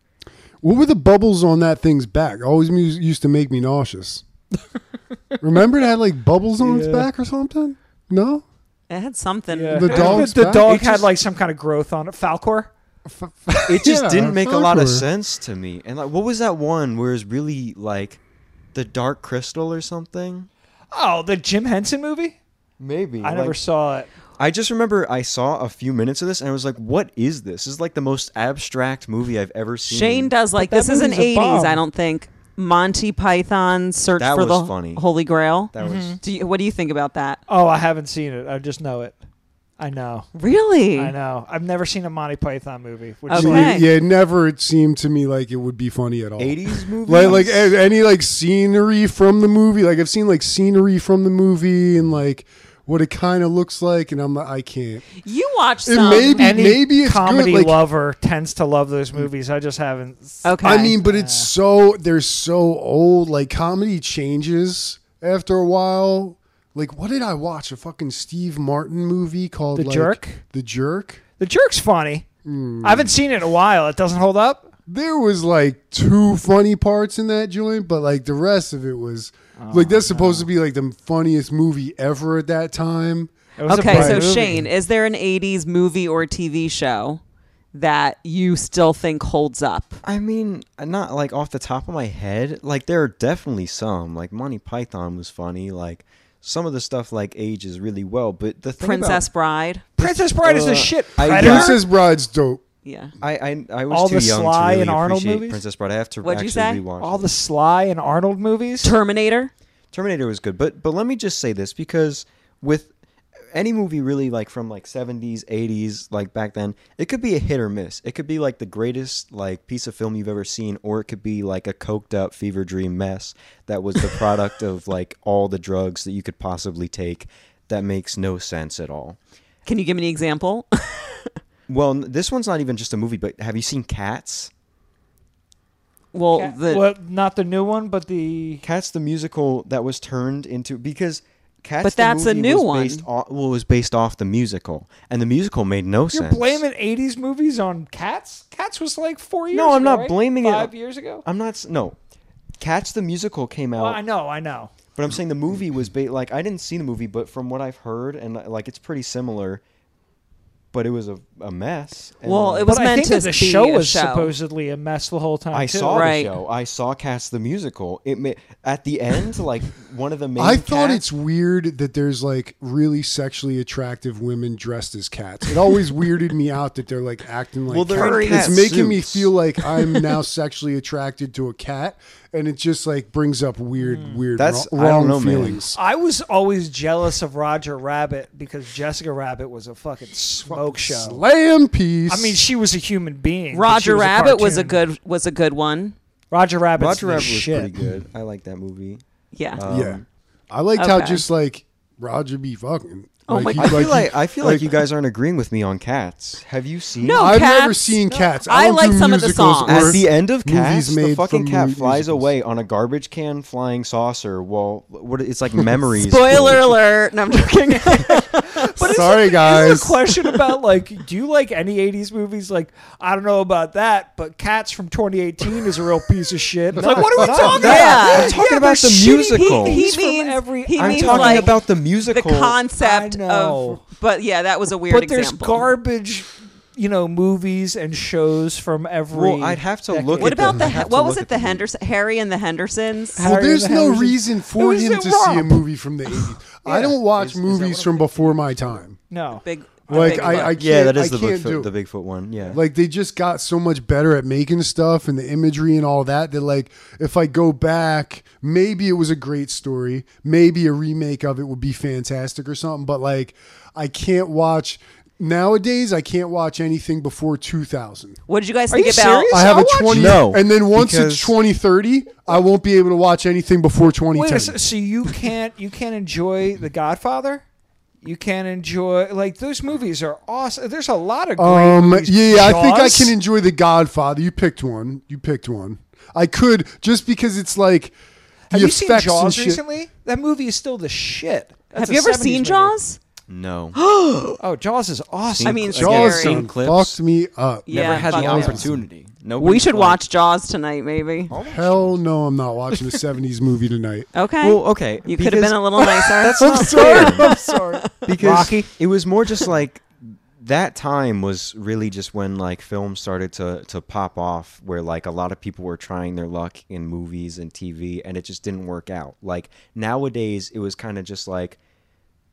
[SPEAKER 2] What were the bubbles on that thing's back? Always mu- used to make
[SPEAKER 1] (laughs)
[SPEAKER 2] me nauseous. Remember it had like bubbles on its
[SPEAKER 3] Yeah.
[SPEAKER 2] back or something? No?
[SPEAKER 1] It had something.
[SPEAKER 3] Yeah.
[SPEAKER 2] The dog's
[SPEAKER 3] (laughs) the
[SPEAKER 2] back?
[SPEAKER 3] dog
[SPEAKER 2] It
[SPEAKER 3] had
[SPEAKER 2] just-
[SPEAKER 3] like some kind of growth on it. Falcor.
[SPEAKER 4] It just
[SPEAKER 2] Yeah,
[SPEAKER 4] didn't make a lot
[SPEAKER 2] Falcor.
[SPEAKER 4] of sense to me. And like, what was that one where it's really like the Dark Crystal or something?
[SPEAKER 3] Oh, the Jim Henson movie.
[SPEAKER 4] Maybe
[SPEAKER 3] I never
[SPEAKER 4] like-
[SPEAKER 3] saw it.
[SPEAKER 4] I just remember I saw a few minutes of this and I was like, "What is this? This is like the most abstract movie I've ever seen."
[SPEAKER 1] Shane does like
[SPEAKER 3] that
[SPEAKER 1] this isn't
[SPEAKER 3] movie's a
[SPEAKER 1] 80s,
[SPEAKER 3] bomb.
[SPEAKER 1] I don't think. Monty Python Search
[SPEAKER 4] That
[SPEAKER 1] for
[SPEAKER 4] was
[SPEAKER 1] the
[SPEAKER 4] funny.
[SPEAKER 1] Holy Grail.
[SPEAKER 4] That was
[SPEAKER 3] Mm-hmm.
[SPEAKER 1] do you, what do you think about that?
[SPEAKER 3] Oh, I haven't seen it. I just know it. I know.
[SPEAKER 1] Really?
[SPEAKER 3] I know. I've never seen a Monty Python movie. Which
[SPEAKER 1] Okay.
[SPEAKER 3] is
[SPEAKER 2] Yeah, yeah, it never seemed to me like it would be funny at all.
[SPEAKER 4] '80s movie.
[SPEAKER 2] like eh, like a- any like scenery from the movie like i've seen like scenery from the movie and like what it kind of looks like and i'm i can't
[SPEAKER 1] You watched
[SPEAKER 2] It
[SPEAKER 1] some.
[SPEAKER 2] may be-
[SPEAKER 3] any
[SPEAKER 2] maybe it's good,
[SPEAKER 3] comedy
[SPEAKER 2] like-
[SPEAKER 3] lover tends to love those movies. I just haven't. s-
[SPEAKER 1] Okay.
[SPEAKER 2] i mean but it's so they're so old like comedy changes after a while like what did i watch a fucking steve martin movie called
[SPEAKER 3] The
[SPEAKER 2] like,
[SPEAKER 3] Jerk?
[SPEAKER 2] the jerk
[SPEAKER 3] The Jerk's funny. I haven't seen it in a while. It doesn't hold up.
[SPEAKER 2] there was like two funny parts in that joint, but like the rest of it was
[SPEAKER 3] Oh
[SPEAKER 2] like that's supposed to be like the funniest movie ever at that time.
[SPEAKER 3] It was a
[SPEAKER 1] okay,
[SPEAKER 3] bad
[SPEAKER 1] so
[SPEAKER 3] movie.
[SPEAKER 1] Shane, is there an 80s movie or TV show that you still think holds up?
[SPEAKER 4] I mean, not like off the top of my head. Like there are definitely some. Like Monty Python was funny. Like some of the stuff like ages really well. But the thing
[SPEAKER 1] Princess
[SPEAKER 4] about,
[SPEAKER 1] Bride?
[SPEAKER 3] Princess Bride is
[SPEAKER 4] Uh,
[SPEAKER 3] the shit.
[SPEAKER 4] I-
[SPEAKER 3] Predator?
[SPEAKER 2] Princess Bride's dope.
[SPEAKER 1] Yeah.
[SPEAKER 4] I, I I was
[SPEAKER 3] All
[SPEAKER 4] too
[SPEAKER 3] the
[SPEAKER 4] young
[SPEAKER 3] Sly
[SPEAKER 4] to really
[SPEAKER 3] and Arnold
[SPEAKER 4] appreciate
[SPEAKER 3] movies?
[SPEAKER 4] Princess Bride. I have to
[SPEAKER 1] What'd you
[SPEAKER 4] actually
[SPEAKER 1] say?
[SPEAKER 4] rewatch
[SPEAKER 3] all
[SPEAKER 4] it.
[SPEAKER 3] the Sly and Arnold movies.
[SPEAKER 1] Terminator?
[SPEAKER 4] Terminator was good, but but let me just say this because with any movie really like from like 70s, 80s, like back then, it could be a hit or miss. It could be like the greatest like piece of film you've ever seen or it could be like a coked up fever dream mess that was the (laughs) product of like all the drugs that you could possibly take that makes no sense at all.
[SPEAKER 1] Can you give me an example? (laughs)
[SPEAKER 4] Well, n- this one's not even just a movie, but have you seen Cats?
[SPEAKER 1] Well,
[SPEAKER 3] Cat-
[SPEAKER 1] the
[SPEAKER 3] well, not the new one, but the
[SPEAKER 4] Cats the musical that was turned into because Cats.
[SPEAKER 1] But
[SPEAKER 4] the
[SPEAKER 1] that's a
[SPEAKER 4] movie
[SPEAKER 1] new
[SPEAKER 4] was
[SPEAKER 1] one.
[SPEAKER 4] Based off, well, it was based off the musical, and the musical made no
[SPEAKER 3] You're
[SPEAKER 4] sense.
[SPEAKER 3] blaming '80s movies on Cats. Cats was like four years.
[SPEAKER 4] I'm
[SPEAKER 3] ago,
[SPEAKER 4] not
[SPEAKER 3] right?
[SPEAKER 4] blaming it.
[SPEAKER 3] Five years ago.
[SPEAKER 4] I'm not. s- No, Cats the musical came out,
[SPEAKER 3] Well, I know, I know.
[SPEAKER 4] but I'm saying the movie was ba- like I didn't see the movie, but from what I've heard and uh, like it's pretty similar. But it was a, a mess. and,
[SPEAKER 1] Well,
[SPEAKER 4] uh,
[SPEAKER 1] it was
[SPEAKER 3] But I
[SPEAKER 1] meant
[SPEAKER 3] think
[SPEAKER 1] to
[SPEAKER 3] that the
[SPEAKER 1] be
[SPEAKER 3] show
[SPEAKER 1] a
[SPEAKER 3] was
[SPEAKER 1] show.
[SPEAKER 3] supposedly a mess the whole time.
[SPEAKER 4] I
[SPEAKER 3] too.
[SPEAKER 4] saw
[SPEAKER 1] Right.
[SPEAKER 4] the show. I saw Cats the musical. It ma- at the end, like one of the main.
[SPEAKER 2] I thought
[SPEAKER 4] cats-
[SPEAKER 2] it's weird that there's like really sexually attractive women dressed as cats. It always weirded me out that they're like acting like
[SPEAKER 4] Well, they're in
[SPEAKER 2] cats.
[SPEAKER 4] cat
[SPEAKER 2] It's making me
[SPEAKER 4] suits.
[SPEAKER 2] feel like
[SPEAKER 4] (laughs)
[SPEAKER 2] I'm now sexually attracted to a cat, and it just like brings up weird,
[SPEAKER 3] Hmm.
[SPEAKER 2] weird,
[SPEAKER 4] That's-
[SPEAKER 2] wrong,
[SPEAKER 4] I don't know, man.
[SPEAKER 2] feelings.
[SPEAKER 3] I was always jealous of Roger Rabbit because Jessica Rabbit was a fucking smoke show.
[SPEAKER 2] Slam piece.
[SPEAKER 3] I mean, she was a human being. but she
[SPEAKER 1] Roger Rabbit was a
[SPEAKER 3] cartoon.
[SPEAKER 1] good was a good one.
[SPEAKER 3] Roger Rabbit.
[SPEAKER 4] Roger Rabbit was
[SPEAKER 3] shit.
[SPEAKER 4] pretty good. I like that movie. Um,
[SPEAKER 1] Yeah.
[SPEAKER 4] Uh,
[SPEAKER 2] yeah, Um, I liked how
[SPEAKER 1] okay.
[SPEAKER 2] just like Roger be fucking.
[SPEAKER 1] Oh my
[SPEAKER 2] he-
[SPEAKER 1] God.
[SPEAKER 4] I feel
[SPEAKER 2] he-
[SPEAKER 4] like I feel
[SPEAKER 2] like-
[SPEAKER 4] like you guys aren't agreeing with me on Cats. Have you seen?
[SPEAKER 1] No,
[SPEAKER 2] I've
[SPEAKER 1] Cats.
[SPEAKER 2] never seen cats.
[SPEAKER 1] I
[SPEAKER 2] don't
[SPEAKER 1] like
[SPEAKER 2] do
[SPEAKER 1] some of the
[SPEAKER 2] musicals
[SPEAKER 1] songs.
[SPEAKER 2] or
[SPEAKER 4] At the end of
[SPEAKER 2] movies
[SPEAKER 4] Cats, the
[SPEAKER 2] made
[SPEAKER 4] fucking
[SPEAKER 2] from
[SPEAKER 4] cat
[SPEAKER 2] mu-
[SPEAKER 4] flies
[SPEAKER 2] musicals.
[SPEAKER 4] away on a garbage can flying saucer. Well, what
[SPEAKER 1] (laughs)
[SPEAKER 4] it's like memories.
[SPEAKER 1] Spoiler alert! No, I'm joking.
[SPEAKER 2] Sorry,
[SPEAKER 3] This
[SPEAKER 2] guys.
[SPEAKER 3] is a
[SPEAKER 4] (laughs)
[SPEAKER 3] question about like, do you like any '80s movies? Like, I don't know about that, but Cats from 2018 is a real piece of shit. It's like, what are we talking about?
[SPEAKER 1] yeah.
[SPEAKER 4] I'm talking
[SPEAKER 3] Yeah,
[SPEAKER 4] about
[SPEAKER 3] they're
[SPEAKER 4] the
[SPEAKER 3] shitty
[SPEAKER 4] musical.
[SPEAKER 3] people.
[SPEAKER 1] he
[SPEAKER 3] He's from
[SPEAKER 1] means
[SPEAKER 3] every-
[SPEAKER 1] he
[SPEAKER 4] I'm
[SPEAKER 1] means
[SPEAKER 4] talking
[SPEAKER 1] like
[SPEAKER 4] about
[SPEAKER 1] (laughs)
[SPEAKER 4] the
[SPEAKER 1] the
[SPEAKER 4] musical.
[SPEAKER 1] concept
[SPEAKER 3] I know.
[SPEAKER 1] of. But yeah, that was a weird
[SPEAKER 3] But there's
[SPEAKER 1] example.
[SPEAKER 3] garbage, you know, movies and shows from every.
[SPEAKER 4] Well, I'd have to
[SPEAKER 3] decade.
[SPEAKER 4] look
[SPEAKER 1] What
[SPEAKER 4] at
[SPEAKER 1] about
[SPEAKER 4] the-
[SPEAKER 1] the
[SPEAKER 4] I have to
[SPEAKER 1] what
[SPEAKER 4] look
[SPEAKER 1] was
[SPEAKER 4] at
[SPEAKER 1] it? The
[SPEAKER 4] the movie.
[SPEAKER 1] Henderson, Harry and the Hendersons.
[SPEAKER 3] Harry
[SPEAKER 2] Well,
[SPEAKER 3] and
[SPEAKER 2] there's
[SPEAKER 3] the
[SPEAKER 2] no
[SPEAKER 3] Hendersons.
[SPEAKER 2] reason for
[SPEAKER 3] Who's
[SPEAKER 2] him
[SPEAKER 3] it
[SPEAKER 2] to see a
[SPEAKER 3] Rob?
[SPEAKER 2] movie from the 80s. I don't watch movies from before my time.
[SPEAKER 3] no.
[SPEAKER 1] Big a
[SPEAKER 2] Like
[SPEAKER 1] big
[SPEAKER 2] I, I
[SPEAKER 1] look.
[SPEAKER 2] can't,
[SPEAKER 4] Yeah, that is
[SPEAKER 2] I
[SPEAKER 4] the
[SPEAKER 2] can't do
[SPEAKER 4] Bigfoot,
[SPEAKER 2] it.
[SPEAKER 4] the Bigfoot one. Yeah.
[SPEAKER 2] Like they just got so much better at making stuff and the imagery and all that that like if I go back, maybe it was a great story, maybe a remake of it would be fantastic or something, but like I can't watch nowadays I can't watch anything before 2000.
[SPEAKER 1] what did you guys
[SPEAKER 3] Are
[SPEAKER 1] think
[SPEAKER 3] you
[SPEAKER 1] about?
[SPEAKER 3] serious?
[SPEAKER 2] I have
[SPEAKER 3] I'll
[SPEAKER 2] a
[SPEAKER 3] watch
[SPEAKER 2] 20
[SPEAKER 4] No,
[SPEAKER 2] and then once it's
[SPEAKER 4] because-
[SPEAKER 2] 2030, I won't be able to watch anything before
[SPEAKER 3] Wait,
[SPEAKER 2] 2010.
[SPEAKER 3] a se- so you can't you can't enjoy The Godfather? You can't enjoy like those movies are awesome. There's a lot of great
[SPEAKER 2] Um,
[SPEAKER 3] movies.
[SPEAKER 2] yeah, I think I
[SPEAKER 3] Jaws?
[SPEAKER 2] can enjoy The Godfather. You picked one. You picked one. I could just because it's like the
[SPEAKER 3] Have you seen
[SPEAKER 2] effects and
[SPEAKER 3] Jaws
[SPEAKER 2] shit.
[SPEAKER 3] recently? That movie is still the shit. That's
[SPEAKER 1] Have
[SPEAKER 3] a
[SPEAKER 1] you ever
[SPEAKER 3] 70s
[SPEAKER 1] seen
[SPEAKER 3] movie.
[SPEAKER 1] Jaws?
[SPEAKER 4] no.
[SPEAKER 3] Oh, Jaws is
[SPEAKER 1] (gasps)
[SPEAKER 3] awesome.
[SPEAKER 1] I mean,
[SPEAKER 4] Again,
[SPEAKER 2] Jaws
[SPEAKER 1] Scary.
[SPEAKER 2] done
[SPEAKER 4] seen clips.
[SPEAKER 2] fucked me up.
[SPEAKER 1] Yeah.
[SPEAKER 4] Never had
[SPEAKER 1] fuck
[SPEAKER 4] the
[SPEAKER 1] yeah.
[SPEAKER 4] opportunity. No.
[SPEAKER 1] We should watch Jaws tonight, maybe.
[SPEAKER 2] Hell no, I'm not watching a '70s movie tonight.
[SPEAKER 1] Okay.
[SPEAKER 4] Oh. Well, okay.
[SPEAKER 1] You could have
[SPEAKER 4] because-
[SPEAKER 1] been
[SPEAKER 4] (laughs)
[SPEAKER 1] a little nicer.
[SPEAKER 4] That's not fair.
[SPEAKER 2] I'm sorry.
[SPEAKER 4] because
[SPEAKER 3] Rocky?
[SPEAKER 4] it was more just like that time was really just when like film started to to pop off where like a lot of people were trying their luck in movies and TV and it just didn't work out. Like nowadays it was kind of just like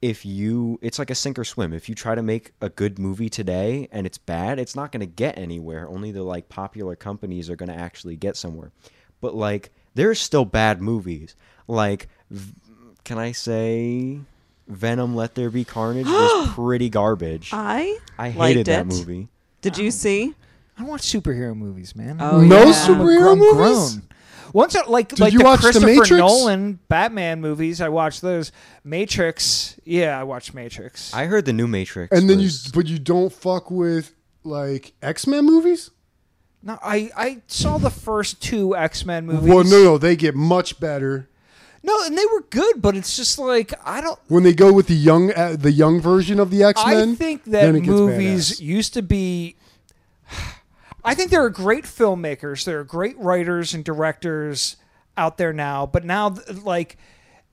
[SPEAKER 4] if you it's like a sink or swim. If you try to make a good movie today and it's bad, it's not going to get anywhere. Only the like popular companies are going to actually get somewhere. But like there's still bad movies. Like v- can I say Venom Let There Be Carnage was pretty garbage.
[SPEAKER 1] I
[SPEAKER 4] I hated
[SPEAKER 1] liked
[SPEAKER 4] that
[SPEAKER 1] it.
[SPEAKER 4] movie. Um,
[SPEAKER 1] Did you see?
[SPEAKER 3] I don't watch superhero movies, man.
[SPEAKER 1] Oh,
[SPEAKER 2] No
[SPEAKER 1] yeah.
[SPEAKER 2] super- superhero movies?
[SPEAKER 3] Once, I, like, like
[SPEAKER 2] you
[SPEAKER 3] the
[SPEAKER 2] watch The
[SPEAKER 3] Christopher
[SPEAKER 2] Matrix?
[SPEAKER 3] Nolan Batman movies, I watched those. Matrix, yeah, I watched Matrix.
[SPEAKER 4] I heard the new Matrix.
[SPEAKER 2] And then you,
[SPEAKER 4] was-
[SPEAKER 2] but you don't fuck with like X-Men movies.
[SPEAKER 3] no, I, I saw the first two X Men movies.
[SPEAKER 2] Well, no, no, they get much better
[SPEAKER 3] no, and they were good, but it's just like I don't.
[SPEAKER 2] when they go with the young, uh, the young version of the X-Men.
[SPEAKER 3] I think that
[SPEAKER 2] then it gets badass.
[SPEAKER 3] movies used to be. I think there are great filmmakers, there are great writers and directors out there now, but now th- like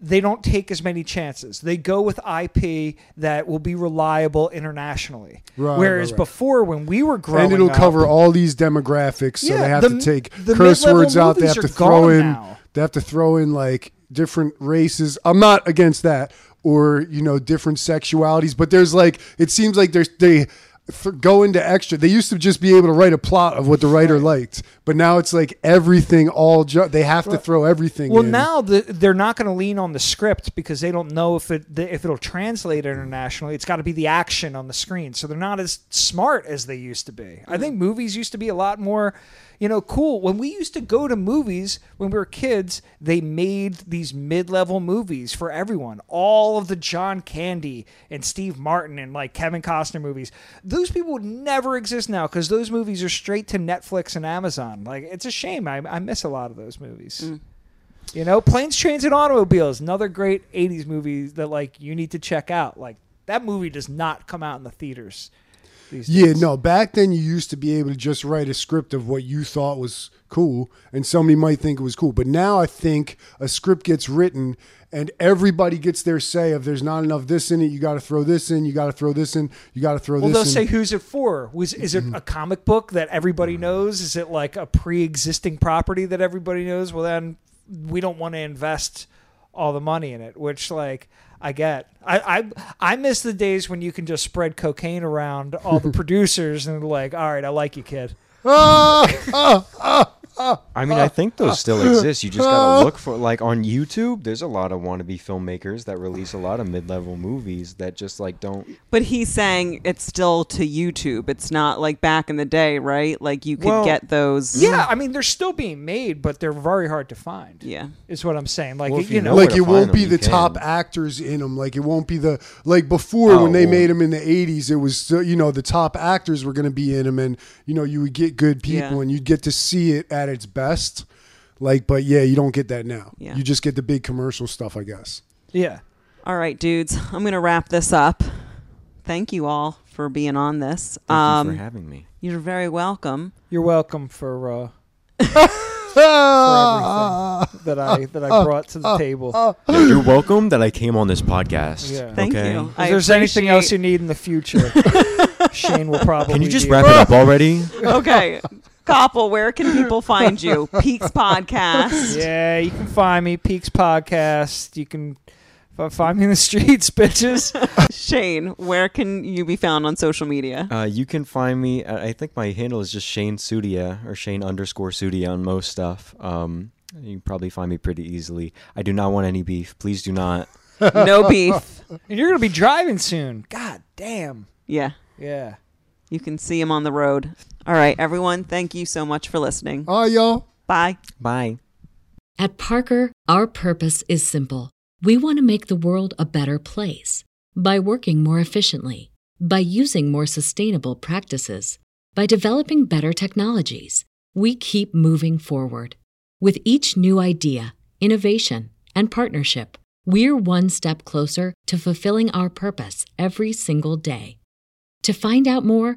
[SPEAKER 3] they don't take as many chances. They go with IP that will be reliable internationally.
[SPEAKER 2] Right, right,
[SPEAKER 3] Whereas
[SPEAKER 2] right.
[SPEAKER 3] before, when we were growing
[SPEAKER 2] and it'll
[SPEAKER 3] up-
[SPEAKER 2] cover all these demographics. So
[SPEAKER 3] Yeah,
[SPEAKER 2] they have
[SPEAKER 3] the
[SPEAKER 2] to
[SPEAKER 3] m-
[SPEAKER 2] take
[SPEAKER 3] the
[SPEAKER 2] curse
[SPEAKER 3] mid-level
[SPEAKER 2] words out. They
[SPEAKER 3] movies
[SPEAKER 2] have
[SPEAKER 3] are
[SPEAKER 2] to throw
[SPEAKER 3] gone
[SPEAKER 2] in.
[SPEAKER 3] now.
[SPEAKER 2] They have to throw in like different races. I'm not against that, or you know, different sexualities. But there's like it seems like there's they th- go into extra. They used to just be able to write a plot of what the writer liked, but now it's like everything. All ju- they have to throw everything.
[SPEAKER 3] Well,
[SPEAKER 2] in.
[SPEAKER 3] now the, they're not going to lean on the script because they don't know if it the, if it'll translate internationally. It's got to be the action on the screen, so they're not as smart as they used to be. I think movies used to be a lot more, you know, cool. When we used to go to movies when we were kids, they made these mid-level movies for everyone. All of the John Candy and Steve Martin and like Kevin Costner movies. Those people would never exist now because those movies are straight to Netflix and Amazon. Like it's a shame. I, I miss a lot of those movies. You know, Planes, Trains, and Automobiles, another great 80s movie that, like, you need to check out. Like, that movie does not come out in the theaters these
[SPEAKER 2] Yeah,
[SPEAKER 3] days.
[SPEAKER 2] no. Back then, you used to be able to just write a script of what you thought was cool, and somebody might think it was cool. But now I think a script gets written, and everybody gets their say of there's not enough this in it. You got to throw this in. You got to throw this in. You got to throw
[SPEAKER 3] Well,
[SPEAKER 2] this
[SPEAKER 3] they'll
[SPEAKER 2] in.
[SPEAKER 3] say, who's it for? Was Is it a comic book that everybody knows? Is it, like, a pre existing property that everybody knows? Well, then we don't want to invest all the money in it, which, like, I get. I, I I miss the days when you can just spread cocaine around all the producers and they're like, all right, I like you, kid.
[SPEAKER 2] Ah!
[SPEAKER 3] (laughs)
[SPEAKER 4] I mean, I think those still exist. You just
[SPEAKER 2] (laughs)
[SPEAKER 4] gotta look for like on YouTube. There's a lot of wannabe filmmakers that release a lot of mid-level movies that just like don't.
[SPEAKER 1] But he's saying it's still to YouTube. It's not like back in the day, right? Like you could
[SPEAKER 4] Well-
[SPEAKER 1] get those.
[SPEAKER 3] Yeah, I mean they're still being made, but they're very hard to find.
[SPEAKER 1] Yeah.
[SPEAKER 3] is what I'm saying. Like
[SPEAKER 4] Well, if
[SPEAKER 3] you
[SPEAKER 4] you
[SPEAKER 3] know,
[SPEAKER 4] know
[SPEAKER 2] like
[SPEAKER 4] where
[SPEAKER 2] it
[SPEAKER 4] to
[SPEAKER 2] won't
[SPEAKER 4] find
[SPEAKER 2] be
[SPEAKER 4] them,
[SPEAKER 2] the
[SPEAKER 4] you
[SPEAKER 2] top
[SPEAKER 4] can.
[SPEAKER 2] actors in them like it won't be the like before
[SPEAKER 4] Oh,
[SPEAKER 2] when they
[SPEAKER 4] well.
[SPEAKER 2] made them in the 80s it was still you know the top actors were going to be in them and you know you would get good people
[SPEAKER 1] Yeah.
[SPEAKER 2] and you'd get to see it at its best like but yeah you don't get that now
[SPEAKER 1] Yeah.
[SPEAKER 2] you just get the big commercial stuff i guess
[SPEAKER 3] yeah.
[SPEAKER 1] All right, dudes. I'm gonna wrap this up. Thank you all for being on this.
[SPEAKER 4] Thank
[SPEAKER 1] um,
[SPEAKER 4] you for having me.
[SPEAKER 1] you're very
[SPEAKER 4] (laughs)
[SPEAKER 1] welcome.
[SPEAKER 3] You're welcome for uh, for everything that I that
[SPEAKER 4] (laughs) Oh,
[SPEAKER 3] I brought to the table.
[SPEAKER 4] Yeah, you're welcome that I came on this podcast.
[SPEAKER 3] Yeah.
[SPEAKER 1] Thank
[SPEAKER 4] okay?
[SPEAKER 1] you.
[SPEAKER 3] if there's anything else you need in the future, Shane will probably.
[SPEAKER 4] Can you just
[SPEAKER 3] do.
[SPEAKER 4] wrap it up already?
[SPEAKER 1] okay, Koppel, where can people find you? Peaks Podcast.
[SPEAKER 3] Yeah, you can find me Peaks Podcast. You can f- find me in the (laughs) streets, bitches.
[SPEAKER 1] Shane, where can you be found on social media?
[SPEAKER 4] Uh, you can find me. uh, I I think my handle is just Shane Sudia or Shane underscore Sudia on most stuff. Um, you can probably find me pretty easily. I do not want any beef. Please do not.
[SPEAKER 1] No beef.
[SPEAKER 3] and you're gonna be driving soon. God damn.
[SPEAKER 1] Yeah.
[SPEAKER 3] Yeah.
[SPEAKER 1] You can see him on the road. All right, everyone, thank you so much for listening.
[SPEAKER 2] (laughs) all right y'all
[SPEAKER 1] Bye.
[SPEAKER 4] Bye.
[SPEAKER 5] At Parker, our purpose is simple. We want to make the world a better place by working more efficiently, by using more sustainable practices, by developing better technologies. We keep moving forward. With each new idea, innovation, and partnership, we're one step closer to fulfilling our purpose every single day. To find out more,